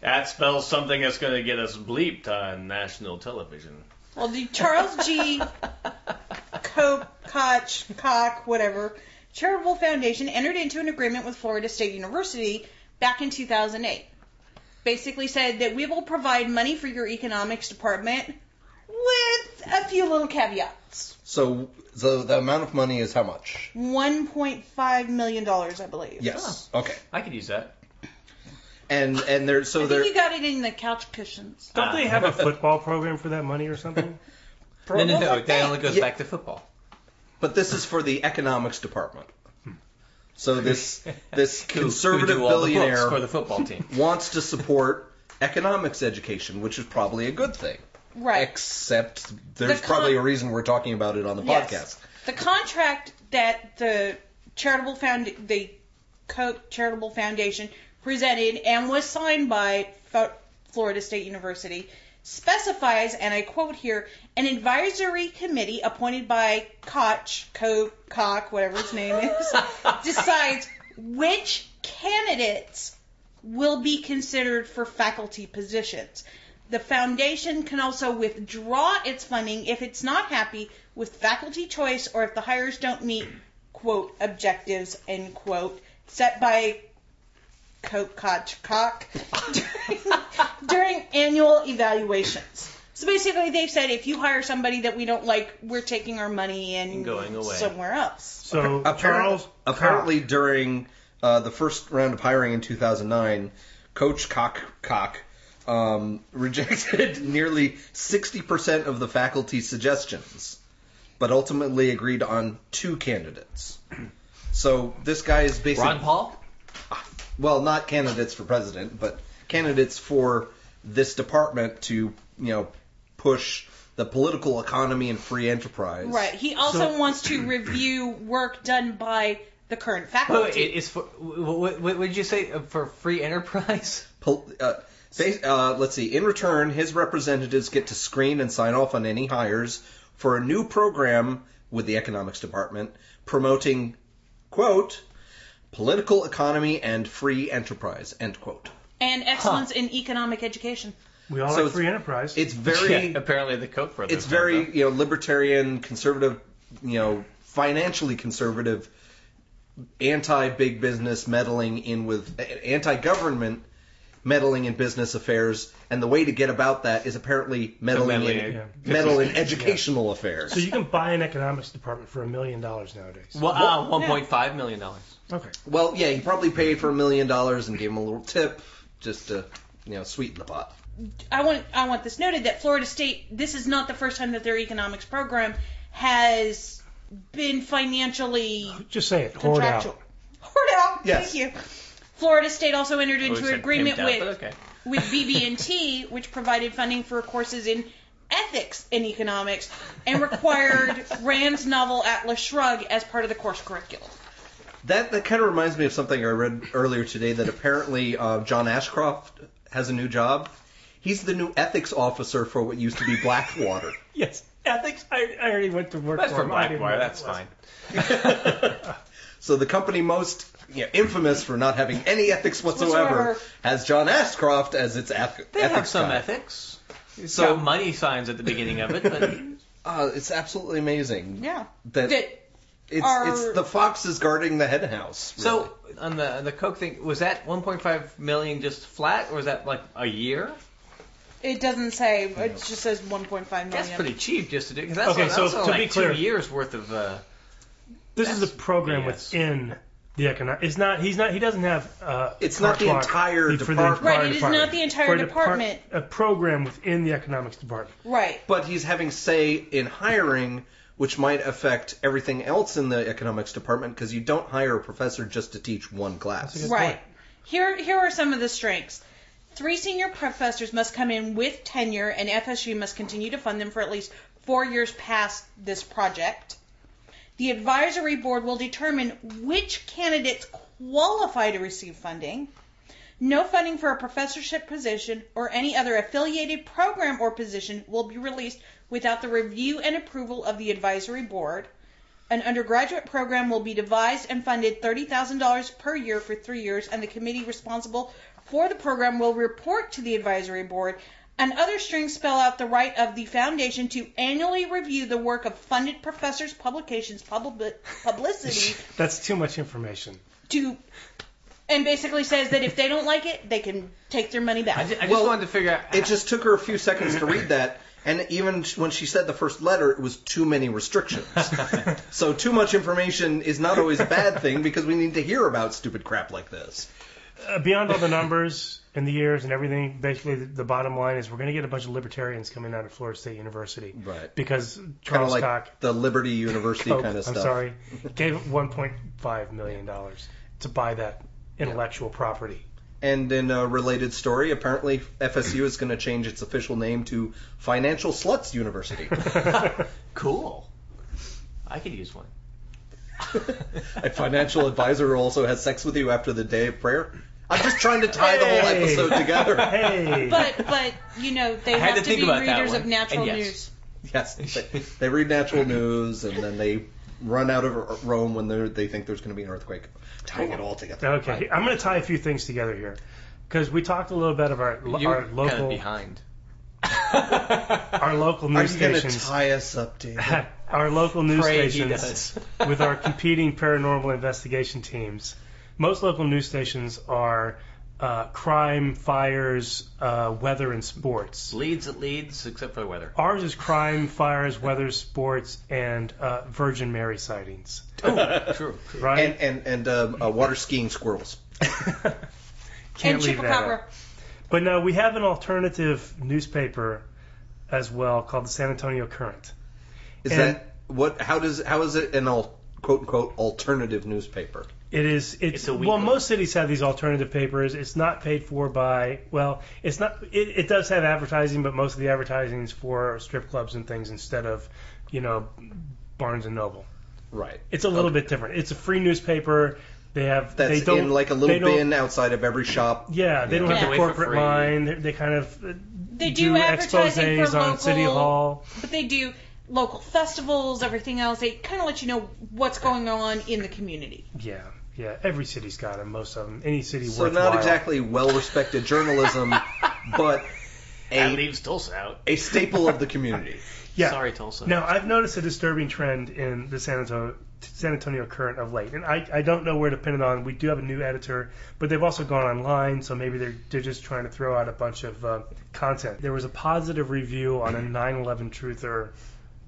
[SPEAKER 3] That spells something that's going to get us bleeped on national television.
[SPEAKER 4] Well, the Charles G. Koch, Koch, Koch, whatever charitable foundation entered into an agreement with Florida State University back in 2008. Basically said that we will provide money for your economics department with a few little caveats.
[SPEAKER 5] So the the amount of money is how much?
[SPEAKER 4] 1.5 million dollars, I believe.
[SPEAKER 5] Yes. Okay.
[SPEAKER 3] I could use that.
[SPEAKER 5] And and there so
[SPEAKER 4] I think
[SPEAKER 5] there
[SPEAKER 4] you got it in the couch cushions.
[SPEAKER 2] Don't they have a football program for that money or something?
[SPEAKER 3] No, no, no. That only goes
[SPEAKER 5] Yeah.
[SPEAKER 3] back to football.
[SPEAKER 5] but this is for the economics department. So this this
[SPEAKER 3] Who- who
[SPEAKER 5] conservative
[SPEAKER 3] do all the books
[SPEAKER 5] billionaire
[SPEAKER 3] for the football team.
[SPEAKER 5] wants to support economics education, which is probably a good thing.
[SPEAKER 4] Right.
[SPEAKER 5] Except there's
[SPEAKER 4] The con-
[SPEAKER 5] probably a reason we're talking about it on the
[SPEAKER 4] Yes.
[SPEAKER 5] podcast.
[SPEAKER 4] The contract that the charitable found the Koch Charitable Foundation presented and was signed by Fo- Florida State University specifies, and I quote here, an advisory committee appointed by Koch, Co- Koch, whatever his name is, decides which candidates will be considered for faculty positions. The foundation can also withdraw its funding if it's not happy with faculty choice or if the hires don't meet quote objectives end quote set by Coke Koch Cock during, during annual evaluations. So basically, they said if you hire somebody that we don't like, we're taking our money and
[SPEAKER 3] Going away.
[SPEAKER 4] somewhere else.
[SPEAKER 2] So
[SPEAKER 5] Appar-
[SPEAKER 2] Charles
[SPEAKER 5] apparently during uh, the first round of hiring in 2009, Coach Cock Cock um, rejected nearly 60% of the faculty's suggestions, but ultimately agreed on two candidates. So this guy is basically
[SPEAKER 3] Ron Paul?
[SPEAKER 5] well, not candidates for president, but candidates for this department to you know push the political economy and free enterprise.
[SPEAKER 4] Right. He also
[SPEAKER 2] So-
[SPEAKER 4] wants to review work done by the current
[SPEAKER 3] Wait,
[SPEAKER 4] faculty.
[SPEAKER 3] wait, it- it's for, what, what, what did you say? uh, For free enterprise?
[SPEAKER 5] Pol- uh, ba- uh, let's see. In return, his representatives get to screen and sign off on any hires for a new program with the economics department promoting quote political economy and free enterprise end quote.
[SPEAKER 4] and excellence in economic education.
[SPEAKER 2] we all
[SPEAKER 5] So
[SPEAKER 2] like
[SPEAKER 5] it's-
[SPEAKER 2] free enterprise.
[SPEAKER 5] It's very
[SPEAKER 3] Yeah, apparently the Koch brothers.
[SPEAKER 5] it's
[SPEAKER 3] don't,
[SPEAKER 5] very
[SPEAKER 3] though.
[SPEAKER 5] you know libertarian conservative you know financially conservative anti big business meddling in with anti government meddling in business affairs and the way to get about that is apparently meddling
[SPEAKER 3] meddling
[SPEAKER 5] in
[SPEAKER 2] in-
[SPEAKER 5] meddle in educational affairs
[SPEAKER 2] so you can buy an economics department for a million dollars nowadays.
[SPEAKER 3] Well, uh, $1.5 million. dollars.
[SPEAKER 2] Okay.
[SPEAKER 5] well yeah he probably paid for a million dollars and gave him a little tip just to you know sweeten the pot
[SPEAKER 4] I want I want this noted that Florida State this is not the first time that their economics program has been financially
[SPEAKER 2] Just say it. Hoard
[SPEAKER 4] contractual.
[SPEAKER 2] out.
[SPEAKER 4] Hoard out.
[SPEAKER 5] Yes.
[SPEAKER 4] Thank you. Florida State also entered
[SPEAKER 3] Oh, we
[SPEAKER 4] into
[SPEAKER 3] said
[SPEAKER 4] an agreement
[SPEAKER 3] pimped out,
[SPEAKER 4] with
[SPEAKER 3] but okay.
[SPEAKER 4] with BB&T, which provided funding for courses in ethics and economics, and required Rand's novel Atlas Shrugged as part of the course curriculum.
[SPEAKER 5] That that kind of reminds me of something I read earlier today that apparently uh, John Ashcroft has a new job. He's the new ethics officer for what used to be Blackwater.
[SPEAKER 2] Yes. Ethics. I, I already went to work
[SPEAKER 3] That's
[SPEAKER 2] for
[SPEAKER 3] for
[SPEAKER 2] him. I didn't know
[SPEAKER 3] Blackwire.
[SPEAKER 2] what
[SPEAKER 3] That's
[SPEAKER 2] it was.
[SPEAKER 3] fine.
[SPEAKER 5] so the company most you know, infamous for not having any ethics whatsoever,
[SPEAKER 4] Whatsoever.
[SPEAKER 5] has John Ashcroft as its eth-
[SPEAKER 3] They
[SPEAKER 5] ethics
[SPEAKER 3] have some
[SPEAKER 5] guy.
[SPEAKER 3] ethics. It's
[SPEAKER 5] So-
[SPEAKER 3] got money signs at the beginning of it, but
[SPEAKER 5] Uh, it's absolutely amazing.
[SPEAKER 4] Yeah.
[SPEAKER 5] That,
[SPEAKER 4] That
[SPEAKER 5] it's,
[SPEAKER 4] are-
[SPEAKER 5] it's the fox is guarding the hen house. really.
[SPEAKER 3] so on the on the Coke thing, was that 1.5 million just flat, or was that like a year?
[SPEAKER 4] it doesn't say. It just says 1.5 million.
[SPEAKER 3] That's pretty cheap just to do. Cause that's
[SPEAKER 2] Okay,
[SPEAKER 3] that's
[SPEAKER 2] so
[SPEAKER 3] only
[SPEAKER 2] to
[SPEAKER 3] like
[SPEAKER 2] be clear-
[SPEAKER 3] two years worth of. Uh,
[SPEAKER 2] This is
[SPEAKER 3] That's
[SPEAKER 2] a program
[SPEAKER 3] BS.
[SPEAKER 2] within the economic. It's not. He's not. He doesn't have. Uh,
[SPEAKER 5] It's not the
[SPEAKER 2] carte
[SPEAKER 5] entire
[SPEAKER 2] blanche for the
[SPEAKER 5] department.
[SPEAKER 2] entire
[SPEAKER 4] Right, it is
[SPEAKER 2] department.
[SPEAKER 4] not the entire
[SPEAKER 2] For a depart-
[SPEAKER 4] department.
[SPEAKER 2] a program within the economics department.
[SPEAKER 4] right.
[SPEAKER 5] but he's having say in hiring, which might affect everything else in the economics department because you don't hire a professor just to teach one class.
[SPEAKER 2] That's a good
[SPEAKER 4] Right.
[SPEAKER 2] point.
[SPEAKER 4] Here, here are some of the strengths. Three senior professors must come in with tenure, and FSU must continue to fund them for at least four years past this project. The advisory board will determine which candidates qualify to receive funding. No funding for a professorship position or any other affiliated program or position will be released without the review and approval of the advisory board. An undergraduate program will be devised and funded $30,000 per year for three years, and the committee responsible for the program will report to the advisory board. And other strings spell out the right of the foundation to annually review the work of funded professors, publications, publi- publicity,
[SPEAKER 2] That's too much information.
[SPEAKER 4] to, and basically says that if they don't like it, they can take their money
[SPEAKER 3] I,
[SPEAKER 4] back.
[SPEAKER 3] ju- I just
[SPEAKER 5] Well,
[SPEAKER 3] wanted to figure out.
[SPEAKER 5] It just took her a few seconds to read that, and even when she said the first letter, it was too many restrictions. so too much information is not always a bad thing because we need to hear about stupid crap like this.
[SPEAKER 2] Uh, beyond all the numbers and the years and everything, basically the, the bottom line is we're going to get a bunch of libertarians coming out of Florida State University
[SPEAKER 5] Right.
[SPEAKER 2] because
[SPEAKER 5] Kind
[SPEAKER 2] Charles
[SPEAKER 5] of like
[SPEAKER 2] Koch,
[SPEAKER 5] the Liberty University
[SPEAKER 2] Koch,
[SPEAKER 5] kind of stuff.
[SPEAKER 2] I'm sorry, gave 1.5 million dollars to buy that intellectual property.
[SPEAKER 5] And in a related story, apparently FSU is going to change its official name to Financial Sluts University.
[SPEAKER 3] cool. I could use one.
[SPEAKER 5] A financial advisor also has sex with you after the day of prayer. I'm just trying to tie the whole
[SPEAKER 2] Hey.
[SPEAKER 5] episode together.
[SPEAKER 2] Hey.
[SPEAKER 6] But but you know they
[SPEAKER 3] I had
[SPEAKER 6] have
[SPEAKER 3] to
[SPEAKER 6] to,
[SPEAKER 3] think
[SPEAKER 6] be
[SPEAKER 3] about that
[SPEAKER 6] readers
[SPEAKER 3] one.
[SPEAKER 6] of natural
[SPEAKER 3] And yes.
[SPEAKER 6] news.
[SPEAKER 5] Yes, they, they read natural news and then they run out of Rome when they they think there's going to be an earthquake. Tying it all together.
[SPEAKER 2] Okay, I'm going to tie a few things together here because we talked a little bit of our,
[SPEAKER 3] You're
[SPEAKER 2] our
[SPEAKER 3] kind of
[SPEAKER 2] local
[SPEAKER 3] behind.
[SPEAKER 2] our local
[SPEAKER 5] Are
[SPEAKER 2] news
[SPEAKER 5] you going to
[SPEAKER 2] stations.
[SPEAKER 5] tie us up, David?
[SPEAKER 2] our local news
[SPEAKER 3] Pray he
[SPEAKER 2] stations
[SPEAKER 3] does.
[SPEAKER 2] with our competing paranormal investigation teams. Most local news stations are uh, crime, fires, uh, weather, and sports.
[SPEAKER 3] Leads at Leeds, except for the weather.
[SPEAKER 2] Ours is crime, fires, weather, sports, and uh, Virgin Mary sightings.
[SPEAKER 3] Oh, True.
[SPEAKER 2] Right?
[SPEAKER 5] and and and um, uh, water skiing squirrels.
[SPEAKER 2] Can't
[SPEAKER 6] and
[SPEAKER 2] leave that out.
[SPEAKER 6] chupacabra.
[SPEAKER 2] But no, we have an alternative newspaper as well called the San Antonio Current.
[SPEAKER 5] Is
[SPEAKER 2] And-
[SPEAKER 5] that what? How does how is it an al, quote unquote alternative newspaper?
[SPEAKER 2] It is. It's,
[SPEAKER 3] It's a weekly.
[SPEAKER 2] well, most cities have these alternative papers. It's not paid for by. Well, it's not. It, it does have advertising, but most of the advertising is for strip clubs and things instead of, you know, Barnes and Noble.
[SPEAKER 5] Right.
[SPEAKER 2] It's a little bit different. It's a free newspaper. They have.
[SPEAKER 5] That's
[SPEAKER 2] they don't,
[SPEAKER 5] in like a
[SPEAKER 2] they
[SPEAKER 5] little
[SPEAKER 2] don't-
[SPEAKER 5] bin outside of every shop.
[SPEAKER 2] Yeah, they don't
[SPEAKER 3] Yeah.
[SPEAKER 2] have the
[SPEAKER 3] Away for
[SPEAKER 2] corporate
[SPEAKER 3] free.
[SPEAKER 2] line. They, they kind of. uh,
[SPEAKER 6] They do advertising
[SPEAKER 2] exposés
[SPEAKER 6] for
[SPEAKER 2] on City
[SPEAKER 6] local-
[SPEAKER 2] Hall.
[SPEAKER 6] But they do local festivals, everything else. They kind of let you know what's going on in the community.
[SPEAKER 2] Yeah, yeah. Every city's got them. Most of them. Any city
[SPEAKER 5] So
[SPEAKER 2] worthwhile.
[SPEAKER 5] not exactly well-respected journalism, but
[SPEAKER 3] That
[SPEAKER 5] a,
[SPEAKER 3] leaves Tulsa out.
[SPEAKER 5] a staple of the community.
[SPEAKER 2] Yeah.
[SPEAKER 3] Sorry, Tulsa.
[SPEAKER 2] Now, I've noticed a disturbing trend in the San Antonio, San Antonio Current of late, and I, I don't know where to pin it on. We do have a new editor, but they've also gone online, so maybe they're, they're just trying to throw out a bunch of uh, content. There was a positive review on a 9 11 Truther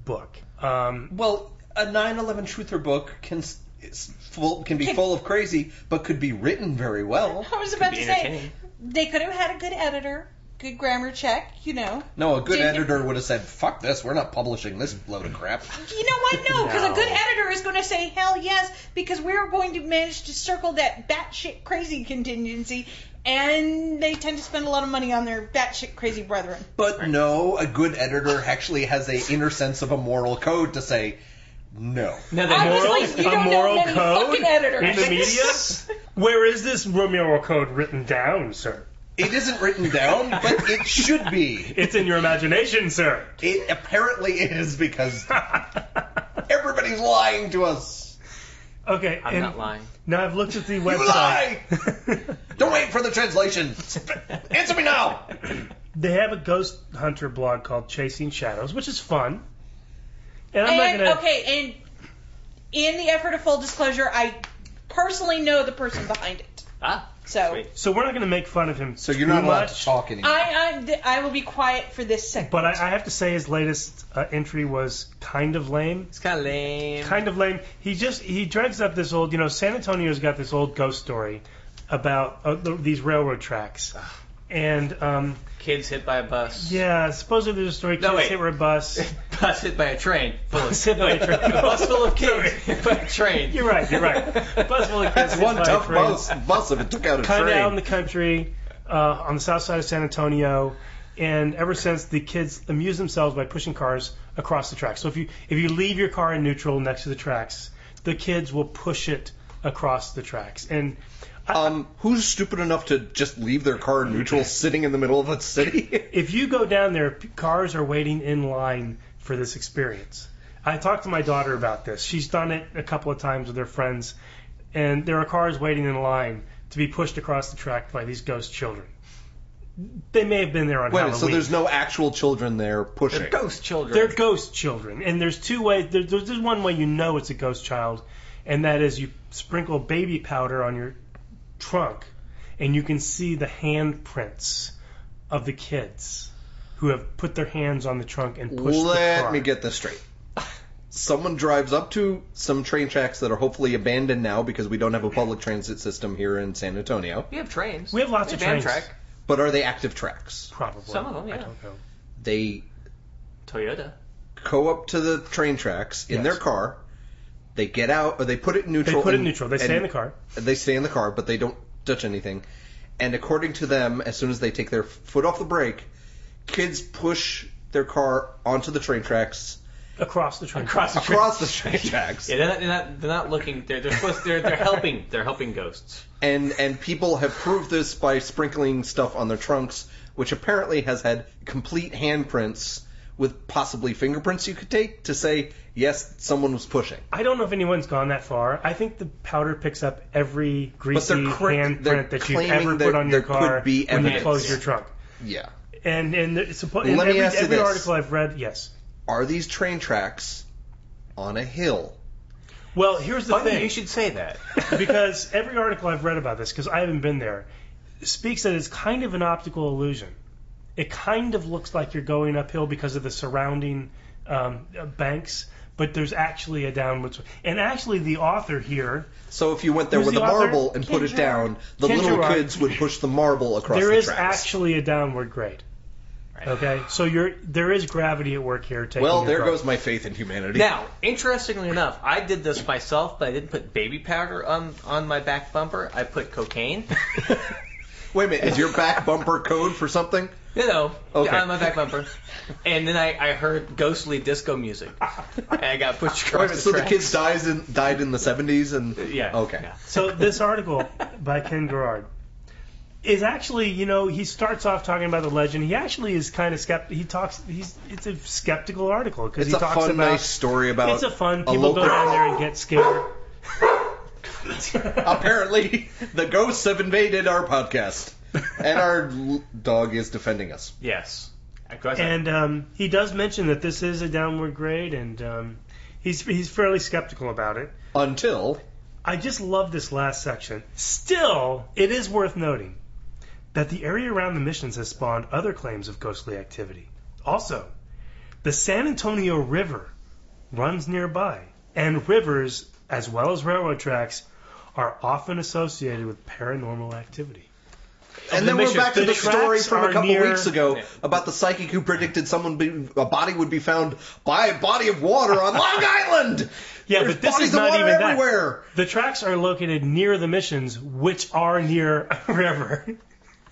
[SPEAKER 2] book. Um,
[SPEAKER 5] Well, a 9/11 truther book can s- is full can be full of crazy, but could be written very well.
[SPEAKER 6] I was about
[SPEAKER 3] be
[SPEAKER 6] to say
[SPEAKER 3] entertaining.
[SPEAKER 6] they could have had a good editor, good grammar check, you know.
[SPEAKER 5] No, a good
[SPEAKER 6] Did-
[SPEAKER 5] editor would have said, "Fuck this, we're not publishing this load of crap."
[SPEAKER 6] You know what? No, because a good
[SPEAKER 2] No.
[SPEAKER 6] editor is going to say hell yes because we are going to manage to circle that batshit crazy contingency, and they tend to spend a lot of money on their batshit crazy brethren.
[SPEAKER 5] But no, a good editor actually has a inner sense of a moral code to say, "No."
[SPEAKER 3] Now
[SPEAKER 6] I was
[SPEAKER 2] moral-
[SPEAKER 6] like, you
[SPEAKER 2] a
[SPEAKER 6] don't know
[SPEAKER 2] moral
[SPEAKER 6] many
[SPEAKER 2] code
[SPEAKER 6] fucking editors.
[SPEAKER 2] in the media? Where is this Romero code written down, sir?
[SPEAKER 5] It isn't written down, but it should be.
[SPEAKER 2] It's in your imagination, sir.
[SPEAKER 5] It apparently is because everybody's lying to us.
[SPEAKER 2] okay,
[SPEAKER 3] I'm
[SPEAKER 2] and
[SPEAKER 3] not lying.
[SPEAKER 2] now I've looked at the
[SPEAKER 5] You
[SPEAKER 2] website.
[SPEAKER 5] lie! Don't wait for the translation. Answer me now.
[SPEAKER 2] They have a ghost hunter blog called Chasing Shadows, which is fun. And I'm
[SPEAKER 6] And
[SPEAKER 2] not gonna.
[SPEAKER 6] okay, and in the effort of full disclosure, I personally know the person behind it.
[SPEAKER 3] Ah,
[SPEAKER 6] So
[SPEAKER 3] sweet.
[SPEAKER 2] So we're not gonna make fun of him.
[SPEAKER 5] So you're not
[SPEAKER 2] too
[SPEAKER 5] allowed
[SPEAKER 2] much,
[SPEAKER 5] to talk anymore.
[SPEAKER 6] I I, th- I will be quiet for this segment.
[SPEAKER 2] But I, I have to say his latest uh, entry was kind of lame.
[SPEAKER 3] It's kind of lame.
[SPEAKER 2] Kind of lame. He just he drags up this old, you know, San Antonio's got this old ghost story about uh, th- these railroad tracks.
[SPEAKER 5] Ah.
[SPEAKER 2] And um,
[SPEAKER 3] Kids hit by a bus.
[SPEAKER 2] yeah, supposedly there's a story
[SPEAKER 3] No,
[SPEAKER 2] kids
[SPEAKER 3] wait.
[SPEAKER 2] hit were a bus.
[SPEAKER 3] Bus hit by a train. Full of,
[SPEAKER 2] Bus hit by a train.
[SPEAKER 3] a bus full of kids hit by a train.
[SPEAKER 2] You're right. You're right. Bus full of kids
[SPEAKER 5] That's
[SPEAKER 2] hit
[SPEAKER 5] one
[SPEAKER 2] by
[SPEAKER 5] tough
[SPEAKER 2] trains.
[SPEAKER 5] bus, bus if it took out a
[SPEAKER 2] kind of
[SPEAKER 5] train.
[SPEAKER 2] out in the country, uh, on the south side of San Antonio. And ever since, the kids amuse themselves by pushing cars across the tracks. So if you if you leave your car in neutral next to the tracks, the kids will push it across the tracks. And
[SPEAKER 5] Um, who's stupid enough to just leave their car in neutral, sitting in the middle of a city?
[SPEAKER 2] if you go down there, p- cars are waiting in line for this experience. I talked to my daughter about this. She's done it a couple of times with her friends, and there are cars waiting in line to be pushed across the track by these ghost children. They may have been there on
[SPEAKER 5] Wait, a minute,
[SPEAKER 2] Halloween.
[SPEAKER 5] so there's no actual children there pushing.
[SPEAKER 3] They're ghost children.
[SPEAKER 2] They're ghost children, and there's two ways. There's, there's just one way you know it's a ghost child, and that is you sprinkle baby powder on your trunk, and you can see the handprints of the kids who have put their hands on the trunk and pushed the
[SPEAKER 5] Let
[SPEAKER 2] car.
[SPEAKER 5] me get this straight. Someone drives up to some train tracks that are hopefully abandoned now because we don't have a public transit system here in San Antonio.
[SPEAKER 3] we have trains.
[SPEAKER 2] We have lots of trains.
[SPEAKER 3] Amtrak,
[SPEAKER 5] But are they active tracks?
[SPEAKER 2] Probably
[SPEAKER 3] Some of them,
[SPEAKER 2] I
[SPEAKER 3] yeah.
[SPEAKER 2] don't know.
[SPEAKER 5] They
[SPEAKER 3] Toyota.
[SPEAKER 5] go up to the train tracks in
[SPEAKER 2] Yes.
[SPEAKER 5] their car. They get out, or they put it in
[SPEAKER 2] They
[SPEAKER 5] neutral.
[SPEAKER 2] put it
[SPEAKER 5] and-
[SPEAKER 2] neutral. They stay
[SPEAKER 5] and
[SPEAKER 2] in the car.
[SPEAKER 5] They stay in the car, but they don't touch anything. And according to them, as soon as they take their foot off the brake, kids push their car onto the train tracks
[SPEAKER 2] across the train.
[SPEAKER 3] across the train.
[SPEAKER 5] across the train tracks.
[SPEAKER 3] Yeah, they're not, they're not, they're not looking. They're, they're supposed. They're, they're helping. They're helping ghosts.
[SPEAKER 5] and and people have proved this by sprinkling stuff on their trunks, which apparently has had complete handprints with possibly fingerprints you could take to say yes, someone was pushing.
[SPEAKER 2] I don't know if anyone's gone that far. I think the powder picks up every
[SPEAKER 5] But they're
[SPEAKER 2] greasy
[SPEAKER 5] cr- they're
[SPEAKER 2] handprint that you've
[SPEAKER 5] claiming
[SPEAKER 2] ever
[SPEAKER 5] that
[SPEAKER 2] put on your
[SPEAKER 5] there
[SPEAKER 2] car
[SPEAKER 5] could be
[SPEAKER 2] when you
[SPEAKER 5] evidence.
[SPEAKER 2] close your trunk.
[SPEAKER 5] Yeah.
[SPEAKER 2] And and it's suppo-
[SPEAKER 5] Let
[SPEAKER 2] in
[SPEAKER 5] me
[SPEAKER 2] every,
[SPEAKER 5] ask you
[SPEAKER 2] every
[SPEAKER 5] this.
[SPEAKER 2] article I've read, yes.
[SPEAKER 5] Are these train tracks on a hill?
[SPEAKER 2] Well, here's the
[SPEAKER 3] Funny,
[SPEAKER 2] thing.
[SPEAKER 3] you should say that.
[SPEAKER 2] because every article I've read about this, because I haven't been there, speaks that it's kind of an optical illusion. It kind of looks like you're going uphill because of the surrounding um, uh, banks, but there's actually a downward. sw- And actually, the author here,
[SPEAKER 5] So if you went there
[SPEAKER 2] Who's
[SPEAKER 5] with
[SPEAKER 2] the
[SPEAKER 5] a
[SPEAKER 2] author?
[SPEAKER 5] marble and put it
[SPEAKER 6] Kendra-
[SPEAKER 5] down, the
[SPEAKER 2] Kendra
[SPEAKER 5] little
[SPEAKER 2] Rock.
[SPEAKER 5] kids would push the marble across
[SPEAKER 2] there
[SPEAKER 5] the
[SPEAKER 2] is
[SPEAKER 5] tracks.
[SPEAKER 2] actually a downward grade.
[SPEAKER 3] Right.
[SPEAKER 2] Okay, so you're there is gravity at work here. Taking
[SPEAKER 5] well,
[SPEAKER 2] your
[SPEAKER 5] there
[SPEAKER 2] car.
[SPEAKER 5] goes my faith in humanity.
[SPEAKER 3] Now, interestingly enough, I did this myself, but I didn't put baby powder on on my back bumper. I put cocaine.
[SPEAKER 5] Wait a minute, is your back bumper code for something?
[SPEAKER 3] You know,
[SPEAKER 5] Okay.
[SPEAKER 3] on my back bumper. And then I, I heard ghostly disco music, and I got pushed
[SPEAKER 5] Wait a
[SPEAKER 3] across
[SPEAKER 5] minute,
[SPEAKER 3] the
[SPEAKER 5] so the
[SPEAKER 3] tracks.
[SPEAKER 5] kids dies in, died in the 70s and
[SPEAKER 3] Yeah.
[SPEAKER 5] Okay.
[SPEAKER 3] yeah.
[SPEAKER 2] So this article by Ken Gerard is actually, you know, he starts off talking about the legend. He actually is kind of skeptical. He talks. He's it's a skeptical article because
[SPEAKER 5] It's
[SPEAKER 2] he
[SPEAKER 5] a
[SPEAKER 2] talks
[SPEAKER 5] fun,
[SPEAKER 2] about
[SPEAKER 5] nice story about
[SPEAKER 2] it's a fun.
[SPEAKER 5] a
[SPEAKER 2] People
[SPEAKER 5] local-
[SPEAKER 2] go down there and get scared.
[SPEAKER 5] Apparently, the ghosts have invaded our podcast, and our l- dog is defending us.
[SPEAKER 3] Yes. Of course I-
[SPEAKER 2] And um, he does mention that this is a downward grade, and um, he's he's fairly skeptical about it.
[SPEAKER 5] Until
[SPEAKER 2] I just love this last section. Still, it is worth noting that the area around the missions has spawned other claims of ghostly activity. Also, the San Antonio River runs nearby, and rivers, as well as railroad tracks, are often associated with paranormal activity.
[SPEAKER 5] and then we're
[SPEAKER 3] mission-
[SPEAKER 5] back to
[SPEAKER 2] the
[SPEAKER 5] the story
[SPEAKER 2] tracks
[SPEAKER 5] from a
[SPEAKER 2] are
[SPEAKER 5] couple
[SPEAKER 2] near-
[SPEAKER 5] weeks ago about the psychic who predicted someone be, a body would be found by a body of water on Long Island.
[SPEAKER 2] Yeah,
[SPEAKER 5] There's
[SPEAKER 2] but this
[SPEAKER 5] bodies
[SPEAKER 2] is
[SPEAKER 5] of
[SPEAKER 2] not
[SPEAKER 5] water
[SPEAKER 2] even that.
[SPEAKER 5] everywhere.
[SPEAKER 2] The tracks are located near the missions, which are near a river.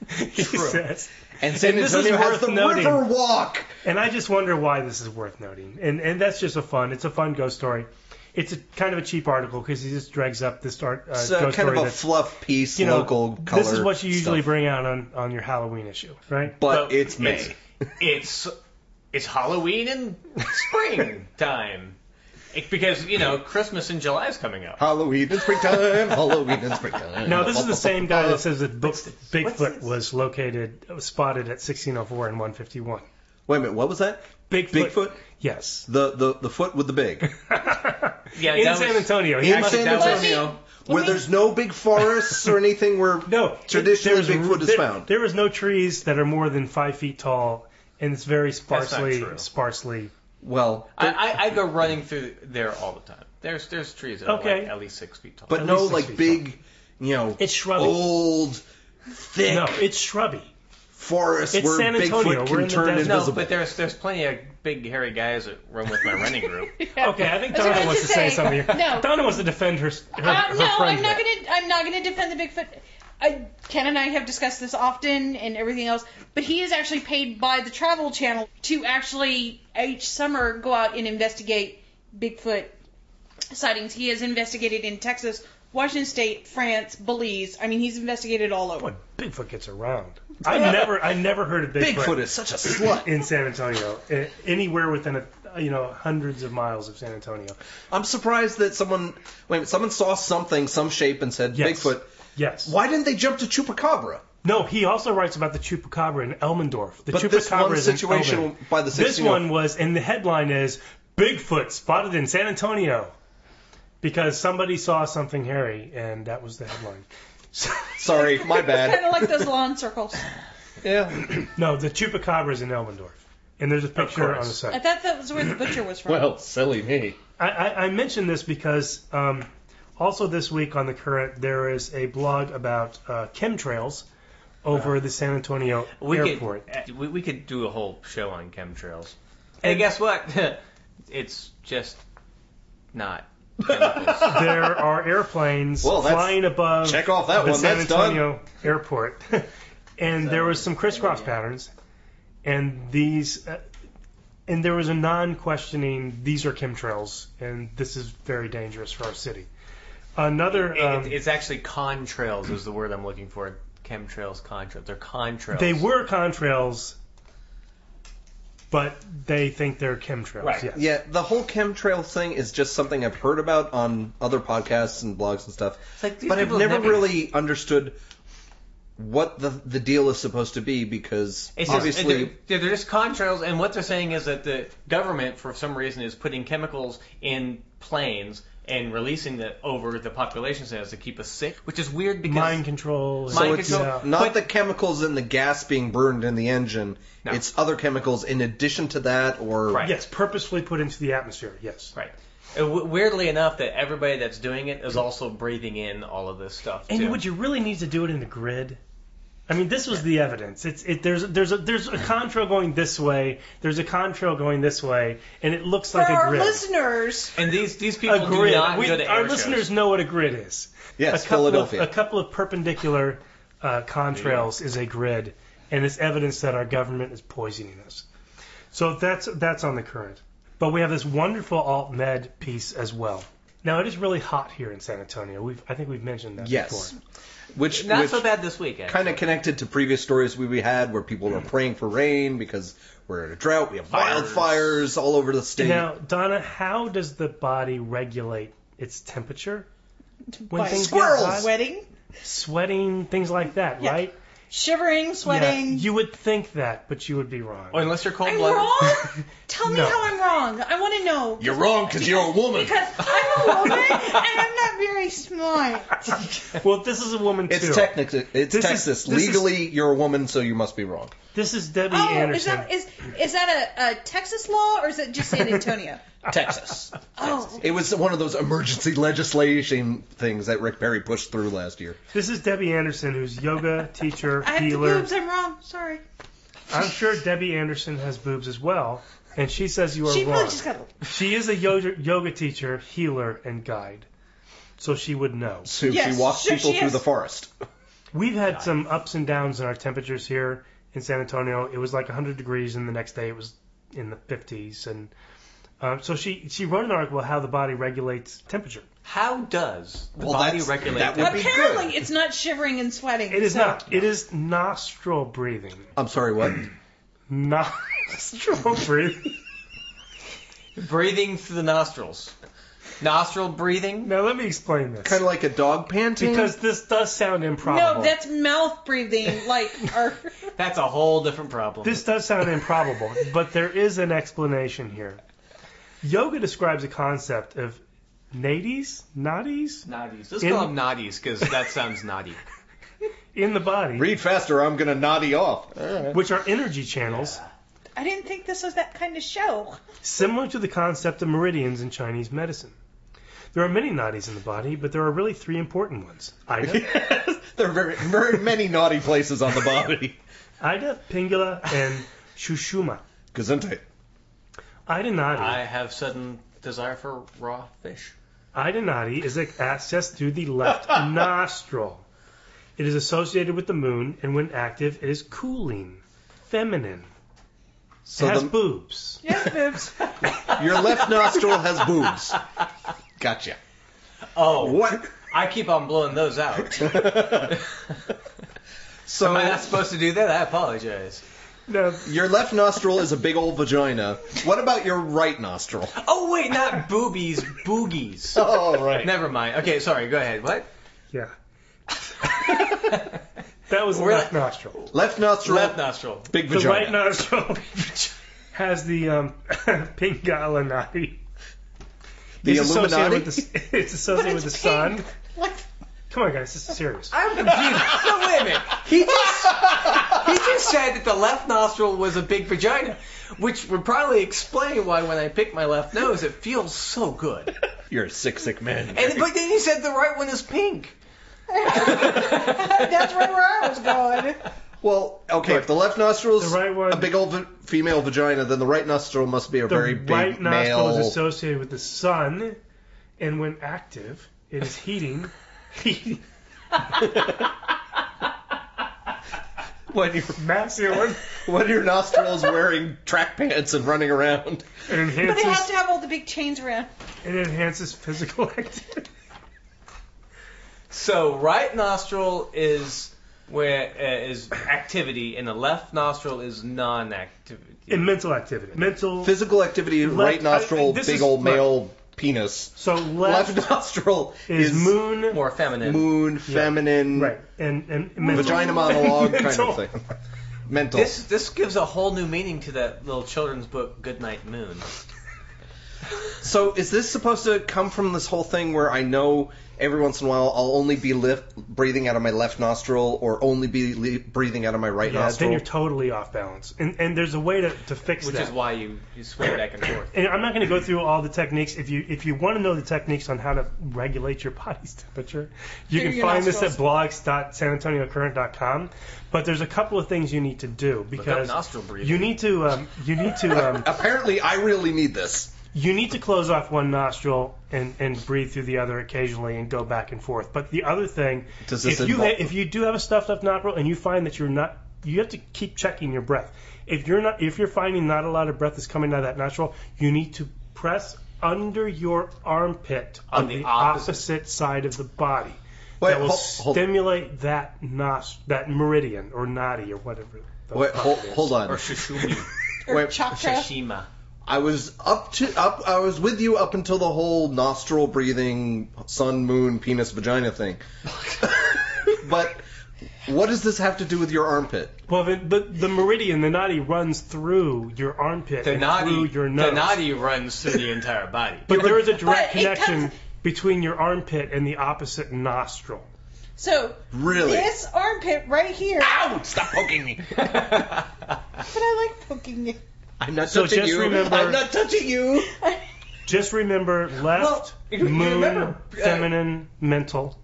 [SPEAKER 2] he says.
[SPEAKER 5] And San
[SPEAKER 2] And this is
[SPEAKER 5] Antonio has
[SPEAKER 2] worth
[SPEAKER 5] the
[SPEAKER 2] noting.
[SPEAKER 5] River Walk.
[SPEAKER 2] And I just wonder why this is worth noting. And and that's just a fun. It's a fun ghost story. It's a kind of a cheap article because he just drags up this start, uh,
[SPEAKER 5] It's a,
[SPEAKER 2] ghost
[SPEAKER 5] kind
[SPEAKER 2] story
[SPEAKER 5] of a
[SPEAKER 2] that's
[SPEAKER 5] fluff piece,
[SPEAKER 2] you know
[SPEAKER 5] local color.
[SPEAKER 2] this is what you usually
[SPEAKER 5] stuff.
[SPEAKER 2] bring out on on your Halloween issue, right?
[SPEAKER 5] but
[SPEAKER 3] So
[SPEAKER 5] it's May.
[SPEAKER 3] It's it's Halloween and springtime. It- because you know Christmas in July is coming up.
[SPEAKER 5] Halloween and springtime. Halloween and springtime.
[SPEAKER 2] No, this is the same guy that says that Bo-
[SPEAKER 3] What's
[SPEAKER 2] Bigfoot
[SPEAKER 3] this?
[SPEAKER 2] was located was spotted at 1604 and 151.
[SPEAKER 5] Wait a minute, what was that?
[SPEAKER 2] Bigfoot,
[SPEAKER 5] Bigfoot?
[SPEAKER 2] yes.
[SPEAKER 5] The the the foot with the big.
[SPEAKER 3] Yeah,
[SPEAKER 2] in
[SPEAKER 3] that
[SPEAKER 2] San
[SPEAKER 3] was-
[SPEAKER 2] Antonio, he
[SPEAKER 5] In
[SPEAKER 2] must-
[SPEAKER 5] San
[SPEAKER 3] that was-
[SPEAKER 5] Antonio, where
[SPEAKER 4] me-
[SPEAKER 5] there's no big forests or anything where
[SPEAKER 2] No,
[SPEAKER 5] traditionally
[SPEAKER 2] there was-
[SPEAKER 5] Bigfoot is
[SPEAKER 2] there-
[SPEAKER 5] found.
[SPEAKER 2] There was no trees that are more than five feet tall, and it's very
[SPEAKER 3] not
[SPEAKER 2] sparsely
[SPEAKER 3] true.
[SPEAKER 2] sparsely.
[SPEAKER 5] Well,
[SPEAKER 3] I, I, I go running through there all the time. There's there's trees that are
[SPEAKER 2] Okay.
[SPEAKER 3] like at least six feet tall.
[SPEAKER 5] but
[SPEAKER 2] At
[SPEAKER 5] no
[SPEAKER 2] least six
[SPEAKER 5] like
[SPEAKER 2] feet
[SPEAKER 5] big, you know,
[SPEAKER 2] It's shrubby.
[SPEAKER 5] old, thick
[SPEAKER 2] No, it's shrubby.
[SPEAKER 5] forests
[SPEAKER 2] it's
[SPEAKER 5] where
[SPEAKER 2] San Antonio,
[SPEAKER 5] Bigfoot can
[SPEAKER 2] we're in the
[SPEAKER 5] turn
[SPEAKER 2] desert.
[SPEAKER 3] no,
[SPEAKER 5] invisible.
[SPEAKER 3] but there's there's plenty of big hairy guys that run with my running group.
[SPEAKER 2] Okay, I think
[SPEAKER 4] I was
[SPEAKER 2] Donna
[SPEAKER 4] about
[SPEAKER 2] wants
[SPEAKER 4] to
[SPEAKER 2] to say,
[SPEAKER 4] say,
[SPEAKER 2] something. here.
[SPEAKER 4] no.
[SPEAKER 2] Donna wants to defend her her,
[SPEAKER 4] Uh,
[SPEAKER 2] her
[SPEAKER 4] no,
[SPEAKER 2] friend.
[SPEAKER 4] I'm not
[SPEAKER 2] here.
[SPEAKER 4] gonna. I'm not gonna defend the Bigfoot. I, Ken and I have discussed this often and everything else, but he is actually paid by the Travel Channel to actually each summer go out and investigate Bigfoot sightings. He has investigated in Texas, Washington State, France, Belize. I mean, he's investigated all over.
[SPEAKER 2] Boy, Bigfoot gets around. I never I never heard of Bigfoot,
[SPEAKER 5] Bigfoot is such a slut.
[SPEAKER 2] in San Antonio, eh, anywhere within a, you know hundreds of miles of San Antonio.
[SPEAKER 5] I'm surprised that someone wait, a minute, someone saw something, some shape, and said
[SPEAKER 2] Yes.
[SPEAKER 5] Bigfoot.
[SPEAKER 2] Yes.
[SPEAKER 5] Why didn't they jump to chupacabra?
[SPEAKER 2] No, he also writes about the chupacabra in Elmendorf. The
[SPEAKER 5] But
[SPEAKER 2] chupacabra
[SPEAKER 5] this one
[SPEAKER 2] is in
[SPEAKER 5] situation
[SPEAKER 2] Elmendorf.
[SPEAKER 5] by the
[SPEAKER 2] This
[SPEAKER 5] 16
[SPEAKER 2] one was, and the headline is Bigfoot spotted in San Antonio because somebody saw something hairy, and that was the headline.
[SPEAKER 5] Sorry, my bad.
[SPEAKER 4] Kind of like those lawn circles.
[SPEAKER 5] yeah.
[SPEAKER 2] No, the chupacabra is in Elmendorf, and there's a picture on the
[SPEAKER 3] course.
[SPEAKER 2] site.
[SPEAKER 4] I thought that was where the butcher was from.
[SPEAKER 5] silly me.
[SPEAKER 2] I, I, I mentioned this because um, also this week on the current there is a blog about uh, chemtrails over the San Antonio
[SPEAKER 3] We
[SPEAKER 2] airport.
[SPEAKER 3] could eh, we, we could do a whole show on chemtrails. And guess what? it's just not chemicals.
[SPEAKER 2] there are airplanes
[SPEAKER 5] Well, that's-
[SPEAKER 2] flying above
[SPEAKER 5] check off that
[SPEAKER 2] the
[SPEAKER 5] one.
[SPEAKER 2] San
[SPEAKER 5] That's done.
[SPEAKER 2] Antonio airport, and there was some crisscross patterns, and these uh, and there was a non-questioning. These are chemtrails, and this is very dangerous for our city. Another,
[SPEAKER 3] It-
[SPEAKER 2] um,
[SPEAKER 3] it's actually contrails is the word I'm looking for. Chemtrails, contrails. They're contrails.
[SPEAKER 2] they were contrails, but they think they're chemtrails.
[SPEAKER 3] Right.
[SPEAKER 2] Yes.
[SPEAKER 5] Yeah, the whole chemtrail thing is just something I've heard about on other podcasts and blogs and stuff,
[SPEAKER 3] like these
[SPEAKER 5] but I've
[SPEAKER 3] people
[SPEAKER 5] never
[SPEAKER 3] never-
[SPEAKER 5] really understood what the the deal is supposed to be because
[SPEAKER 3] It's just-
[SPEAKER 5] obviously
[SPEAKER 3] they're, they're just contrails, and what they're saying is that the government, for some reason, is putting chemicals in planes and releasing it over the population says to keep us sick, which is weird because
[SPEAKER 2] Mind control.
[SPEAKER 5] so
[SPEAKER 3] mind
[SPEAKER 5] it's
[SPEAKER 3] control-
[SPEAKER 2] Yeah.
[SPEAKER 5] not
[SPEAKER 3] But-
[SPEAKER 5] the chemicals in the gas being burned in the engine.
[SPEAKER 3] No.
[SPEAKER 5] It's other chemicals in addition to that, or
[SPEAKER 3] Right.
[SPEAKER 2] Yes, purposefully put into the atmosphere. Yes.
[SPEAKER 3] right. Uh, w- Weirdly enough, that everybody that's doing it is also breathing in all of this stuff.
[SPEAKER 2] And
[SPEAKER 3] too.
[SPEAKER 2] would you really need to do it in the grid? I mean, this was the evidence. It's it. There's there's a there's a contrail going this way. There's a contrail going this way, and it looks
[SPEAKER 6] For
[SPEAKER 2] like a
[SPEAKER 6] our
[SPEAKER 2] grid.
[SPEAKER 6] listeners,
[SPEAKER 3] And these these people
[SPEAKER 2] a grid.
[SPEAKER 3] do not
[SPEAKER 2] We-
[SPEAKER 3] go to
[SPEAKER 2] our
[SPEAKER 3] air
[SPEAKER 2] listeners
[SPEAKER 3] shows.
[SPEAKER 2] know what a grid is.
[SPEAKER 5] yes,
[SPEAKER 2] a couple
[SPEAKER 5] Philadelphia.
[SPEAKER 2] Of, a couple of perpendicular uh, contrails is a grid, and it's evidence that our government is poisoning us. So that's that's on the current. But we have this wonderful alt med piece as well. Now it is really hot here in San Antonio. We've I think we've mentioned that
[SPEAKER 5] yes,
[SPEAKER 2] before.
[SPEAKER 5] which
[SPEAKER 3] Not
[SPEAKER 5] which
[SPEAKER 3] so bad this week.
[SPEAKER 5] kind
[SPEAKER 3] Actually.
[SPEAKER 5] of connected to previous stories we, we had where people
[SPEAKER 3] Mm.
[SPEAKER 5] were praying for rain because we're in a drought. We have wildfires all over the state.
[SPEAKER 2] Now, Donna, how does the body regulate its temperature? When
[SPEAKER 6] By
[SPEAKER 2] things get
[SPEAKER 5] squirrels.
[SPEAKER 2] hot?
[SPEAKER 6] sweating,
[SPEAKER 2] sweating, things like that,
[SPEAKER 6] Yeah.
[SPEAKER 2] right?
[SPEAKER 6] shivering,
[SPEAKER 2] Yeah.
[SPEAKER 6] sweating.
[SPEAKER 2] You would think that, but you would be wrong.
[SPEAKER 3] Or Oh, unless you're cold
[SPEAKER 6] I'm
[SPEAKER 3] blooded.
[SPEAKER 6] wrong. Tell me
[SPEAKER 2] No.
[SPEAKER 6] how I'm wrong. I want to know
[SPEAKER 5] You're wrong because you're a woman.
[SPEAKER 6] because I'm a woman and I'm not very smart.
[SPEAKER 2] well, this is a woman too.
[SPEAKER 5] It's technically it's
[SPEAKER 2] This is-
[SPEAKER 5] Texas.
[SPEAKER 2] this is-
[SPEAKER 5] Legally, you're a woman, so you must be wrong.
[SPEAKER 2] This is Debbie
[SPEAKER 6] Oh, is
[SPEAKER 2] Anderson.
[SPEAKER 6] that is is that a, a Texas law or is it just San Antonio?
[SPEAKER 5] Texas.
[SPEAKER 6] Oh,
[SPEAKER 5] It was one of those emergency legislation things that Rick Perry pushed through last year.
[SPEAKER 2] This is Debbie Anderson, who's yoga teacher,
[SPEAKER 6] I have the
[SPEAKER 2] healer.
[SPEAKER 6] boobs. I'm wrong. Sorry.
[SPEAKER 2] I'm sure Debbie Anderson has boobs as well, and she says you are
[SPEAKER 6] She
[SPEAKER 2] wrong.
[SPEAKER 6] probably just got. a-
[SPEAKER 2] She is a yoga, yoga teacher, healer, and guide, so she would know.
[SPEAKER 5] So
[SPEAKER 6] Yes,
[SPEAKER 5] she walks
[SPEAKER 6] sure
[SPEAKER 5] people
[SPEAKER 6] she
[SPEAKER 5] through
[SPEAKER 6] is.
[SPEAKER 5] the forest.
[SPEAKER 2] We've had some ups and downs in our temperatures here in San Antonio. It was like 100 degrees, and the next day it was in the 50s. And um, so she she wrote an article how the body regulates temperature.
[SPEAKER 3] How does the
[SPEAKER 5] Well,
[SPEAKER 3] body
[SPEAKER 5] that's-
[SPEAKER 3] regulate
[SPEAKER 5] that would
[SPEAKER 3] temperature?
[SPEAKER 5] be good.
[SPEAKER 6] Apparently, it's not shivering and sweating.
[SPEAKER 2] It is
[SPEAKER 6] so-
[SPEAKER 2] not. It is nostril breathing.
[SPEAKER 5] I'm sorry, what?
[SPEAKER 2] Nostril breathing.
[SPEAKER 3] breathing through the nostrils? Nostril breathing.
[SPEAKER 2] Now let me explain this.
[SPEAKER 5] kind of like a dog panting.
[SPEAKER 2] Because this does sound improbable.
[SPEAKER 6] No, that's mouth breathing. Like our.
[SPEAKER 3] That's a whole different problem.
[SPEAKER 2] This does sound improbable, but there is an explanation here. Yoga describes a concept of nadis, nadis
[SPEAKER 3] Naughties. Let's
[SPEAKER 2] In-
[SPEAKER 3] call them naughties because that sounds naughty.
[SPEAKER 2] in the body,
[SPEAKER 5] Read faster, I'm gonna naughty off.
[SPEAKER 2] which are energy channels
[SPEAKER 6] I didn't think this was that kind of show.
[SPEAKER 2] similar to the concept of meridians in Chinese medicine. There are many nadis in the body, but there are really three important ones. Ida,
[SPEAKER 5] there are very, very many naughty places on the body.
[SPEAKER 2] Ida, Pingala, and Shushuma.
[SPEAKER 5] Gesundheit.
[SPEAKER 2] Ida nadi.
[SPEAKER 3] I have sudden desire for raw fish.
[SPEAKER 2] Idenati is accessed through the left nostril. It is associated with the moon, and when active, it is cooling, feminine.
[SPEAKER 5] So
[SPEAKER 2] it has
[SPEAKER 5] the-
[SPEAKER 2] boobs.
[SPEAKER 6] Yes, boobs.
[SPEAKER 5] Your left nostril has boobs. Gotcha.
[SPEAKER 3] Oh,
[SPEAKER 5] What?
[SPEAKER 3] I keep on blowing those out.
[SPEAKER 5] So
[SPEAKER 3] Am I not supposed to do that? I apologize.
[SPEAKER 2] No,
[SPEAKER 5] Your left nostril is a big old vagina. What about your right nostril?
[SPEAKER 3] Oh wait, not boobies, boogies.
[SPEAKER 5] Oh, right.
[SPEAKER 3] Never mind. Okay, sorry. Go ahead. What?
[SPEAKER 2] yeah. that was the
[SPEAKER 3] Really?
[SPEAKER 2] left nostril.
[SPEAKER 5] Left nostril,
[SPEAKER 3] Left nostril.
[SPEAKER 5] big
[SPEAKER 2] The
[SPEAKER 5] vagina.
[SPEAKER 2] right nostril has the um, Pingala nadi.
[SPEAKER 5] the
[SPEAKER 2] It's associated
[SPEAKER 5] Illuminati.
[SPEAKER 2] with the s- it's associated
[SPEAKER 6] But
[SPEAKER 2] with the
[SPEAKER 6] it's
[SPEAKER 2] sun.
[SPEAKER 6] Like,
[SPEAKER 2] Come on, guys, this is serious.
[SPEAKER 3] I'm confused. no, wait a minute. He just he just said that the left nostril was a big vagina, which would probably explain why when I pick my left nose, it feels so good.
[SPEAKER 5] You're a sick, sick man.
[SPEAKER 3] And but then he said the right one is pink.
[SPEAKER 6] that's right where I was going.
[SPEAKER 5] Well, okay, if the left nostril's
[SPEAKER 2] The right one-
[SPEAKER 5] a big old va- female vagina, then the right nostril must be a
[SPEAKER 2] The
[SPEAKER 5] very big
[SPEAKER 2] right nostril
[SPEAKER 5] male.
[SPEAKER 2] is associated with the sun, and when active, it is heating. heating.
[SPEAKER 5] when you're
[SPEAKER 2] Matt Ewan,
[SPEAKER 5] when your nostrils wearing track pants and running around.
[SPEAKER 2] it
[SPEAKER 6] But it has
[SPEAKER 2] enhances
[SPEAKER 6] to have all the big chains around.
[SPEAKER 2] it enhances physical activity.
[SPEAKER 3] So right nostril is where uh, is activity, and the left nostril is non-activity.
[SPEAKER 2] And mental activity. Mental.
[SPEAKER 5] Physical activity,
[SPEAKER 2] Left-
[SPEAKER 5] right
[SPEAKER 2] I- I-
[SPEAKER 5] nostril,
[SPEAKER 2] this
[SPEAKER 5] big
[SPEAKER 2] is-
[SPEAKER 5] old male penis.
[SPEAKER 2] so left,
[SPEAKER 5] Left, nostril
[SPEAKER 2] is, moon.
[SPEAKER 3] more feminine.
[SPEAKER 5] moon, feminine,
[SPEAKER 2] Right. And and mental.
[SPEAKER 5] vagina monologue kind
[SPEAKER 2] Mental.
[SPEAKER 5] of thing. Mental.
[SPEAKER 3] This this gives a whole new meaning to that little children's book, Goodnight Moon.
[SPEAKER 5] So is this supposed to come from this whole thing where I know every once in a while I'll only be lift, breathing out of my left nostril or only be le- breathing out of my right
[SPEAKER 2] Yeah,
[SPEAKER 5] nostril?
[SPEAKER 2] then you're totally off balance. And and there's a way to, to fix
[SPEAKER 3] Which
[SPEAKER 2] that.
[SPEAKER 3] is why you, you swing back and forth.
[SPEAKER 2] and I'm not going to go through all the techniques. If you if you want to know the techniques on how to regulate your body's temperature, you
[SPEAKER 6] Through
[SPEAKER 2] can
[SPEAKER 6] your
[SPEAKER 2] find this at
[SPEAKER 6] nostrils.
[SPEAKER 2] blogs.sanantoniocurrent.com. But there's a couple of things you need to do
[SPEAKER 3] Look up
[SPEAKER 2] because
[SPEAKER 3] nostril breathing.
[SPEAKER 2] you need to um, you need to um,
[SPEAKER 5] Apparently, I really need this.
[SPEAKER 2] you need to close off one nostril and, and breathe through the other occasionally and go back and forth. But the other thing,
[SPEAKER 5] Does this
[SPEAKER 2] if you ha-
[SPEAKER 5] involve-
[SPEAKER 2] if you do have a stuffed up nostril and you find that you're not, you have to keep checking your breath. If you're not, if you're finding not a lot of breath is coming out of that nostril, you need to press under your armpit
[SPEAKER 3] On
[SPEAKER 2] on,
[SPEAKER 3] the
[SPEAKER 2] the,
[SPEAKER 3] opposite-
[SPEAKER 2] opposite. side of the body.
[SPEAKER 5] Wait,
[SPEAKER 2] that will
[SPEAKER 5] hol- hold-
[SPEAKER 2] stimulate that nos- that meridian or nadi or whatever. the
[SPEAKER 5] Wait,
[SPEAKER 2] fuck
[SPEAKER 5] hold,
[SPEAKER 2] it is.
[SPEAKER 5] hold
[SPEAKER 3] Or
[SPEAKER 5] on.
[SPEAKER 3] Shishumi.
[SPEAKER 6] Or
[SPEAKER 5] Wait.
[SPEAKER 6] chakra.
[SPEAKER 3] Shishima.
[SPEAKER 5] I was up to up. I was with you up until the whole nostril breathing, sun, moon, penis, vagina thing. but what does this have to do with your armpit?
[SPEAKER 2] Well, the, the, the meridian, the nadi, runs through your armpit
[SPEAKER 3] The
[SPEAKER 2] and through
[SPEAKER 3] nadi,
[SPEAKER 2] your
[SPEAKER 3] the
[SPEAKER 2] nose.
[SPEAKER 3] nadi runs through the entire body.
[SPEAKER 2] but there is a direct
[SPEAKER 6] But it
[SPEAKER 2] connection
[SPEAKER 6] comes-
[SPEAKER 2] between your armpit and the opposite nostril.
[SPEAKER 6] So
[SPEAKER 5] Really?
[SPEAKER 6] this armpit right here.
[SPEAKER 5] Ow! Stop poking me.
[SPEAKER 6] But I like poking you.
[SPEAKER 5] I'm not
[SPEAKER 2] So
[SPEAKER 5] touching
[SPEAKER 2] just
[SPEAKER 5] you.
[SPEAKER 2] remember-
[SPEAKER 5] I'm not touching you.
[SPEAKER 2] Just remember left,
[SPEAKER 3] Well, you- you
[SPEAKER 2] moon,
[SPEAKER 3] remember, uh,
[SPEAKER 2] feminine, mental,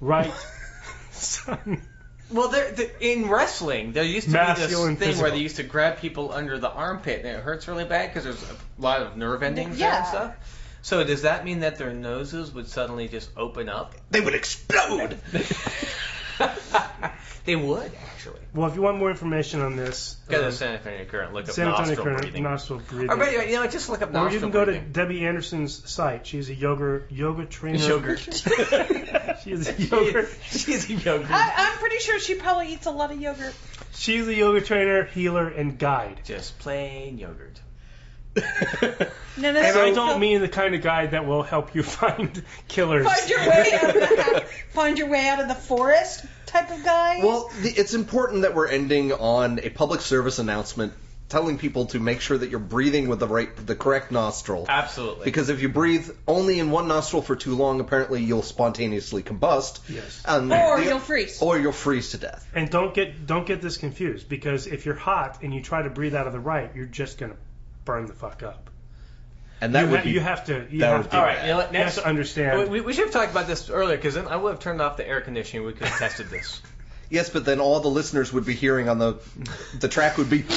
[SPEAKER 2] right, sun.
[SPEAKER 3] Well, there, there, in wrestling, there used to be this
[SPEAKER 2] Masculine
[SPEAKER 3] thing
[SPEAKER 2] physical.
[SPEAKER 3] where they used to grab people under the armpit and it hurts really bad because there's a lot of nerve endings there and
[SPEAKER 6] Yeah.
[SPEAKER 3] stuff. So does that mean that their noses would suddenly just open up?
[SPEAKER 5] They would explode.
[SPEAKER 3] they would actually.
[SPEAKER 2] Well, if you want more information on this,
[SPEAKER 3] Go to
[SPEAKER 2] um,
[SPEAKER 3] San Antonio Current, look up
[SPEAKER 2] San Antonio
[SPEAKER 3] nostril
[SPEAKER 2] Current,
[SPEAKER 3] breathing.
[SPEAKER 2] nostril breathing.
[SPEAKER 3] Or but, you know, just look up
[SPEAKER 2] Or you
[SPEAKER 3] nostril
[SPEAKER 2] can go to
[SPEAKER 3] breathing.
[SPEAKER 2] Debbie Anderson's site. She's a yoga yoga trainer.
[SPEAKER 3] yogurt.
[SPEAKER 2] She is a yogurt.
[SPEAKER 3] She's a yogurt.
[SPEAKER 6] I, I'm pretty sure she probably eats a lot of yogurt.
[SPEAKER 2] She's a yoga trainer, healer, and guide.
[SPEAKER 3] Just plain yogurt.
[SPEAKER 6] No, no,
[SPEAKER 2] And
[SPEAKER 6] no.
[SPEAKER 2] I don't mean the kind of guide that will help you find killers.
[SPEAKER 6] find your way out of the find your way out of the forest type of guy.
[SPEAKER 5] Well, the, it's important that we're ending on a public service announcement telling people to make sure that you're breathing with the right, the correct nostril.
[SPEAKER 3] Absolutely.
[SPEAKER 5] Because if you breathe only in one nostril for too long, apparently you'll spontaneously combust.
[SPEAKER 2] Yes.
[SPEAKER 5] And
[SPEAKER 6] or
[SPEAKER 5] the-
[SPEAKER 6] you'll freeze.
[SPEAKER 5] Or you'll freeze to death.
[SPEAKER 2] And don't get don't get this confused because if you're hot and you try to breathe out of the right, you're just gonna burn the fuck up.
[SPEAKER 5] And that
[SPEAKER 2] you,
[SPEAKER 5] would
[SPEAKER 2] ha-
[SPEAKER 5] be.
[SPEAKER 2] you have to you
[SPEAKER 5] that
[SPEAKER 2] have
[SPEAKER 5] would be
[SPEAKER 2] to,
[SPEAKER 3] All right. You know, what,
[SPEAKER 2] you have
[SPEAKER 3] next.
[SPEAKER 2] to understand.
[SPEAKER 3] We, we- we should have talked about this earlier because then I would have turned off the air conditioning. We could have tested this.
[SPEAKER 5] yes, but then all the listeners would be hearing on the, the track would be.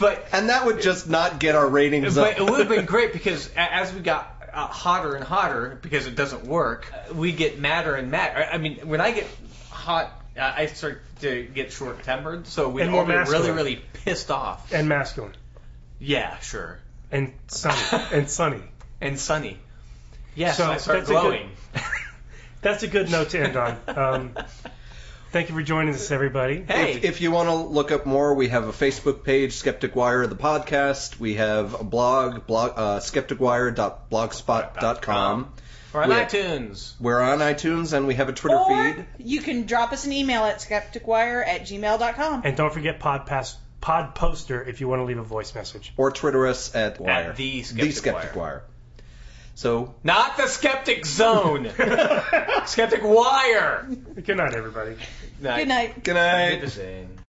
[SPEAKER 3] But
[SPEAKER 5] And that would just not get our ratings
[SPEAKER 3] but it
[SPEAKER 5] up.
[SPEAKER 3] would have been great because a- as we got uh, hotter and hotter because it doesn't work, uh, we get madder and madder. I I mean, when I get hot, uh, I start to get short tempered, so we
[SPEAKER 2] And
[SPEAKER 3] all
[SPEAKER 2] more
[SPEAKER 3] get really
[SPEAKER 2] masculine.
[SPEAKER 3] really pissed off.
[SPEAKER 2] and masculine.
[SPEAKER 3] Yeah, sure.
[SPEAKER 2] And sunny. and sunny.
[SPEAKER 3] And sunny. Yes,
[SPEAKER 2] So
[SPEAKER 3] I start
[SPEAKER 2] that's a good-
[SPEAKER 3] glowing.
[SPEAKER 2] That's a good note to end on. Um, thank you for joining us, everybody.
[SPEAKER 3] hey,
[SPEAKER 5] If, if you want to look up more, we have a Facebook page, Skeptic Wire, the podcast. We have a blog, blog uh, skepticwire.blogspot.com.
[SPEAKER 3] or on
[SPEAKER 5] we-
[SPEAKER 3] iTunes.
[SPEAKER 5] We're on iTunes and we have a Twitter feed.
[SPEAKER 6] Or you can drop us an email at skepticwire at gmail.com.
[SPEAKER 2] And don't forget pod pass pod poster if you want to leave a voice message.
[SPEAKER 5] Or Twitter us at Wire.
[SPEAKER 3] The Skeptic
[SPEAKER 5] Wire. So,
[SPEAKER 3] Not the Skeptic Zone. skeptic Wire.
[SPEAKER 2] Good night, everybody.
[SPEAKER 6] Good night.
[SPEAKER 5] good
[SPEAKER 3] Good
[SPEAKER 5] night.
[SPEAKER 3] to see.